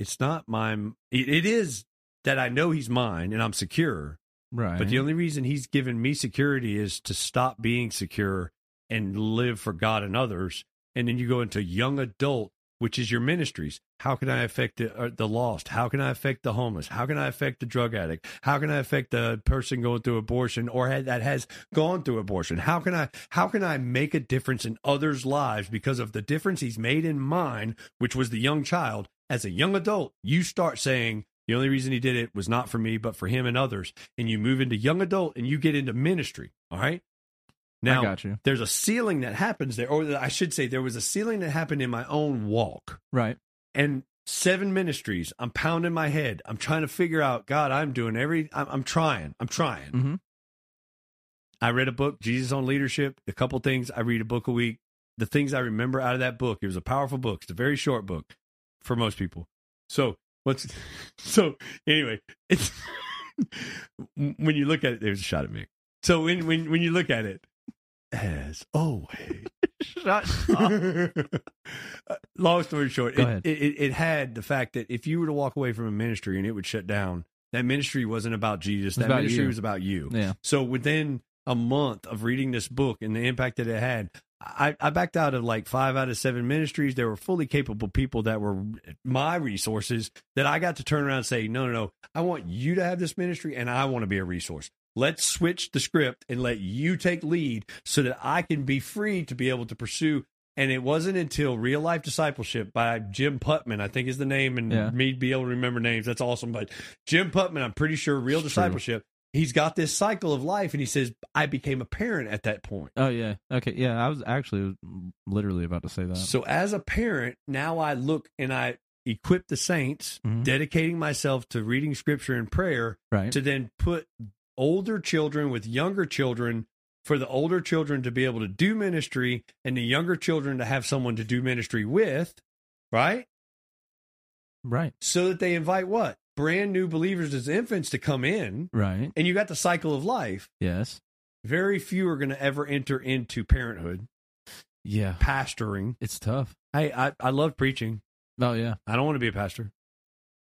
[SPEAKER 2] it's not my, it, it is that I know he's mine and I'm secure.
[SPEAKER 1] Right.
[SPEAKER 2] But the only reason he's given me security is to stop being secure and live for God and others. And then you go into young adult, which is your ministries. How can I affect the, uh, the lost? How can I affect the homeless? How can I affect the drug addict? How can I affect the person going through abortion or had, that has gone through abortion? How can I how can I make a difference in others' lives because of the difference he's made in mine, which was the young child? As a young adult, you start saying the only reason he did it was not for me, but for him and others and you move into young adult and you get into ministry. All right.
[SPEAKER 1] I
[SPEAKER 2] Now,
[SPEAKER 1] got you.
[SPEAKER 2] there's a ceiling that happens there, or I should say, there was a ceiling that happened in my own walk.
[SPEAKER 1] Right.
[SPEAKER 2] and seven ministries. I'm pounding my head. I'm trying to figure out, God, I'm doing every, I'm, I'm trying, I'm trying.
[SPEAKER 1] Mhm.
[SPEAKER 2] I read a book, Jesus on Leadership, a couple things. I read a book a week. The things I remember out of that book, it was a powerful book. It's a very short book for most people. So, what's, so anyway, it's, when you look at it, there's a shot at me. So when, when, when you look at it, as always,
[SPEAKER 1] Shut
[SPEAKER 2] Uh, Long story short,
[SPEAKER 1] Go
[SPEAKER 2] it,
[SPEAKER 1] ahead.
[SPEAKER 2] it, it, it had the fact that if you were to walk away from a ministry and it would shut down, that ministry wasn't about
[SPEAKER 1] was
[SPEAKER 2] Jesus. That
[SPEAKER 1] about
[SPEAKER 2] ministry
[SPEAKER 1] you.
[SPEAKER 2] was about you.
[SPEAKER 1] Yeah.
[SPEAKER 2] So within a month of reading this book and the impact that it had, I, I backed out of like five out of seven ministries. There were fully capable people that were my resources that I got to turn around and say, no, no, no, I want you to have this ministry and I want to be a resource. Let's switch the script and let you take lead so that I can be free to be able to pursue. And it wasn't until Real Life Discipleship by Jim Putman, I think is the name, and
[SPEAKER 1] Yeah.
[SPEAKER 2] me be able to remember names. That's awesome. But Jim Putman, I'm pretty sure Real
[SPEAKER 1] It's true.
[SPEAKER 2] Discipleship, he's got this cycle of life. And he says, I became a parent at that point.
[SPEAKER 1] Oh yeah. Okay. Yeah. I was actually literally about to say that.
[SPEAKER 2] So as a parent, now I look and I equip the saints,
[SPEAKER 1] Mhm.
[SPEAKER 2] dedicating myself to reading scripture and prayer
[SPEAKER 1] right.
[SPEAKER 2] to then put older children with younger children for the older children to be able to do ministry and the younger children to have someone to do ministry with, right?
[SPEAKER 1] right.
[SPEAKER 2] So that they invite what? Brand new believers as infants to come in.
[SPEAKER 1] Right.
[SPEAKER 2] And you got the cycle of life.
[SPEAKER 1] Yes.
[SPEAKER 2] Very few are going to ever enter into parenthood,
[SPEAKER 1] Yeah.
[SPEAKER 2] pastoring.
[SPEAKER 1] It's tough.
[SPEAKER 2] Hey, I, I love preaching.
[SPEAKER 1] Oh yeah.
[SPEAKER 2] I don't want to be a pastor.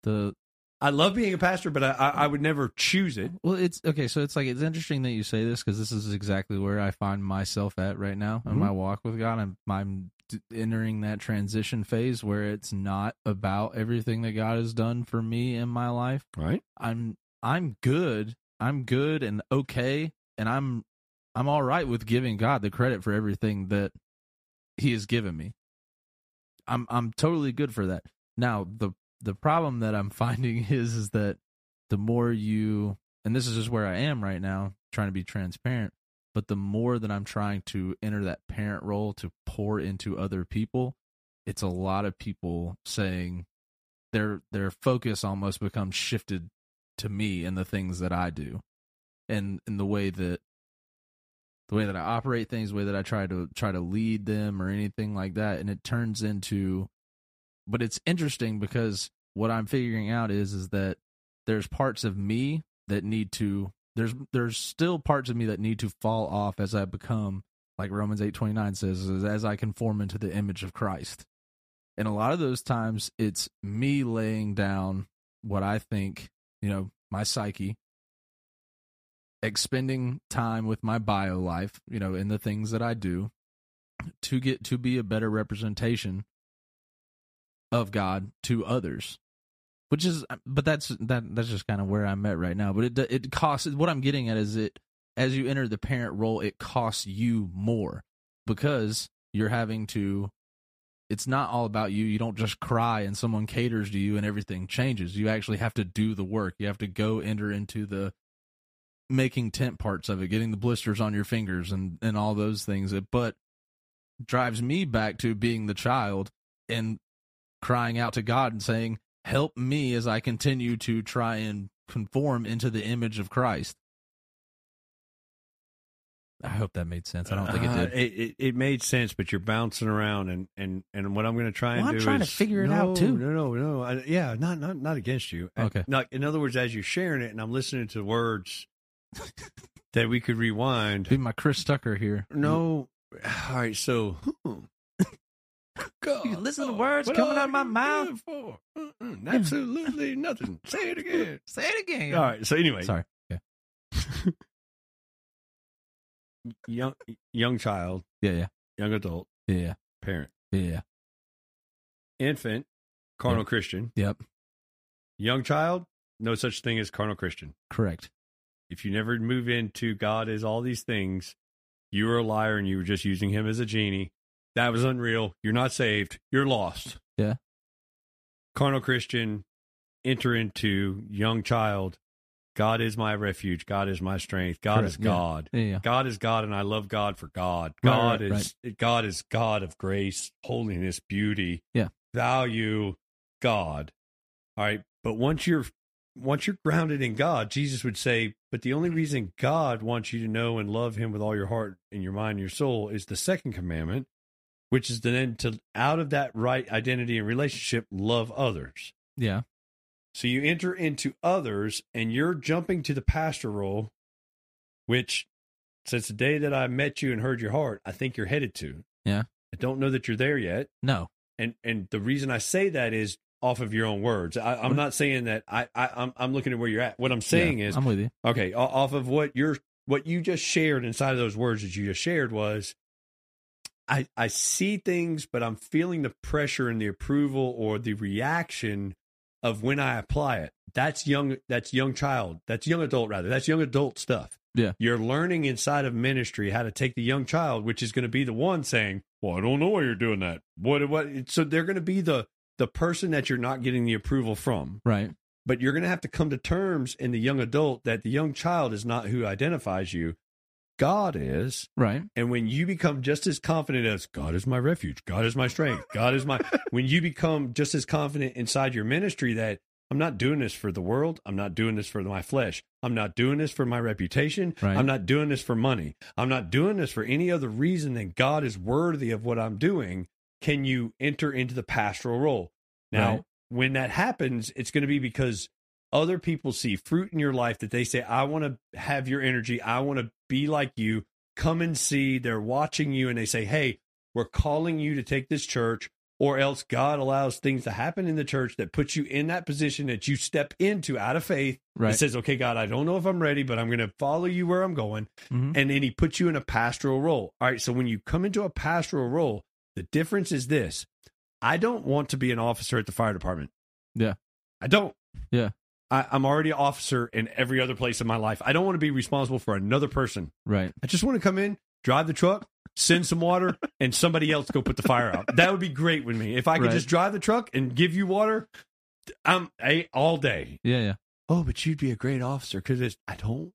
[SPEAKER 1] The
[SPEAKER 2] I love being a pastor, but I, I, I would never choose it.
[SPEAKER 1] Well, it's okay. So it's like it's interesting that you say this because this is exactly where I find myself at right now in
[SPEAKER 2] Mhm.
[SPEAKER 1] my walk with God. I'm I'm d- entering that transition phase where it's not about everything that God has done for me in my life.
[SPEAKER 2] Right.
[SPEAKER 1] I'm I'm good. I'm good and okay, and I'm I'm all right with giving God the credit for everything that He has given me. I'm I'm totally good for that. Now the the problem that I'm finding is is that the more you and this is just where I am right now, trying to be transparent, but the more that I'm trying to enter that parent role to pour into other people, it's a lot of people saying their their focus almost becomes shifted to me and the things that I do and in the way that the way that I operate things, the way that I try to try to lead them or anything like that. And it turns into but it's interesting because what I'm figuring out is is that there's parts of me that need to there's there's still parts of me that need to fall off as I become like Romans eight twenty nine says is as I conform into the image of Christ. And a lot of those times it's me laying down what I think, you know, my psyche, expending time with my bio life, you know, in the things that I do to get to be a better representation of God to others. Which is but that's that that's just kind of where I'm at right now, but it it costs what I'm getting at is it as you enter the parent role, it costs you more because you're having to it's not all about you. You don't just cry and someone caters to you and everything changes. You actually have to do the work. You have to go enter into the making tent parts of it, getting the blisters on your fingers and and all those things. It but drives me back to being the child and crying out to God and saying, "Help me as I continue to try and conform into the image of Christ." I hope that made sense. I don't think it
[SPEAKER 2] Uh,
[SPEAKER 1] did.
[SPEAKER 2] It, it, it made sense, but you're bouncing around, and and and what I'm going to try and
[SPEAKER 1] Well, I'm
[SPEAKER 2] do
[SPEAKER 1] trying to
[SPEAKER 2] is-
[SPEAKER 1] figure it out,
[SPEAKER 2] No,
[SPEAKER 1] too.
[SPEAKER 2] No, no, no. I, yeah, not not not against you. I-
[SPEAKER 1] Okay.
[SPEAKER 2] not- in other words, as you're sharing it, and I'm listening to words that we could rewind.
[SPEAKER 1] Be my Chris Tucker here.
[SPEAKER 2] No. All right. So. hmm. God,
[SPEAKER 1] You listen to words
[SPEAKER 2] what
[SPEAKER 1] coming
[SPEAKER 2] are
[SPEAKER 1] out of my
[SPEAKER 2] you
[SPEAKER 1] mouth?
[SPEAKER 2] good for? Mm-mm, Absolutely nothing. Say it again.
[SPEAKER 1] Say it again.
[SPEAKER 2] All right. So anyway,
[SPEAKER 1] Sorry.
[SPEAKER 2] young young child,
[SPEAKER 1] Yeah, yeah,
[SPEAKER 2] young adult,
[SPEAKER 1] yeah,
[SPEAKER 2] parent,
[SPEAKER 1] yeah, yeah.
[SPEAKER 2] infant, carnal Christian.
[SPEAKER 1] Yep.
[SPEAKER 2] young child, no such thing as carnal Christian.
[SPEAKER 1] Correct.
[SPEAKER 2] If you never move into God is all these things, you were a liar and you were just using him as a genie. That was unreal. You're not saved. You're lost.
[SPEAKER 1] Yeah.
[SPEAKER 2] Carnal Christian, enter into young child. God is my refuge. God is my strength. God
[SPEAKER 1] Correct.
[SPEAKER 2] is God.
[SPEAKER 1] Yeah, yeah.
[SPEAKER 2] God is God, and I love God for God.
[SPEAKER 1] Right,
[SPEAKER 2] God
[SPEAKER 1] right,
[SPEAKER 2] is God is God of grace, holiness, beauty,
[SPEAKER 1] Yeah.
[SPEAKER 2] value, God. All right, but once you're once you're grounded in God, Jesus would say, but the only reason God wants you to know and love Him with all your heart and your mind, and your soul, is the second commandment, which is then to out of that right identity and relationship, love others.
[SPEAKER 1] Yeah.
[SPEAKER 2] So you enter into others and you're jumping to the pastor role, which since the day that I met you and heard your heart, I think you're headed to.
[SPEAKER 1] Yeah.
[SPEAKER 2] I don't know that you're there yet.
[SPEAKER 1] No.
[SPEAKER 2] And and the reason I say that is off of your own words. I, I'm not saying that I, I I'm I'm looking at where you're at. What I'm saying
[SPEAKER 1] Yeah,
[SPEAKER 2] is
[SPEAKER 1] I'm with you.
[SPEAKER 2] Okay, o- off of what you're what you just shared inside of those words that you just shared was I I see things but I'm feeling the pressure and the approval or the reaction of when I apply it. That's young that's young child. That's young adult rather. That's young adult stuff.
[SPEAKER 1] Yeah.
[SPEAKER 2] You're learning inside of ministry how to take the young child which is going to be the one saying, "Well, I don't know why you're doing that." What what so they're going to be the the person that you're not getting the approval from
[SPEAKER 1] Right.
[SPEAKER 2] but you're going to have to come to terms in the young adult that the young child is not who identifies you. God is.
[SPEAKER 1] Right.
[SPEAKER 2] And when you become just as confident as God is my refuge, God is my strength, God is my, when you become just as confident inside your ministry that I'm not doing this for the world, I'm not doing this for my flesh, I'm not doing this for my reputation,
[SPEAKER 1] Right.
[SPEAKER 2] I'm not doing this for money, I'm not doing this for any other reason than God is worthy of what I'm doing, can you enter into the pastoral role? Now,
[SPEAKER 1] Right.
[SPEAKER 2] when that happens, it's going to be because other people see fruit in your life that they say, I want to have your energy. I want to be like you. Come and see. They're watching you and they say, Hey, we're calling you to take this church, or else God allows things to happen in the church that puts you in that position that you step into out of faith. It
[SPEAKER 1] Right.
[SPEAKER 2] says, Okay, God, I don't know if I'm ready, but I'm going to follow you where I'm going
[SPEAKER 1] Mhm.
[SPEAKER 2] and then he puts you in a pastoral role. All right, so when you come into a pastoral role, the difference is this: I don't want to be an officer at the fire department.
[SPEAKER 1] Yeah.
[SPEAKER 2] I don't.
[SPEAKER 1] Yeah.
[SPEAKER 2] I, I'm already an officer in every other place in my life. I don't want to be responsible for another person.
[SPEAKER 1] Right.
[SPEAKER 2] I just want to come in, drive the truck, send some water, and somebody else go put the fire out. That would be great with me if I could
[SPEAKER 1] Right.
[SPEAKER 2] just drive the truck and give you water. I'm I, all day
[SPEAKER 1] Yeah. Yeah.
[SPEAKER 2] oh, but you'd be a great officer because I don't,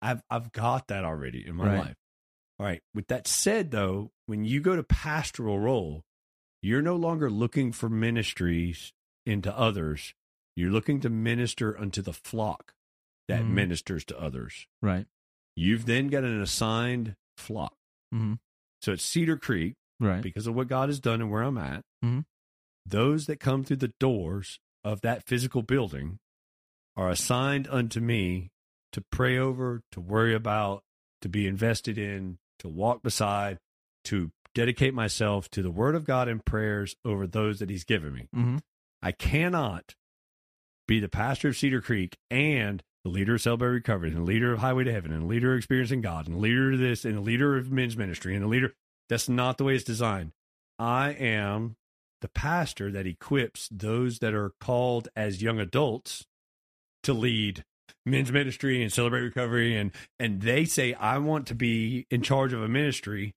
[SPEAKER 2] I've I've got that already in my
[SPEAKER 1] Right.
[SPEAKER 2] life. All right. With that said, though, when you go to pastoral role, you're no longer looking for ministries into others. You're looking to minister unto the flock that
[SPEAKER 1] Mhm.
[SPEAKER 2] ministers to others.
[SPEAKER 1] Right.
[SPEAKER 2] You've then got an assigned flock.
[SPEAKER 1] Mhm.
[SPEAKER 2] So at Cedar Creek,
[SPEAKER 1] Right.
[SPEAKER 2] because of what God has done and where I'm at,
[SPEAKER 1] Mhm.
[SPEAKER 2] those that come through the doors of that physical building are assigned unto me to pray over, to worry about, to be invested in, to walk beside, to dedicate myself to the word of God and prayers over those that He's given me.
[SPEAKER 1] Mm-hmm.
[SPEAKER 2] I cannot be the pastor of Cedar Creek and the leader of Celebrate Recovery and the leader of Highway to Heaven and the leader of Experiencing God and the leader of this and the leader of men's ministry and the leader. That's not the way it's designed. I am the pastor that equips those that are called as young adults to lead men's ministry and celebrate recovery and and they say I want to be in charge of a ministry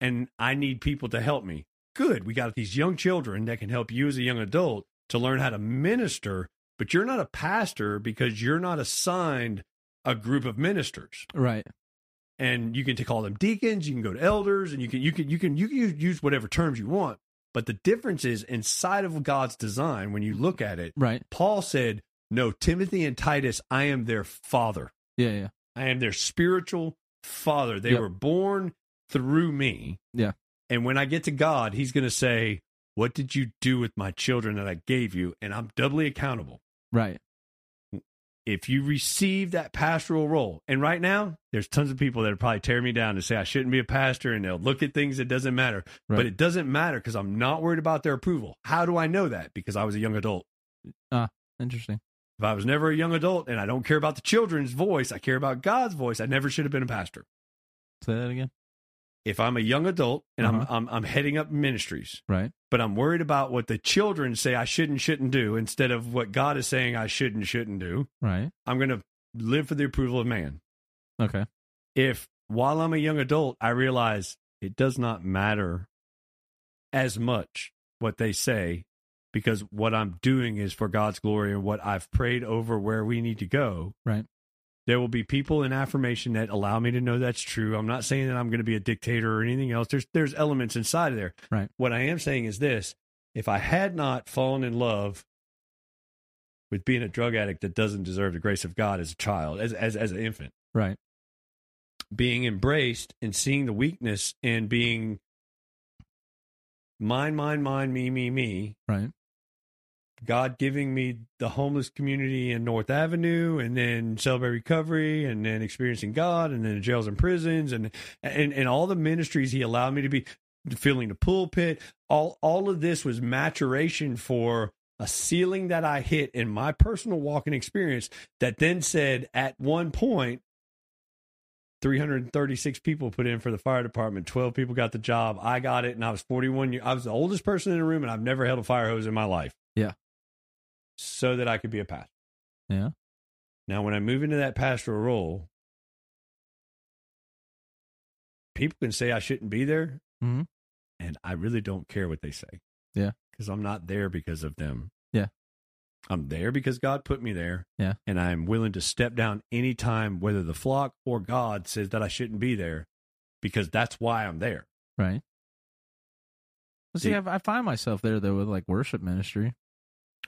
[SPEAKER 2] and I need people to help me. Good. We got these young children that can help you as a young adult to learn how to minister, but you're not a pastor because you're not assigned a group of ministers.
[SPEAKER 1] Right.
[SPEAKER 2] And you can call them deacons, you can go to elders, and you can you can you can you can use- use whatever terms you want. But the difference is inside of God's design when you look at it,
[SPEAKER 1] Right.
[SPEAKER 2] Paul said, "No, Timothy and Titus, I am their father.
[SPEAKER 1] Yeah. Yeah.
[SPEAKER 2] I am their spiritual father. They
[SPEAKER 1] Yep.
[SPEAKER 2] were born through me."
[SPEAKER 1] Yeah.
[SPEAKER 2] And when I get to God, he's going to say, "What did you do with my children that I gave you?" And I'm doubly accountable.
[SPEAKER 1] Right.
[SPEAKER 2] If you receive that pastoral role, and right now there's tons of people that are probably tearing me down and say I shouldn't be a pastor, and they'll look at things that doesn't matter, but
[SPEAKER 1] Right.
[SPEAKER 2] it doesn't matter because I'm not worried about their approval. How do I know that? Because I was a young adult.
[SPEAKER 1] Interesting.
[SPEAKER 2] If I was never a young adult and I don't care about the children's voice, I care about God's voice, I never should have been a pastor.
[SPEAKER 1] Say that again.
[SPEAKER 2] If I'm a young adult and
[SPEAKER 1] Uh-huh.
[SPEAKER 2] I'm, I'm I'm heading up ministries,
[SPEAKER 1] Right.
[SPEAKER 2] but I'm worried about what the children say I should and shouldn't do instead of what God is saying I should and shouldn't do,
[SPEAKER 1] Right.
[SPEAKER 2] I'm going to live for the approval of man.
[SPEAKER 1] Okay.
[SPEAKER 2] If while I'm a young adult, I realize it does not matter as much what they say because what I'm doing is for God's glory and what I've prayed over where we need to go.
[SPEAKER 1] Right.
[SPEAKER 2] There will be people in affirmation that allow me to know that's true. I'm not saying that I'm going to be a dictator or anything else. There's there's elements inside of there.
[SPEAKER 1] Right.
[SPEAKER 2] What I am saying is this: if I had not fallen in love with being a drug addict that doesn't deserve the grace of God as a child, as as as an infant,
[SPEAKER 1] Right.
[SPEAKER 2] being embraced and seeing the weakness and being mine, mine, mine, me, me, me,
[SPEAKER 1] Right.
[SPEAKER 2] God giving me the homeless community in North Avenue and then Celebrate Recovery and then experiencing God and then jails and prisons and and, and all the ministries he allowed me to be filling the pulpit. All all of this was maturation for a ceiling that I hit in my personal walking experience that then said at one point 336 people put in for the fire department. 12 people got the job. I got it and I was 41 years I was the oldest person in the room and I've never held a fire hose in my life so that I could be a pastor.
[SPEAKER 1] Yeah.
[SPEAKER 2] Now, when I move into that pastoral role, people can say I shouldn't be there,
[SPEAKER 1] Mhm.
[SPEAKER 2] and I really don't care what they say.
[SPEAKER 1] Yeah.
[SPEAKER 2] because I'm not there because of them.
[SPEAKER 1] Yeah.
[SPEAKER 2] I'm there because God put me there.
[SPEAKER 1] Yeah.
[SPEAKER 2] and I'm willing to step down anytime, whether the flock or God says that I shouldn't be there, because that's why I'm there.
[SPEAKER 1] Right. Well, see,
[SPEAKER 2] See-
[SPEAKER 1] I, I find myself there though with like worship ministry.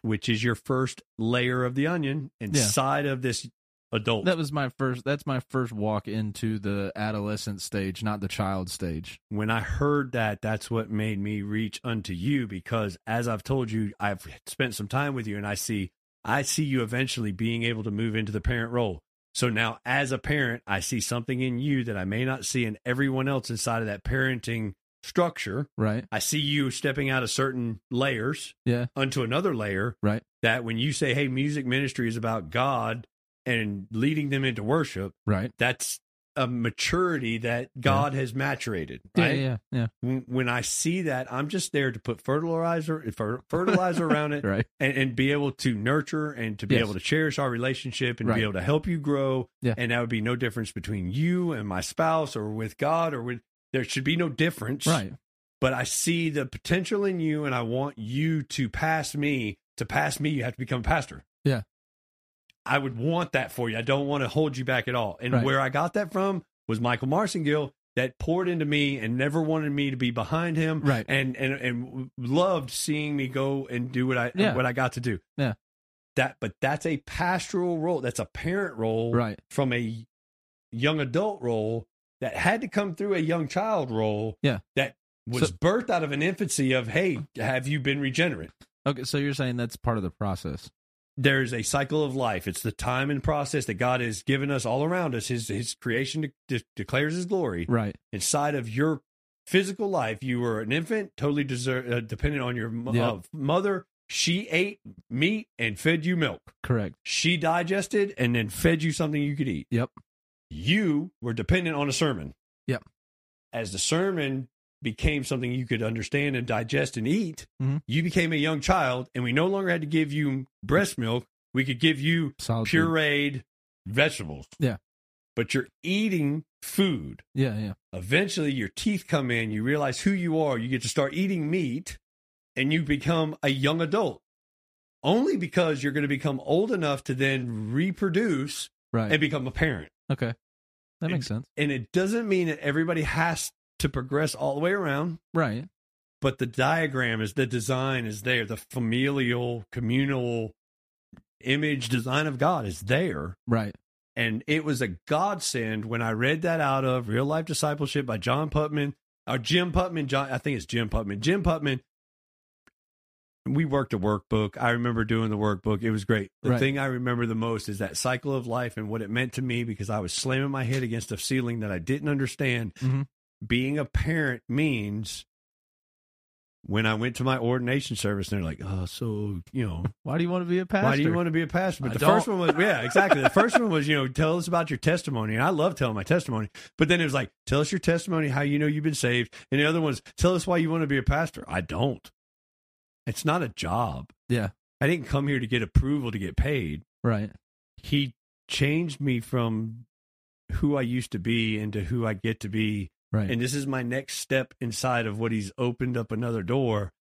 [SPEAKER 2] Which is your first layer of the onion inside of this adult.
[SPEAKER 1] That was my first. That's my first walk into the adolescent stage, not the child stage.
[SPEAKER 2] when I heard that, that's what made me reach unto you because as I've told you, I've spent some time with you and I see I see you eventually being able to move into the parent role. So now as a parent, I see something in you that I may not see in everyone else inside of that parenting structure.
[SPEAKER 1] Right.
[SPEAKER 2] I see you stepping out of certain layers
[SPEAKER 1] Yeah.
[SPEAKER 2] unto another layer.
[SPEAKER 1] Right.
[SPEAKER 2] That when you say, Hey, music ministry is about God and leading them into worship,
[SPEAKER 1] Right.
[SPEAKER 2] that's a maturity that God has maturated.
[SPEAKER 1] Yeah.
[SPEAKER 2] Right
[SPEAKER 1] Yeah. Yeah.
[SPEAKER 2] when when I see that, I'm just there to put fertilizer fer- fertilizer around it
[SPEAKER 1] Right.
[SPEAKER 2] and, and be able to nurture and to be
[SPEAKER 1] Yes.
[SPEAKER 2] able to cherish our relationship and
[SPEAKER 1] Right.
[SPEAKER 2] be able to help you grow.
[SPEAKER 1] Yeah.
[SPEAKER 2] And that would be no difference between you and my spouse or with God or with there should be no difference.
[SPEAKER 1] Right.
[SPEAKER 2] But I see the potential in you and I want you to pass me. To pass me, you have to become a pastor.
[SPEAKER 1] Yeah.
[SPEAKER 2] I would want that for you. I don't want to hold you back at all. And
[SPEAKER 1] Right.
[SPEAKER 2] where I got that from was Michael Marcingill that poured into me and never wanted me to be behind him
[SPEAKER 1] Right.
[SPEAKER 2] and and and loved seeing me go and do what I
[SPEAKER 1] Yeah.
[SPEAKER 2] what I got to do.
[SPEAKER 1] Yeah.
[SPEAKER 2] That but that's a pastoral role. That's a parent role
[SPEAKER 1] Right.
[SPEAKER 2] from a young adult role that had to come through a young child role.
[SPEAKER 1] Yeah.
[SPEAKER 2] That was
[SPEAKER 1] So-
[SPEAKER 2] birthed out of an infancy of, hey, have you been regenerate?
[SPEAKER 1] Okay. So you're saying that's part of the process.
[SPEAKER 2] There's a cycle of life. It's the time and process that God has given us all around us. His his creation de- de- declares his glory
[SPEAKER 1] Right.
[SPEAKER 2] inside of your physical life. You were an infant, totally deser- uh, dependent on your mo-
[SPEAKER 1] Yep.
[SPEAKER 2] uh, mother. She ate meat and fed you milk.
[SPEAKER 1] Correct.
[SPEAKER 2] She digested and then fed you something you could eat.
[SPEAKER 1] Yep.
[SPEAKER 2] You were dependent on a sermon.
[SPEAKER 1] Yep.
[SPEAKER 2] As the sermon became something you could understand and digest and eat,
[SPEAKER 1] Mhm.
[SPEAKER 2] you became a young child, and we no longer had to give you breast milk. We could give you
[SPEAKER 1] Solid. food.
[SPEAKER 2] pureed vegetables.
[SPEAKER 1] Yeah.
[SPEAKER 2] But you're eating food
[SPEAKER 1] Yeah. Yeah.
[SPEAKER 2] eventually your teeth come in, you realize who you are, you get to start eating meat, and you become a young adult. Only because you're going to become old enough to then reproduce
[SPEAKER 1] Right.
[SPEAKER 2] and become a parent.
[SPEAKER 1] okay. That
[SPEAKER 2] it-
[SPEAKER 1] makes sense.
[SPEAKER 2] And it doesn't mean that everybody has to progress all the way around,
[SPEAKER 1] Right.
[SPEAKER 2] but the diagram is the design is there. The familial, communal image design of God is there.
[SPEAKER 1] Right.
[SPEAKER 2] And it was a godsend when I read that out of Real Life Discipleship by John Putman or Jim Putman. John, I think it's Jim Putman. Jim Putman. We worked a workbook. I remember doing the workbook. It was great. The
[SPEAKER 1] Right.
[SPEAKER 2] thing I remember the most is that cycle of life and what it meant to me because I was slamming my head against a ceiling that I didn't understand.
[SPEAKER 1] Mhm.
[SPEAKER 2] Being a parent means when I went to my ordination service and they're like, oh, so, you know,
[SPEAKER 1] Why do you want to be a pastor?
[SPEAKER 2] why do you want to be a pastor? But
[SPEAKER 1] I
[SPEAKER 2] the
[SPEAKER 1] don't.
[SPEAKER 2] first one was, yeah, exactly. The first one was, you know, tell us about your testimony. And I love telling my testimony. But then it was like, tell us your testimony, how you know you've been saved. And the other one's, tell us why you want to be a pastor. I don't. It's not a job.
[SPEAKER 1] Yeah.
[SPEAKER 2] I didn't come here to get approval to get paid.
[SPEAKER 1] Right.
[SPEAKER 2] He changed me from who I used to be into who I get to be
[SPEAKER 1] Right.
[SPEAKER 2] and this is my next step inside of what he's opened up another door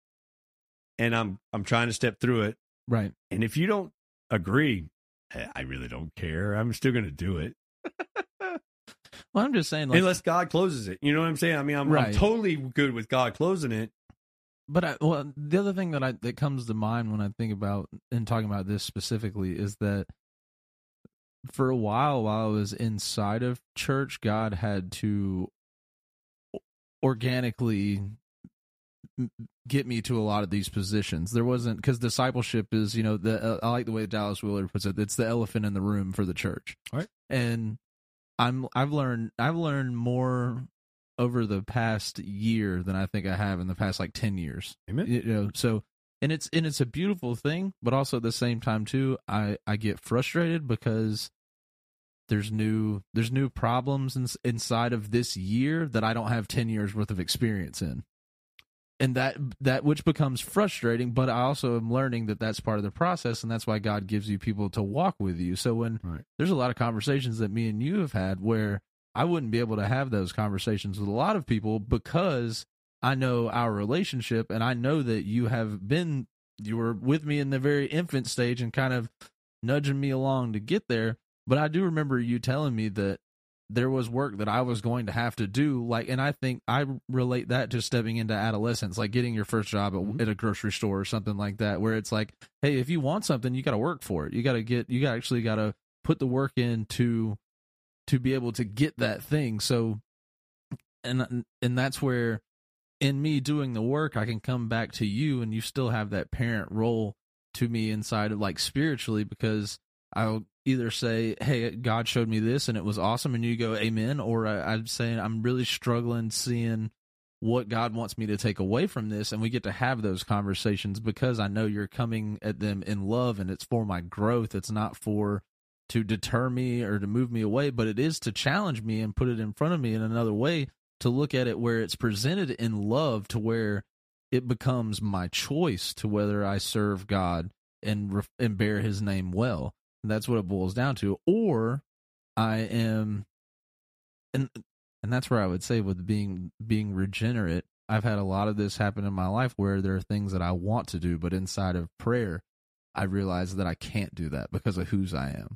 [SPEAKER 2] and i'm i'm trying to step through it
[SPEAKER 1] right.
[SPEAKER 2] and if you don't agree "Eh, I really don't care. I'm still going to do it
[SPEAKER 1] Well, I'm just saying, like,
[SPEAKER 2] unless God closes it. You know what I'm saying? I mean, I'm, I'm
[SPEAKER 1] Right.
[SPEAKER 2] totally good with God closing it.
[SPEAKER 1] but I, well, the other thing that I that comes to mind when I think about and talking about this specifically is that for a while, while I was inside of church, God had to o- organically m- get me to a lot of these positions. There wasn't because discipleship is, you know, the uh, I like the way Dallas Willard puts it. It's the elephant in the room for the church,
[SPEAKER 2] Right.
[SPEAKER 1] And I'm I've learned I've learned more over the past year than I think I have in the past like ten years
[SPEAKER 2] Amen.
[SPEAKER 1] you know so and it's and it's a beautiful thing but also at the same time too i i get frustrated because there's new there's new problems in, inside of this year that i don't have 10 years worth of experience in and that that which becomes frustrating but i also am learning that that's part of the process and that's why god gives you people to walk with you so when
[SPEAKER 2] Right.
[SPEAKER 1] there's a lot of conversations that me and you have had where i wouldn't be able to have those conversations with a lot of people because I know our relationship and I know that you have been you were with me in the very infant stage and kind of nudging me along to get there, but I do remember you telling me that there was work that I was going to have to do like and I think I relate that to stepping into adolescence like getting your first job
[SPEAKER 2] Mhm.
[SPEAKER 1] at, at a grocery store or something like that where it's like hey if you want something you got to work for it you got to get you got actually got to put the work in to to be able to get that thing so and and that's where in me doing the work i can come back to you and you still have that parent role to me inside of like spiritually because i'll either say hey god showed me this and it was awesome and you go amen or I, i'm saying i'm really struggling seeing what god wants me to take away from this and we get to have those conversations because i know you're coming at them in love and it's for my growth it's not for to deter me or to move me away, but it is to challenge me and put it in front of me in another way to look at it where it's presented in love to where it becomes my choice to whether I serve God and ref- and bear his name well. And that's what it boils down to or I am and and that's where I would say with being being regenerate, I've had a lot of this happen in my life where there are things that I want to do but inside of prayer I realize that I can't do that because of whose I am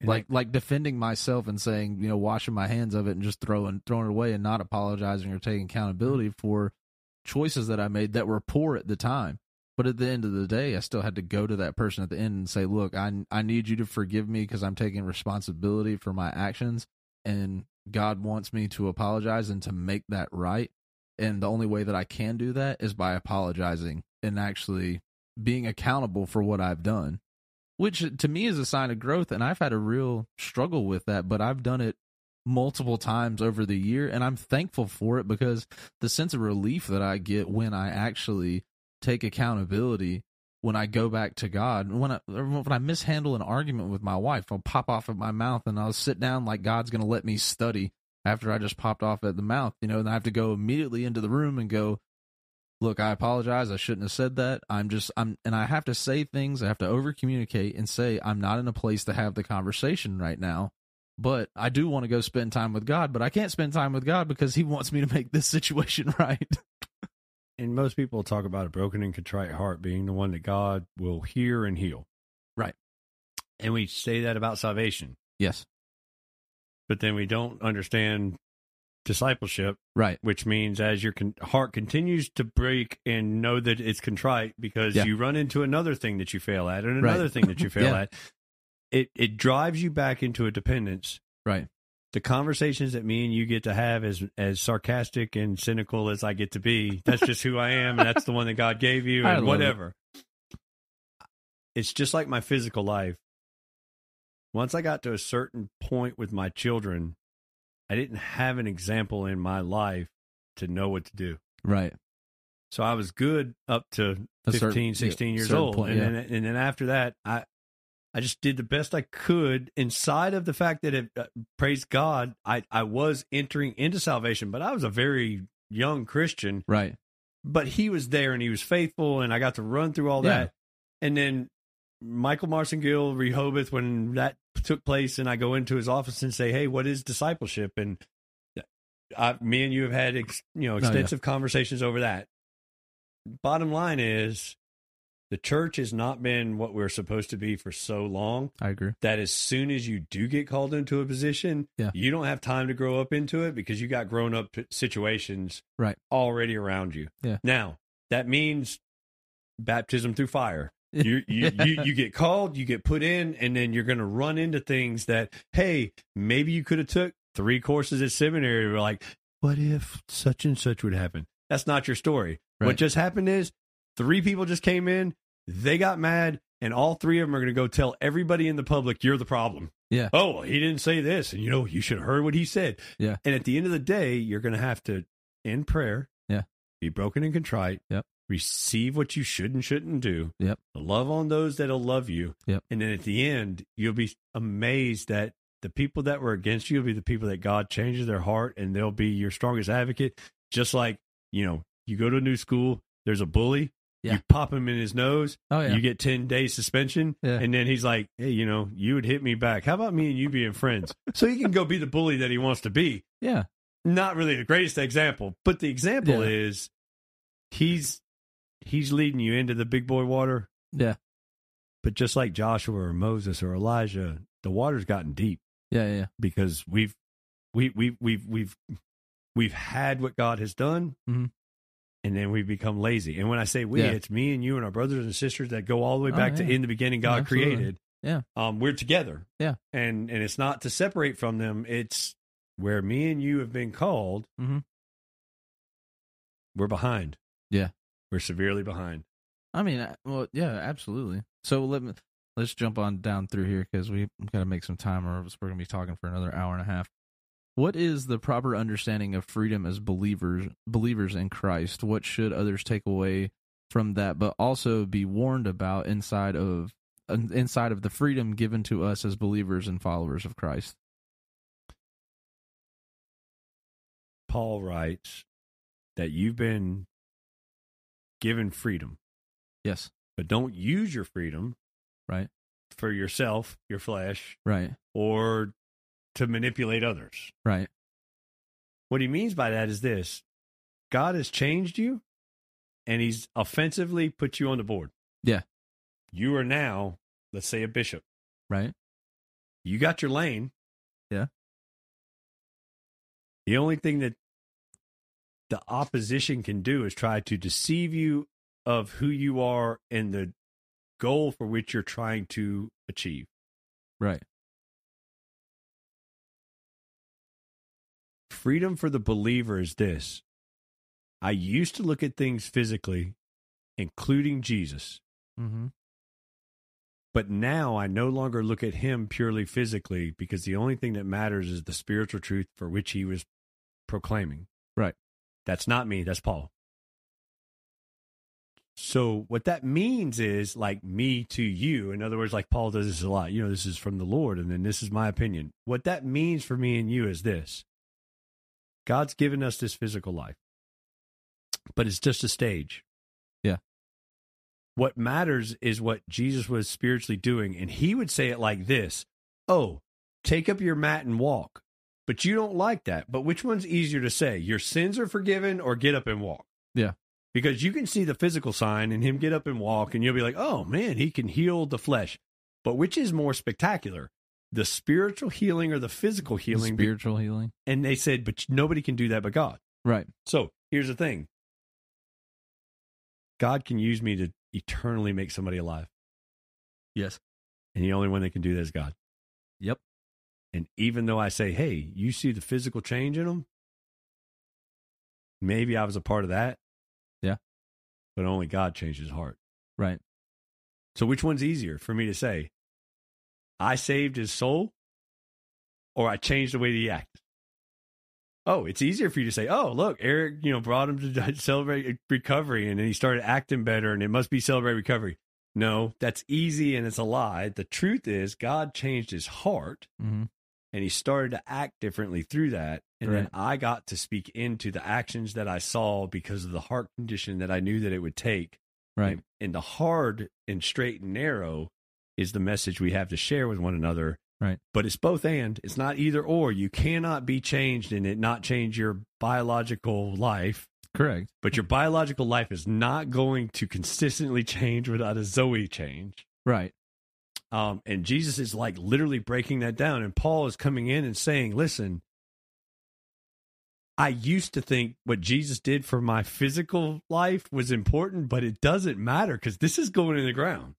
[SPEAKER 2] And
[SPEAKER 1] like like defending myself and saying you know washing my hands of it and just throwing throwing it away and not apologizing or taking accountability for choices that I made that were poor at the time. But at the end of the day, I still had to go to that person at the end and say, "Look, I I need you to forgive me because I'm taking responsibility for my actions, and God wants me to apologize and to make that right. And the only way that I can do that is by apologizing and actually being accountable for what I've done." which to me is a sign of growth and i've had a real struggle with that but i've done it multiple times over the year and i'm thankful for it because the sense of relief that i get when i actually take accountability when i go back to god when i when i mishandle an argument with my wife i'll pop off at my mouth and i'll sit down like god's going to let me study after i just popped off at the mouth you know and i have to go immediately into the room and go look i apologize i shouldn't have said that i'm just i'm and i have to say things i have to over communicate and say i'm not in a place to have the conversation right now but i do want to go spend time with god but i can't spend time with god because he wants me to make this situation right
[SPEAKER 2] and most people talk about a broken and contrite heart being the one that God will hear and heal.
[SPEAKER 1] Right.
[SPEAKER 2] And we say that about salvation,
[SPEAKER 1] yes
[SPEAKER 2] but then we don't understand discipleship,
[SPEAKER 1] right
[SPEAKER 2] which means as your con- heart continues to break and know that it's contrite because
[SPEAKER 1] Yeah.
[SPEAKER 2] you run into another thing that you fail at and
[SPEAKER 1] Right.
[SPEAKER 2] another thing that you fail
[SPEAKER 1] Yeah.
[SPEAKER 2] at, it, it drives you back into a dependence
[SPEAKER 1] right
[SPEAKER 2] the conversations that me and you get to have as as sarcastic and cynical as I get to be. That's just who I am, and that's the one that God gave you,
[SPEAKER 1] I
[SPEAKER 2] and
[SPEAKER 1] love
[SPEAKER 2] whatever. It's just like my physical life. Once I got to a certain point with my children, I didn't have an example in my life to know what to do.
[SPEAKER 1] right
[SPEAKER 2] So I was good up to
[SPEAKER 1] A
[SPEAKER 2] 15,
[SPEAKER 1] certain- yeah,
[SPEAKER 2] 16 years
[SPEAKER 1] certain
[SPEAKER 2] old.
[SPEAKER 1] point,
[SPEAKER 2] and,
[SPEAKER 1] yeah.
[SPEAKER 2] then, and then after that, I I just did the best I could inside of the fact that, it, uh, praise God, I, I was entering into salvation, but I was a very young Christian.
[SPEAKER 1] right
[SPEAKER 2] But he was there and he was faithful, and I got to run through all
[SPEAKER 1] Yeah.
[SPEAKER 2] that. And then Michael Marcingill, Rehoboth, when that took place, and I go into his office and say, Hey, what is discipleship? And uh, I, me and you have had ex, you know
[SPEAKER 1] Oh, yeah.
[SPEAKER 2] extensive conversations over that. Bottom line is, the church has not been what we're supposed to be for so long
[SPEAKER 1] I agree.
[SPEAKER 2] that as soon as you do get called into a position,
[SPEAKER 1] Yeah.
[SPEAKER 2] you don't have time to grow up into it because you got grown up situations
[SPEAKER 1] Right.
[SPEAKER 2] already around you.
[SPEAKER 1] Yeah.
[SPEAKER 2] Now, that means baptism through fire.
[SPEAKER 1] Yeah.
[SPEAKER 2] You, you, you, you get called, you get put in, and then you're going to run into things that, hey, maybe you could have took three courses at seminary. We're like, what if such and such would happen? That's not your story.
[SPEAKER 1] Right.
[SPEAKER 2] What just happened is three people just came in, they got mad, and all three of them are going to go tell everybody in the public you're the problem.
[SPEAKER 1] Yeah.
[SPEAKER 2] Oh, well, he didn't say this, and you know you should have heard what he said.
[SPEAKER 1] Yeah.
[SPEAKER 2] And at the end of the day, you're going to have to in prayer.
[SPEAKER 1] Yeah.
[SPEAKER 2] Be broken and contrite.
[SPEAKER 1] Yep.
[SPEAKER 2] Receive what you should and shouldn't do.
[SPEAKER 1] Yep.
[SPEAKER 2] Love on those that'll love you.
[SPEAKER 1] Yep.
[SPEAKER 2] And then at the end, you'll be amazed that the people that were against you will be the people that God changes their heart and they'll be your strongest advocate. Just like, you know, you go to a new school, there's a bully,
[SPEAKER 1] Yeah.
[SPEAKER 2] you pop him in his nose,
[SPEAKER 1] Oh yeah.
[SPEAKER 2] you get 10 days suspension.
[SPEAKER 1] Yeah.
[SPEAKER 2] And then he's like, hey, you know, you would hit me back. How about me and you being friends? so he can go be the bully that he wants to be
[SPEAKER 1] yeah.
[SPEAKER 2] not really the greatest example, but the example
[SPEAKER 1] Yeah.
[SPEAKER 2] is he's he's leading you into the big boy water.
[SPEAKER 1] Yeah.
[SPEAKER 2] But just like Joshua or Moses or Elijah, the water's gotten deep
[SPEAKER 1] Yeah. Yeah. Yeah.
[SPEAKER 2] because we've we we we've we've we've had what God has done.
[SPEAKER 1] Mhm.
[SPEAKER 2] And then we become lazy. And when I say we,
[SPEAKER 1] Yeah.
[SPEAKER 2] it's me and you and our brothers and sisters that go all the way
[SPEAKER 1] Oh,
[SPEAKER 2] back
[SPEAKER 1] yeah.
[SPEAKER 2] to in the beginning
[SPEAKER 1] Yeah,
[SPEAKER 2] God
[SPEAKER 1] absolutely.
[SPEAKER 2] created.
[SPEAKER 1] Yeah.
[SPEAKER 2] Um, we're together.
[SPEAKER 1] Yeah.
[SPEAKER 2] And and it's not to separate from them. It's where me and you have been called.
[SPEAKER 1] Mhm.
[SPEAKER 2] We're behind.
[SPEAKER 1] Yeah.
[SPEAKER 2] We're severely behind.
[SPEAKER 1] I mean, I- well, yeah, absolutely. So let me let's jump on down through here because we got to make some time, or else we're gonna be talking for another hour and a half. What is the proper understanding of freedom as believers believers in Christ? What should others take away from that, but also be warned about inside of in- inside of the freedom given to us as believers and followers of Christ?
[SPEAKER 2] Paul writes that you've been given freedom,
[SPEAKER 1] Yes,
[SPEAKER 2] but don't use your freedom
[SPEAKER 1] right,
[SPEAKER 2] for yourself, your flesh,
[SPEAKER 1] right,
[SPEAKER 2] or to manipulate others.
[SPEAKER 1] right.
[SPEAKER 2] What he means by that is this God has changed you and he's offensively put you on the board.
[SPEAKER 1] Yeah.
[SPEAKER 2] You are now, let's say, a bishop.
[SPEAKER 1] Right?
[SPEAKER 2] You got your lane.
[SPEAKER 1] Yeah.
[SPEAKER 2] The only thing that the opposition can do is try to deceive you of who you are and the goal for which you're trying to achieve.
[SPEAKER 1] Right.
[SPEAKER 2] freedom for the believer is this I used to look at things physically, including Jesus,
[SPEAKER 1] Mm-hmm.
[SPEAKER 2] but now I no longer look at him purely physically because the only thing that matters is the spiritual truth for which he was proclaiming.
[SPEAKER 1] Right.
[SPEAKER 2] That's not me, that's Paul. So, what that means is like me to you. In other words, like Paul does this a lot, you know, this is from the Lord, and then this is my opinion. What that means for me and you is this God's given us this physical life, but it's just a stage.
[SPEAKER 1] Yeah.
[SPEAKER 2] What matters is what Jesus was spiritually doing. And he would say it like this Oh, take up your mat and walk. But you don't like that. But which one's easier to say? Your sins are forgiven or get up and walk?
[SPEAKER 1] Yeah.
[SPEAKER 2] Because you can see the physical sign and him get up and walk, and you'll be like, oh man, he can heal the flesh. But which is more spectacular, the spiritual healing or the physical healing?
[SPEAKER 1] spiritual healing.
[SPEAKER 2] And they said, but nobody can do that but God.
[SPEAKER 1] Right.
[SPEAKER 2] So here's the thing God can use me to eternally make somebody alive.
[SPEAKER 1] Yes.
[SPEAKER 2] And the only one that can do that is God.
[SPEAKER 1] Yep.
[SPEAKER 2] And even though I say, hey, you see the physical change in them, maybe I was a part of that.
[SPEAKER 1] Yeah.
[SPEAKER 2] But only God changed his heart.
[SPEAKER 1] Right.
[SPEAKER 2] So which one's easier for me to say? I saved his soul or I changed the way that he acted? Oh, it's easier for you to say, oh, look, Eric, you know, brought him to celebrate recovery and then he started acting better and it must be celebrate recovery. No, that's easy and it's a lie. The truth is, God changed his heart
[SPEAKER 1] Mm-hmm.
[SPEAKER 2] and he started to act differently through that. And then
[SPEAKER 1] Right.
[SPEAKER 2] I got to speak into the actions that I saw because of the heart condition that I knew that it would take
[SPEAKER 1] Right.
[SPEAKER 2] and, and the hard and straight and narrow is the message we have to share with one another.
[SPEAKER 1] Right.
[SPEAKER 2] But it's both and. It's not either or. You cannot be changed and it not change your biological life
[SPEAKER 1] Correct.
[SPEAKER 2] But your biological life is not going to consistently change without a Zoe change.
[SPEAKER 1] Right.
[SPEAKER 2] Um, and Jesus is like literally breaking that down. And Paul is coming in and saying, listen, I used to think what Jesus did for my physical life was important, but it doesn't matter because this is going in the ground.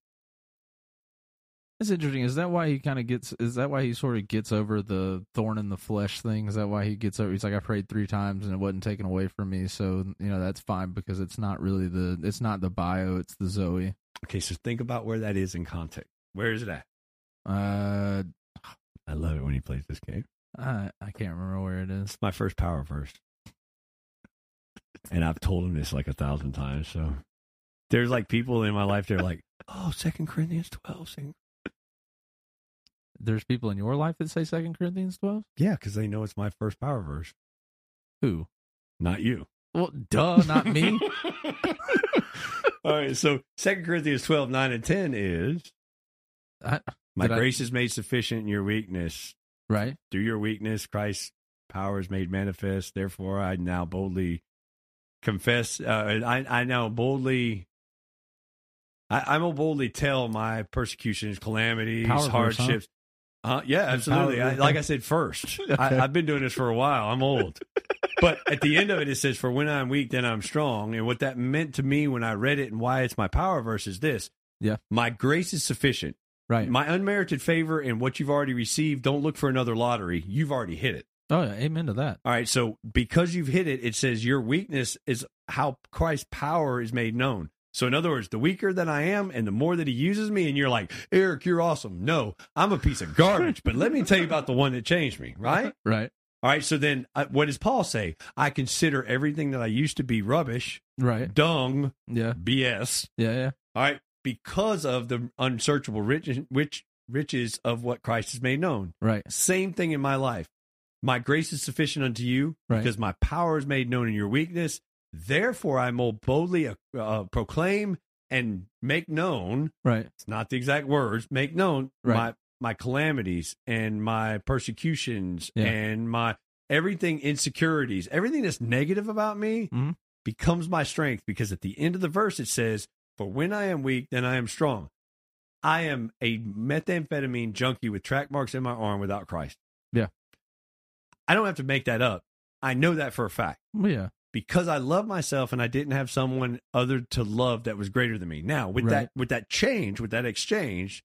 [SPEAKER 1] That's interesting. Is that why he kind of gets? Is that why he sort of gets over the thorn in the flesh thing? Is that why he gets over? He's like, I prayed three times and it wasn't taken away from me, so you know that's fine because it's not really the it's not the bio, it's the Zoe.
[SPEAKER 2] Okay, so think about where that is in context. Where is it at?
[SPEAKER 1] Uh,
[SPEAKER 2] I love it when he plays this game.
[SPEAKER 1] I I can't remember where it is.
[SPEAKER 2] It's my first power verse. And I've told him this like a thousand times. So there's like people in my life that are like, oh, Second Corinthians 12. Second.
[SPEAKER 1] There's people in your life that say Second Corinthians twelve.
[SPEAKER 2] Yeah, because they know it's my first power verse,
[SPEAKER 1] Who?
[SPEAKER 2] not you.
[SPEAKER 1] Well, duh, Oh, not me.
[SPEAKER 2] All right. So Second Corinthians 12, 9 and 10 is
[SPEAKER 1] I-
[SPEAKER 2] my
[SPEAKER 1] Did I-
[SPEAKER 2] grace is made sufficient in your weakness.
[SPEAKER 1] right.
[SPEAKER 2] Through your weakness, Christ's power is made manifest. Therefore, I now boldly confess. Uh, I, I now boldly, I, I will boldly tell my persecutions, calamities,
[SPEAKER 1] Power verse, huh?
[SPEAKER 2] hardships. Uh, yeah, absolutely.
[SPEAKER 1] Power
[SPEAKER 2] I,
[SPEAKER 1] verse.
[SPEAKER 2] like I said first,
[SPEAKER 1] Okay.
[SPEAKER 2] I, I've been doing this for a while. I'm old. but at the end of it, it says, For when I'm weak, then I'm strong. And what that meant to me when I read it and why it's my power verse is this.
[SPEAKER 1] Yeah.
[SPEAKER 2] My grace is sufficient.
[SPEAKER 1] Right.
[SPEAKER 2] My unmerited favor and what you've already received, don't look for another lottery. You've already hit it.
[SPEAKER 1] oh, yeah, amen to that.
[SPEAKER 2] All right. So because you've hit it, it says your weakness is how Christ's power is made known. So in other words, the weaker that I am and the more that he uses me, and you're like, Eric, you're awesome. No, I'm a piece of garbage. but let me tell you about the one that changed me, right?
[SPEAKER 1] Right.
[SPEAKER 2] All right. So then uh, what does Paul say? I consider everything that I used to be rubbish,
[SPEAKER 1] Right.
[SPEAKER 2] dung,
[SPEAKER 1] Yeah.
[SPEAKER 2] BS.
[SPEAKER 1] Yeah. Yeah.
[SPEAKER 2] All right. Because of the unsearchable riches, which riches of what Christ has made known.
[SPEAKER 1] Right.
[SPEAKER 2] Same thing in my life. My grace is sufficient unto you
[SPEAKER 1] Right.
[SPEAKER 2] because my power is made known in your weakness. Therefore, I will boldly uh, uh, proclaim and make known.
[SPEAKER 1] Right.
[SPEAKER 2] It's not the exact words. Make known
[SPEAKER 1] Right.
[SPEAKER 2] my my calamities and my persecutions
[SPEAKER 1] Yeah.
[SPEAKER 2] and my everything insecurities, everything that's negative about me
[SPEAKER 1] Mhm.
[SPEAKER 2] becomes my strength because at the end of the verse it says, "For when I am weak, then I am strong." I am a methamphetamine junkie with track marks in my arm without Christ.
[SPEAKER 1] Yeah.
[SPEAKER 2] I don't have to make that up. I know that for a fact
[SPEAKER 1] Well, yeah.
[SPEAKER 2] because I love myself and I didn't have someone other to love that was greater than me. Now, with
[SPEAKER 1] Right.
[SPEAKER 2] that with that change, with that exchange,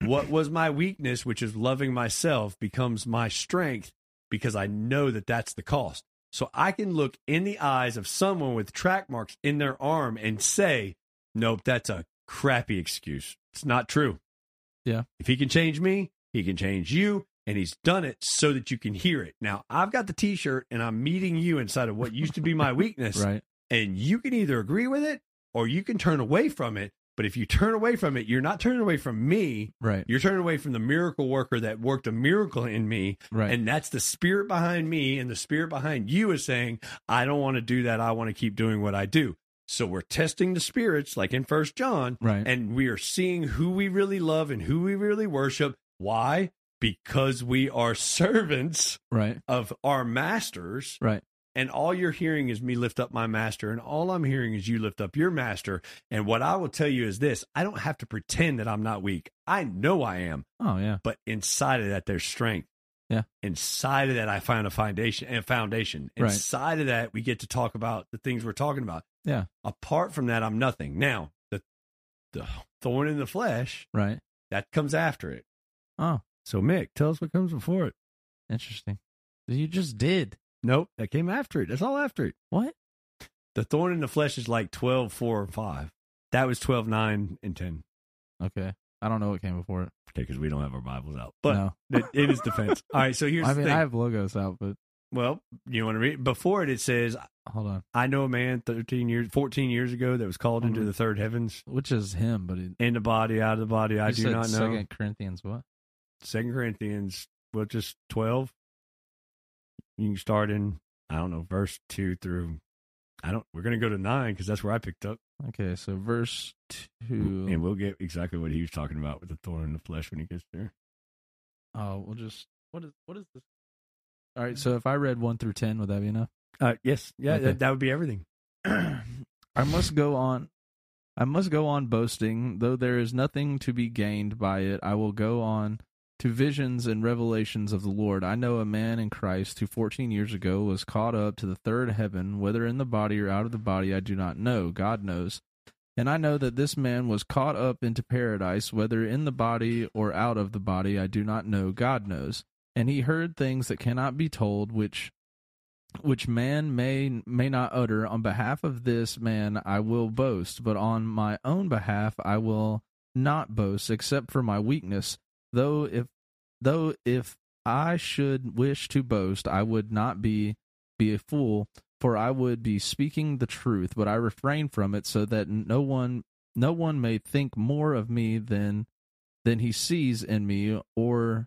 [SPEAKER 2] what was my weakness, which is loving myself, becomes my strength because I know that that's the cost. So I can look in the eyes of someone with track marks in their arm and say, "Nope, that's a crappy excuse. It's not true."
[SPEAKER 1] Yeah.
[SPEAKER 2] If he can change me, he can change you. And he's done it so that you can hear it. Now, I've got the t shirt and I'm meeting you inside of what used to be my weakness.
[SPEAKER 1] Right.
[SPEAKER 2] And you can either agree with it or you can turn away from it. But if you turn away from it, you're not turning away from me.
[SPEAKER 1] Right.
[SPEAKER 2] You're turning away from the miracle worker that worked a miracle in me.
[SPEAKER 1] Right.
[SPEAKER 2] And that's the spirit behind me. And the spirit behind you is saying, I don't want to do that. I want to keep doing what I do. So we're testing the spirits, like in First John,
[SPEAKER 1] right.
[SPEAKER 2] and we are seeing who we really love and who we really worship. Why? Because we are servants
[SPEAKER 1] right.
[SPEAKER 2] of our masters.
[SPEAKER 1] Right.
[SPEAKER 2] And all you're hearing is me lift up my master. And all I'm hearing is you lift up your master. And what I will tell you is this I don't have to pretend that I'm not weak. I know I am.
[SPEAKER 1] Oh yeah.
[SPEAKER 2] But inside of that, there's strength.
[SPEAKER 1] Yeah.
[SPEAKER 2] Inside of that, I find a foundation and foundation.
[SPEAKER 1] Right.
[SPEAKER 2] Inside of that, we get to talk about the things we're talking about.
[SPEAKER 1] Yeah.
[SPEAKER 2] Apart from that, I'm nothing. Now, the, the thorn in the flesh,
[SPEAKER 1] Right.
[SPEAKER 2] that comes after it.
[SPEAKER 1] Oh,
[SPEAKER 2] So, Mick, tell us what comes before it.
[SPEAKER 1] interesting. You just did
[SPEAKER 2] Nope. That came after it. That's all after it.
[SPEAKER 1] what?
[SPEAKER 2] The thorn in the flesh is like 12, 4, and 5. That was 12, 9, and 10.
[SPEAKER 1] Okay. I don't know what came before it.
[SPEAKER 2] Okay, because we don't have our Bibles out. But
[SPEAKER 1] no.
[SPEAKER 2] it- it is defense. All right, so here's
[SPEAKER 1] I
[SPEAKER 2] the
[SPEAKER 1] mean,
[SPEAKER 2] thing.
[SPEAKER 1] I have logos out, but
[SPEAKER 2] Well, you want to read? Before it, it says,
[SPEAKER 1] hold on.
[SPEAKER 2] I know a man 13 years, 14 years ago that was called into
[SPEAKER 1] Mhm.
[SPEAKER 2] the third heavens,
[SPEAKER 1] Which is him, but it,
[SPEAKER 2] in the body, out of the body. I
[SPEAKER 1] you
[SPEAKER 2] do
[SPEAKER 1] said
[SPEAKER 2] not know.
[SPEAKER 1] Second Corinthians what?
[SPEAKER 2] Second Corinthians, well, just 12. You can start in, I don't know, verse 2 through, I don't, we're going to go to 9 because that's where I picked up.
[SPEAKER 1] Okay, so verse
[SPEAKER 2] And
[SPEAKER 1] two.
[SPEAKER 2] we'll get exactly what he was talking about with the thorn in the flesh when he gets there.
[SPEAKER 1] Oh, we'll just what is what is this? All right, so if I read one through ten, would that be enough?
[SPEAKER 2] Uh, yes. Yeah.
[SPEAKER 1] Okay.
[SPEAKER 2] That, that would be everything.
[SPEAKER 1] I must go on. I must go on boasting, though there is nothing to be gained by it. I will go on to visions and revelations of the Lord. I know a man in Christ who 14 years ago was caught up to the third heaven, whether in the body or out of the body, I do not know. God knows. And I know that this man was caught up into paradise, whether in the body or out of the body, I do not know. God knows. And he heard things that cannot be told, which which man may may not utter on behalf of this man I will boast but on my own behalf I will not boast except for my weakness though if though if I should wish to boast I would not be be a fool for I would be speaking the truth but I refrain from it so that no one no one may think more of me than than he sees in me or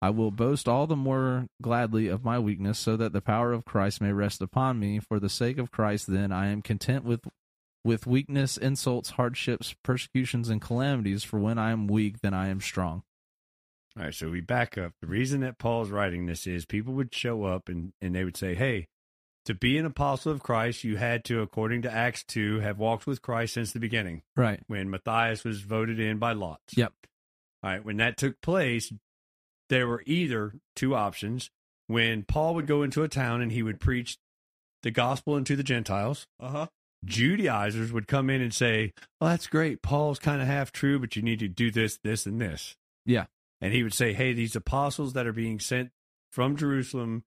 [SPEAKER 1] I will boast all the more gladly of my weakness, so that the power of Christ may rest upon me. For the sake of Christ, then, I am content with with weakness, insults, hardships, persecutions, and calamities, for when I am weak, then I am strong.
[SPEAKER 2] All right, so we back up. The reason that Paul's writing this is people would show up and, and they would say, Hey, to be an apostle of Christ, you had to, according to Acts 2, have walked with Christ since the beginning
[SPEAKER 1] Right.
[SPEAKER 2] when Matthias was voted in by Lot.
[SPEAKER 1] Yep.
[SPEAKER 2] All right, when that took place, there were either two options. When Paul would go into a town and he would preach the gospel unto the Gentiles,
[SPEAKER 1] Uh huh.
[SPEAKER 2] Judaizers would come in and say, Well, that's great. Paul's kind of half true, but you need to do this, this, and this.
[SPEAKER 1] Yeah.
[SPEAKER 2] And he would say, Hey, these apostles that are being sent from Jerusalem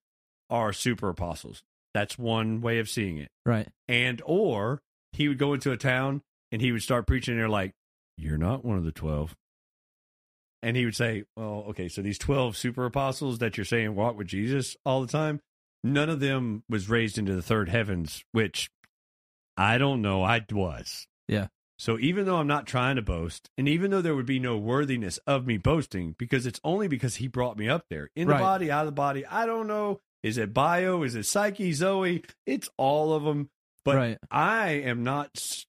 [SPEAKER 2] are super apostles. That's one way of seeing it.
[SPEAKER 1] Right.
[SPEAKER 2] And or he would go into a town and he would start preaching, and they're like, You're not one of the 12. And he would say, Well, okay, so these 12 super apostles that you're saying walk with Jesus all the time, none of them was raised into the third heavens, which I don't know, I was.
[SPEAKER 1] Yeah.
[SPEAKER 2] So even though I'm not trying to boast, and even though there would be no worthiness of me boasting, because it's only because he brought me up there in
[SPEAKER 1] Right.
[SPEAKER 2] the body, out of the body, I don't know. Is it bio? Is it psyche? Zoe? It's all of them. But
[SPEAKER 1] right.
[SPEAKER 2] I am not s-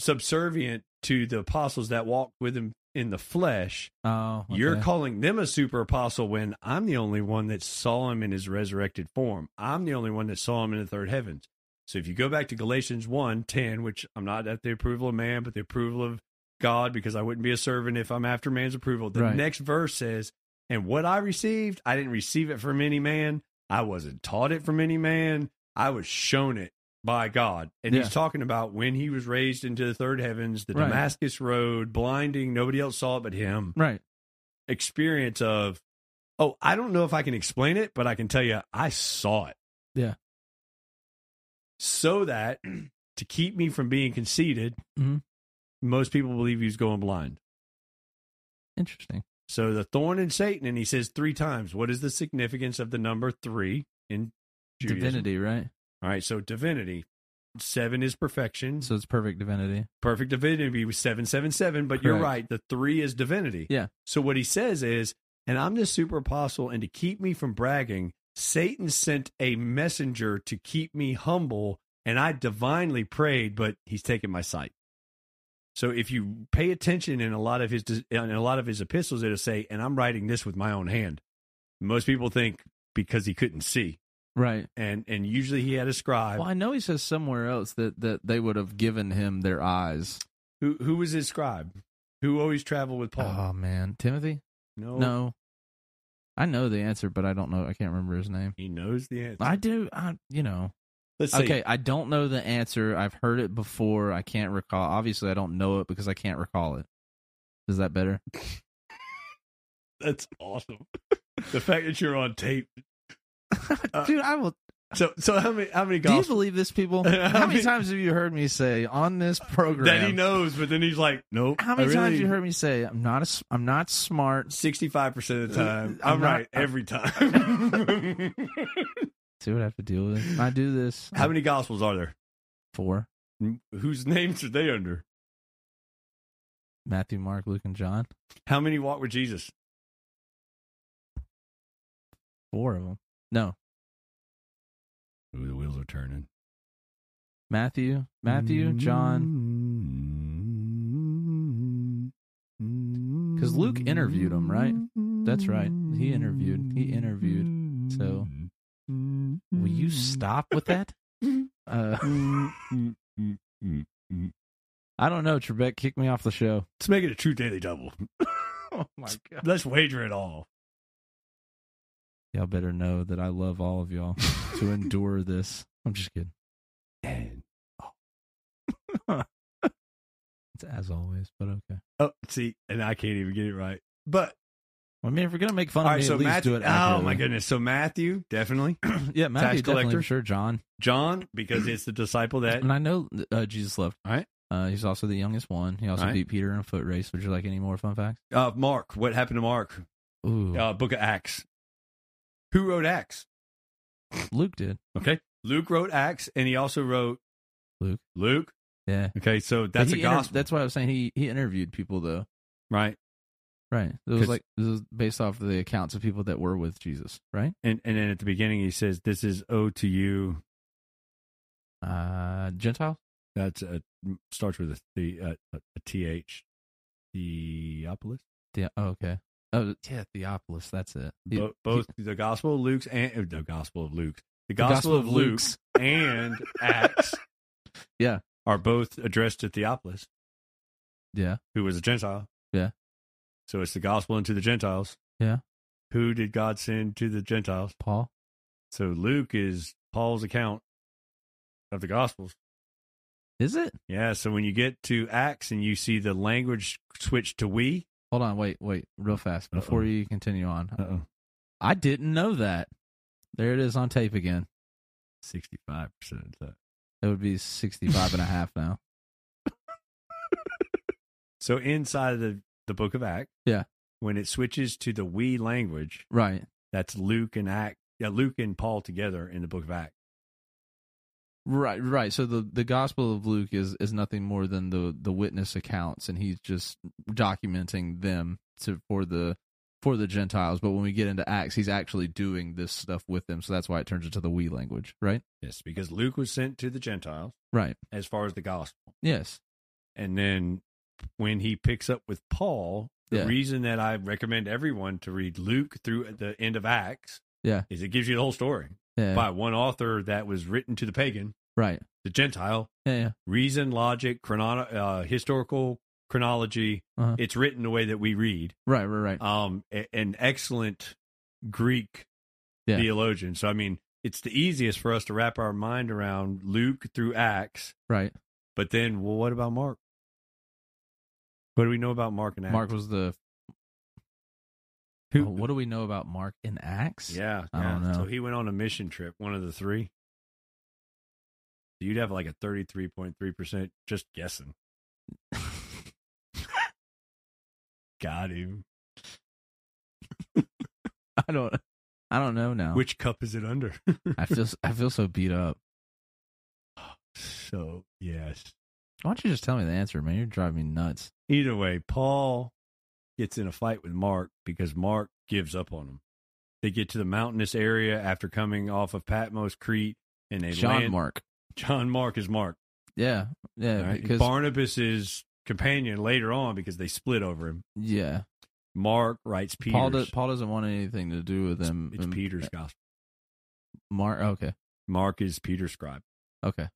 [SPEAKER 2] subservient to the apostles that walk with him in the flesh.
[SPEAKER 1] Oh, okay.
[SPEAKER 2] You're calling them a super apostle when I'm the only one that saw him in his resurrected form. I'm the only one that saw him in the third heavens. So if you go back to Galatians 1 which I'm not at the approval of man, but the approval of God, because I wouldn't be a servant if I'm after man's approval. The
[SPEAKER 1] Right.
[SPEAKER 2] next verse says, And what I received, I didn't receive it from any man. I wasn't taught it from any man. I was shown it by God. And
[SPEAKER 1] Yeah.
[SPEAKER 2] he's talking about when he was raised into the third heavens, the
[SPEAKER 1] Right.
[SPEAKER 2] Damascus Road, blinding, nobody else saw it but him
[SPEAKER 1] right.
[SPEAKER 2] experience of oh i don't know if i can explain it but i can tell you i saw it
[SPEAKER 1] Yeah.
[SPEAKER 2] so that to keep me from being conceited
[SPEAKER 1] Mhm.
[SPEAKER 2] most people believe he was going blind
[SPEAKER 1] Interesting.
[SPEAKER 2] so the thorn in satan and he says three times what is the significance of the number three in Judaism?
[SPEAKER 1] Divinity, right?
[SPEAKER 2] all right so divinity seven is perfection
[SPEAKER 1] So it's perfect divinity.
[SPEAKER 2] perfect divinity was 777 but you're
[SPEAKER 1] Correct.
[SPEAKER 2] right the three is divinity
[SPEAKER 1] Yeah.
[SPEAKER 2] so what he says is and i'm this super apostle and to keep me from bragging satan sent a messenger to keep me humble and i divinely prayed but he's taken my sight so if you pay attention in a lot of his in a lot of his epistles it'll say and i'm writing this with my own hand most people think because he couldn't see
[SPEAKER 1] Right.
[SPEAKER 2] and and usually he had a scribe
[SPEAKER 1] Well, I know he says somewhere else that that they would have given him their eyes.
[SPEAKER 2] who who was his scribe who always traveled with paul
[SPEAKER 1] Oh man, Timothy?
[SPEAKER 2] no
[SPEAKER 1] No. I know the answer, but I don't know. I can't remember his name.
[SPEAKER 2] He knows the answer.
[SPEAKER 1] I do. I, you know.
[SPEAKER 2] Let's see.
[SPEAKER 1] Okay, I don't know the answer. I've heard it before. I can't recall. Obviously, I don't know it because I can't recall it. Is that better?
[SPEAKER 2] That's awesome. the fact that you're on tape. Uh,
[SPEAKER 1] Dude, I will.
[SPEAKER 2] So so how many how many
[SPEAKER 1] Do you
[SPEAKER 2] gospel
[SPEAKER 1] believe this, people?
[SPEAKER 2] I
[SPEAKER 1] How many
[SPEAKER 2] mean-
[SPEAKER 1] times have you heard me say on this program?
[SPEAKER 2] that he knows, but then he's like, nope.
[SPEAKER 1] how many
[SPEAKER 2] I
[SPEAKER 1] times
[SPEAKER 2] really-
[SPEAKER 1] you heard me say I'm not a s- I'm not smart?
[SPEAKER 2] Sixty five percent of the time.
[SPEAKER 1] Uh, I'm
[SPEAKER 2] I'm,
[SPEAKER 1] not-
[SPEAKER 2] right every time.
[SPEAKER 1] See what I have to deal with. I do this.
[SPEAKER 2] how many gospels are there?
[SPEAKER 1] Four.
[SPEAKER 2] Whose names are they under?
[SPEAKER 1] Matthew, Mark, Luke, and John.
[SPEAKER 2] How many walked with Jesus?
[SPEAKER 1] Four of them. No,
[SPEAKER 2] Ooh, the wheels are turning.
[SPEAKER 1] Matthew, Matthew,
[SPEAKER 2] Mm-hmm.
[SPEAKER 1] John,
[SPEAKER 2] Because
[SPEAKER 1] Luke interviewed him, right? That's right. He interviewed- he interviewed. So, will you stop with that? Uh,
[SPEAKER 2] Let's
[SPEAKER 1] I don't know, Trebek. Kick me off the show.
[SPEAKER 2] make it a true daily double.
[SPEAKER 1] Oh my god!
[SPEAKER 2] Let's wager it all.
[SPEAKER 1] Y'all better know that I love all of y'all to endure this. I'm just kidding.
[SPEAKER 2] And-
[SPEAKER 1] It's as always, but okay.
[SPEAKER 2] oh, see, and I can't even get it right. But
[SPEAKER 1] I mean, if we're gonna make fun
[SPEAKER 2] all
[SPEAKER 1] of
[SPEAKER 2] right,
[SPEAKER 1] me,
[SPEAKER 2] so
[SPEAKER 1] at least
[SPEAKER 2] Matthew.
[SPEAKER 1] do it.
[SPEAKER 2] oh
[SPEAKER 1] Accurately.
[SPEAKER 2] my goodness. So Matthew, definitely.
[SPEAKER 1] yeah, Matthew definitely
[SPEAKER 2] collector.
[SPEAKER 1] for sure. John,
[SPEAKER 2] John, because it's the disciple that
[SPEAKER 1] and I know uh, Jesus loved.
[SPEAKER 2] All right.
[SPEAKER 1] Uh, he's also the youngest one. He also
[SPEAKER 2] All right.
[SPEAKER 1] beat Peter in a foot race. Would you like any more fun facts?
[SPEAKER 2] uh, Mark. What happened to Mark?
[SPEAKER 1] Ooh,
[SPEAKER 2] Uh, Book of Acts. Who wrote Acts?
[SPEAKER 1] Luke did.
[SPEAKER 2] Okay. Luke wrote Acts, and he also wrote
[SPEAKER 1] Luke.
[SPEAKER 2] Luke.
[SPEAKER 1] Yeah,
[SPEAKER 2] Okay, so
[SPEAKER 1] But
[SPEAKER 2] that's a
[SPEAKER 1] he inter-
[SPEAKER 2] gospel,
[SPEAKER 1] that's why I was saying he he interviewed people though.
[SPEAKER 2] right?
[SPEAKER 1] Right. It
[SPEAKER 2] 'Cause-
[SPEAKER 1] was like this was based off of the accounts of people that were with Jesus. Right.
[SPEAKER 2] And and then at the beginning he says, "This is owed to you."
[SPEAKER 1] Uh, Gentiles.
[SPEAKER 2] That's a, starts with a, the uh, a, a th, Theopolis.
[SPEAKER 1] The- oh, okay. Oh yeah, Theopolis. That's it. The-
[SPEAKER 2] Bo- both the Gospel of Luke's and uh, the Gospel of Luke,
[SPEAKER 1] the
[SPEAKER 2] the Gospel, of Luke and Acts,
[SPEAKER 1] Yeah.
[SPEAKER 2] are both addressed to Theopolis,
[SPEAKER 1] Yeah.
[SPEAKER 2] who was a Gentile.
[SPEAKER 1] Yeah.
[SPEAKER 2] So it's the Gospel unto the Gentiles.
[SPEAKER 1] Yeah.
[SPEAKER 2] Who did God send to the Gentiles?
[SPEAKER 1] Paul.
[SPEAKER 2] So Luke is Paul's account of the Gospels.
[SPEAKER 1] Is it?
[SPEAKER 2] Yeah, so when you get to Acts and you see the language switch to we,
[SPEAKER 1] Hold on. Wait. Wait. Real fast before
[SPEAKER 2] Uh-oh.
[SPEAKER 1] you continue on. I didn't know that. There it is on tape again.
[SPEAKER 2] 65% of that.
[SPEAKER 1] It would be 65 and a half now.
[SPEAKER 2] So inside of the, the book of Acts,
[SPEAKER 1] Yeah.
[SPEAKER 2] when it switches to the we language,
[SPEAKER 1] Right.
[SPEAKER 2] that's Luke and Act, yeah, Luke and Paul together in the book of Acts.
[SPEAKER 1] Right, right. So the the Gospel of Luke is is nothing more than the the witness accounts, and he's just documenting them to for the for the Gentiles. But when we get into Acts, he's actually doing this stuff with them, so that's why it turns into the we language, right?
[SPEAKER 2] Yes, because Luke was sent to the Gentiles
[SPEAKER 1] Right.
[SPEAKER 2] as far as the gospel.
[SPEAKER 1] Yes.
[SPEAKER 2] And then when he picks up with Paul, the
[SPEAKER 1] Yeah.
[SPEAKER 2] reason that I recommend everyone to read Luke through the end of Acts
[SPEAKER 1] Yeah.
[SPEAKER 2] is it gives you the whole story.
[SPEAKER 1] Yeah.
[SPEAKER 2] by one author that was written to the pagan,
[SPEAKER 1] Right.
[SPEAKER 2] the Gentile.
[SPEAKER 1] Yeah. yeah.
[SPEAKER 2] Reason, logic, chrono- uh, historical chronology.
[SPEAKER 1] Uh-huh.
[SPEAKER 2] It's written the way that we read.
[SPEAKER 1] Right. Right. Right.
[SPEAKER 2] Um, a- an excellent Greek
[SPEAKER 1] Yeah.
[SPEAKER 2] theologian. So I mean, it's the easiest for us to wrap our mind around Luke through Acts.
[SPEAKER 1] right.
[SPEAKER 2] But then, well, what about Mark? What do we know about Mark and Acts?
[SPEAKER 1] Mark was the.
[SPEAKER 2] Who-
[SPEAKER 1] Oh, what do we know about Mark in Acts?
[SPEAKER 2] Yeah,
[SPEAKER 1] I
[SPEAKER 2] yeah.
[SPEAKER 1] don't know.
[SPEAKER 2] So he went on a mission trip, one of the three. You'd have like a thirty-three point three percent just guessing. Got him.
[SPEAKER 1] I don't. I don't know now.
[SPEAKER 2] Which cup is it under?
[SPEAKER 1] I feel. I feel so beat up.
[SPEAKER 2] so yes.
[SPEAKER 1] Why don't you just tell me the answer, man? You're driving me nuts.
[SPEAKER 2] Either way, Paul gets in a fight with Mark because Mark gives up on him. They get to the mountainous area after coming off of Patmos, Crete, and they
[SPEAKER 1] John
[SPEAKER 2] land.
[SPEAKER 1] Mark.
[SPEAKER 2] John Mark is Mark.
[SPEAKER 1] Yeah, yeah,
[SPEAKER 2] right?
[SPEAKER 1] because
[SPEAKER 2] Barnabas is companion later on because they split over him.
[SPEAKER 1] yeah,
[SPEAKER 2] Mark writes Peter's.
[SPEAKER 1] Paul does, Paul doesn't want anything to do with them. um,
[SPEAKER 2] It's Peter's gospel.
[SPEAKER 1] Mark. Okay,
[SPEAKER 2] Mark is Peter's scribe.
[SPEAKER 1] okay,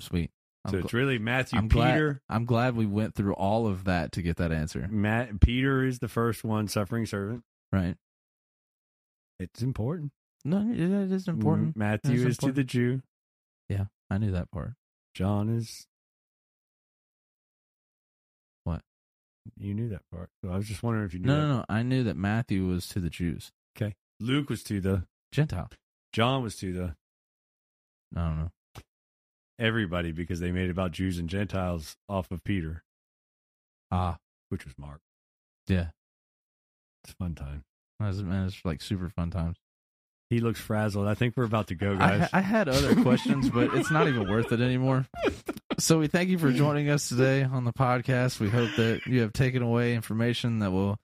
[SPEAKER 1] sweet. I'm,
[SPEAKER 2] So
[SPEAKER 1] gl-
[SPEAKER 2] it's really Matthew,
[SPEAKER 1] I'm glad-
[SPEAKER 2] Peter. Mm-hmm.
[SPEAKER 1] I'm glad we went through all of that to get that answer
[SPEAKER 2] Matt, Peter is the first one, suffering servant.
[SPEAKER 1] right.
[SPEAKER 2] It's important.
[SPEAKER 1] No, that is important.
[SPEAKER 2] Mm, Matthew
[SPEAKER 1] That's
[SPEAKER 2] is to the Jew. Mm-hmm.
[SPEAKER 1] I knew that part.
[SPEAKER 2] John is.
[SPEAKER 1] What?
[SPEAKER 2] You knew that part. So I was just wondering if you knew.
[SPEAKER 1] No,
[SPEAKER 2] that.
[SPEAKER 1] no, no. I knew that Matthew was to the Jews,
[SPEAKER 2] Luke was to the.
[SPEAKER 1] Gentile.
[SPEAKER 2] John was to the
[SPEAKER 1] I don't know.
[SPEAKER 2] everybody because they made about Jews and Gentiles off of Peter,
[SPEAKER 1] Ah,
[SPEAKER 2] which was Mark.
[SPEAKER 1] yeah.
[SPEAKER 2] It's a fun time.
[SPEAKER 1] That was, man, it's like super fun times.
[SPEAKER 2] He looks frazzled. I think we're about to go,
[SPEAKER 1] I,
[SPEAKER 2] guys.
[SPEAKER 1] I had other questions, but it's not even worth it anymore. So we thank you for joining us today on the podcast. We hope that you have taken away information that will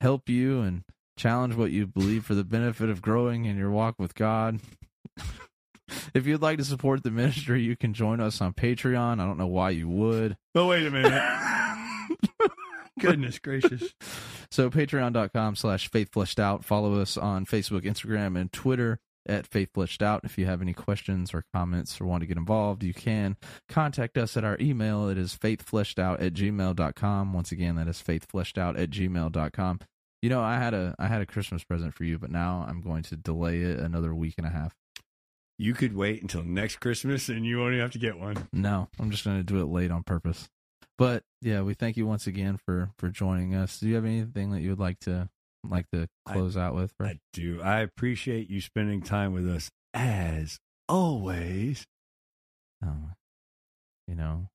[SPEAKER 1] help you and challenge what you believe for the benefit of growing in your walk with God. If you'd like to support the ministry, you can join us on Patreon. I don't know why you would.
[SPEAKER 2] oh, wait a minute. Goodness gracious.
[SPEAKER 1] So patreon.com slash faith fleshed out. Follow us on Facebook, Instagram, and Twitter at faith fleshed out. If you have any questions or comments or want to get involved, you can contact us at our email. It is faithfleshedout at gmail.com. Once again, that is faithfleshedout at gmail.com. You know, I had a I had a Christmas present for you, but now I'm going to delay it another week and a half.
[SPEAKER 2] You could wait until next Christmas and you won't even have to get one.
[SPEAKER 1] No, I'm just going to do it late on purpose. But yeah, we thank you once again for for joining us. Do you have anything that you would like to like to
[SPEAKER 2] I-
[SPEAKER 1] close out with? Brad?
[SPEAKER 2] I do. I appreciate you spending time with us as always.
[SPEAKER 1] um, you know,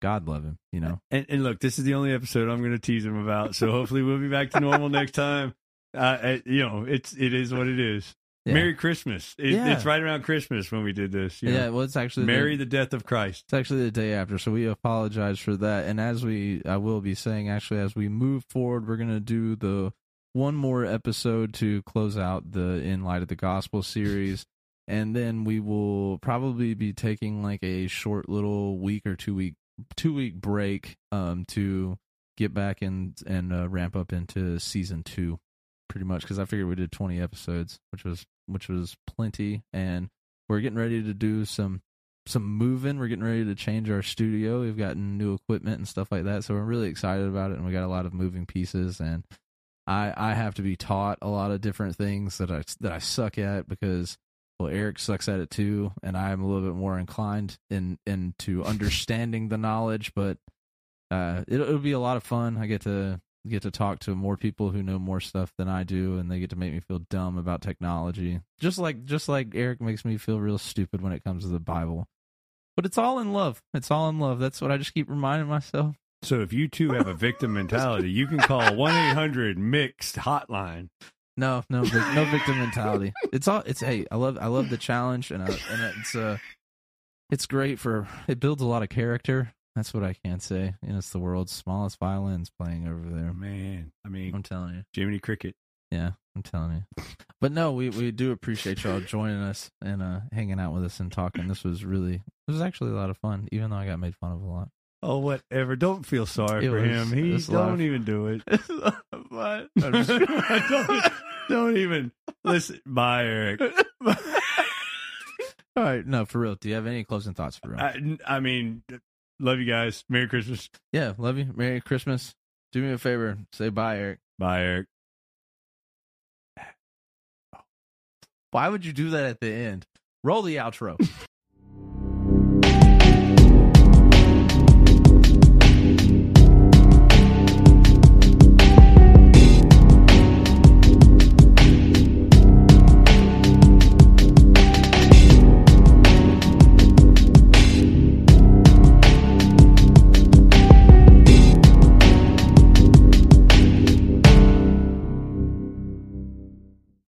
[SPEAKER 1] God love him, you know.
[SPEAKER 2] And, and look, this is the only episode I'm going to tease him about. So hopefully we'll be back to normal next time. Uh, uh, you know, it's it is what it is.
[SPEAKER 1] Yeah.
[SPEAKER 2] Merry Christmas. It,
[SPEAKER 1] Yeah.
[SPEAKER 2] It's right around Christmas when we did this. You
[SPEAKER 1] yeah,
[SPEAKER 2] know?
[SPEAKER 1] well, it's actually
[SPEAKER 2] Merry
[SPEAKER 1] The,
[SPEAKER 2] the death of Christ.
[SPEAKER 1] it's actually the day after, so we apologize for that. And as we, I will be saying, actually, as we move forward, we're gonna do the one more episode to close out the In Light of the Gospel series, and then we will probably be taking like a short little week or two week two week break um to get back and and uh, ramp up into season two pretty much because i figured we did 20 episodes which was which was plenty and we're getting ready to do some some moving we're getting ready to change our studio we've gotten new equipment and stuff like that so we're really excited about it and we got a lot of moving pieces and i i have to be taught a lot of different things that i that i suck at because well eric sucks at it too and i'm a little bit more inclined in into understanding the knowledge but uh it'll, it'll be a lot of fun i get to get to talk to more people who know more stuff than i do and they get to make me feel dumb about technology just like just like eric makes me feel real stupid when it comes to the bible but it's all in love it's all in love that's what i just keep reminding myself
[SPEAKER 2] So if you too have a victim mentality, you can call 1-800-MIXED hotline.
[SPEAKER 1] No, no, vic- no victim mentality. It's all. It's hey, I love, I love the challenge, and I, and it's uh, it's great for it builds a lot of character. That's what I can say, and it's the world's smallest violins playing over there.
[SPEAKER 2] Oh, Man, I mean,
[SPEAKER 1] I'm telling you,
[SPEAKER 2] Jiminy Cricket.
[SPEAKER 1] yeah, I'm telling you. But no, we we do appreciate y'all joining us and uh hanging out with us and talking. This was really, this was actually a lot of fun, even though I got made fun of a lot.
[SPEAKER 2] Oh, whatever. Don't feel sorry
[SPEAKER 1] It
[SPEAKER 2] for
[SPEAKER 1] was-
[SPEAKER 2] him.
[SPEAKER 1] it
[SPEAKER 2] He
[SPEAKER 1] was
[SPEAKER 2] don't
[SPEAKER 1] life.
[SPEAKER 2] even do it.
[SPEAKER 1] but
[SPEAKER 2] don't, e-, don't even listen. Bye, Eric.
[SPEAKER 1] all right, no, for real. Do you have any closing thoughts for real?
[SPEAKER 2] I, I mean, love you guys. Merry Christmas.
[SPEAKER 1] Yeah, love you. Merry Christmas. Do me a favor. Say bye, Eric.
[SPEAKER 2] Bye, Eric.
[SPEAKER 1] Why would you do that at the end? Roll the outro.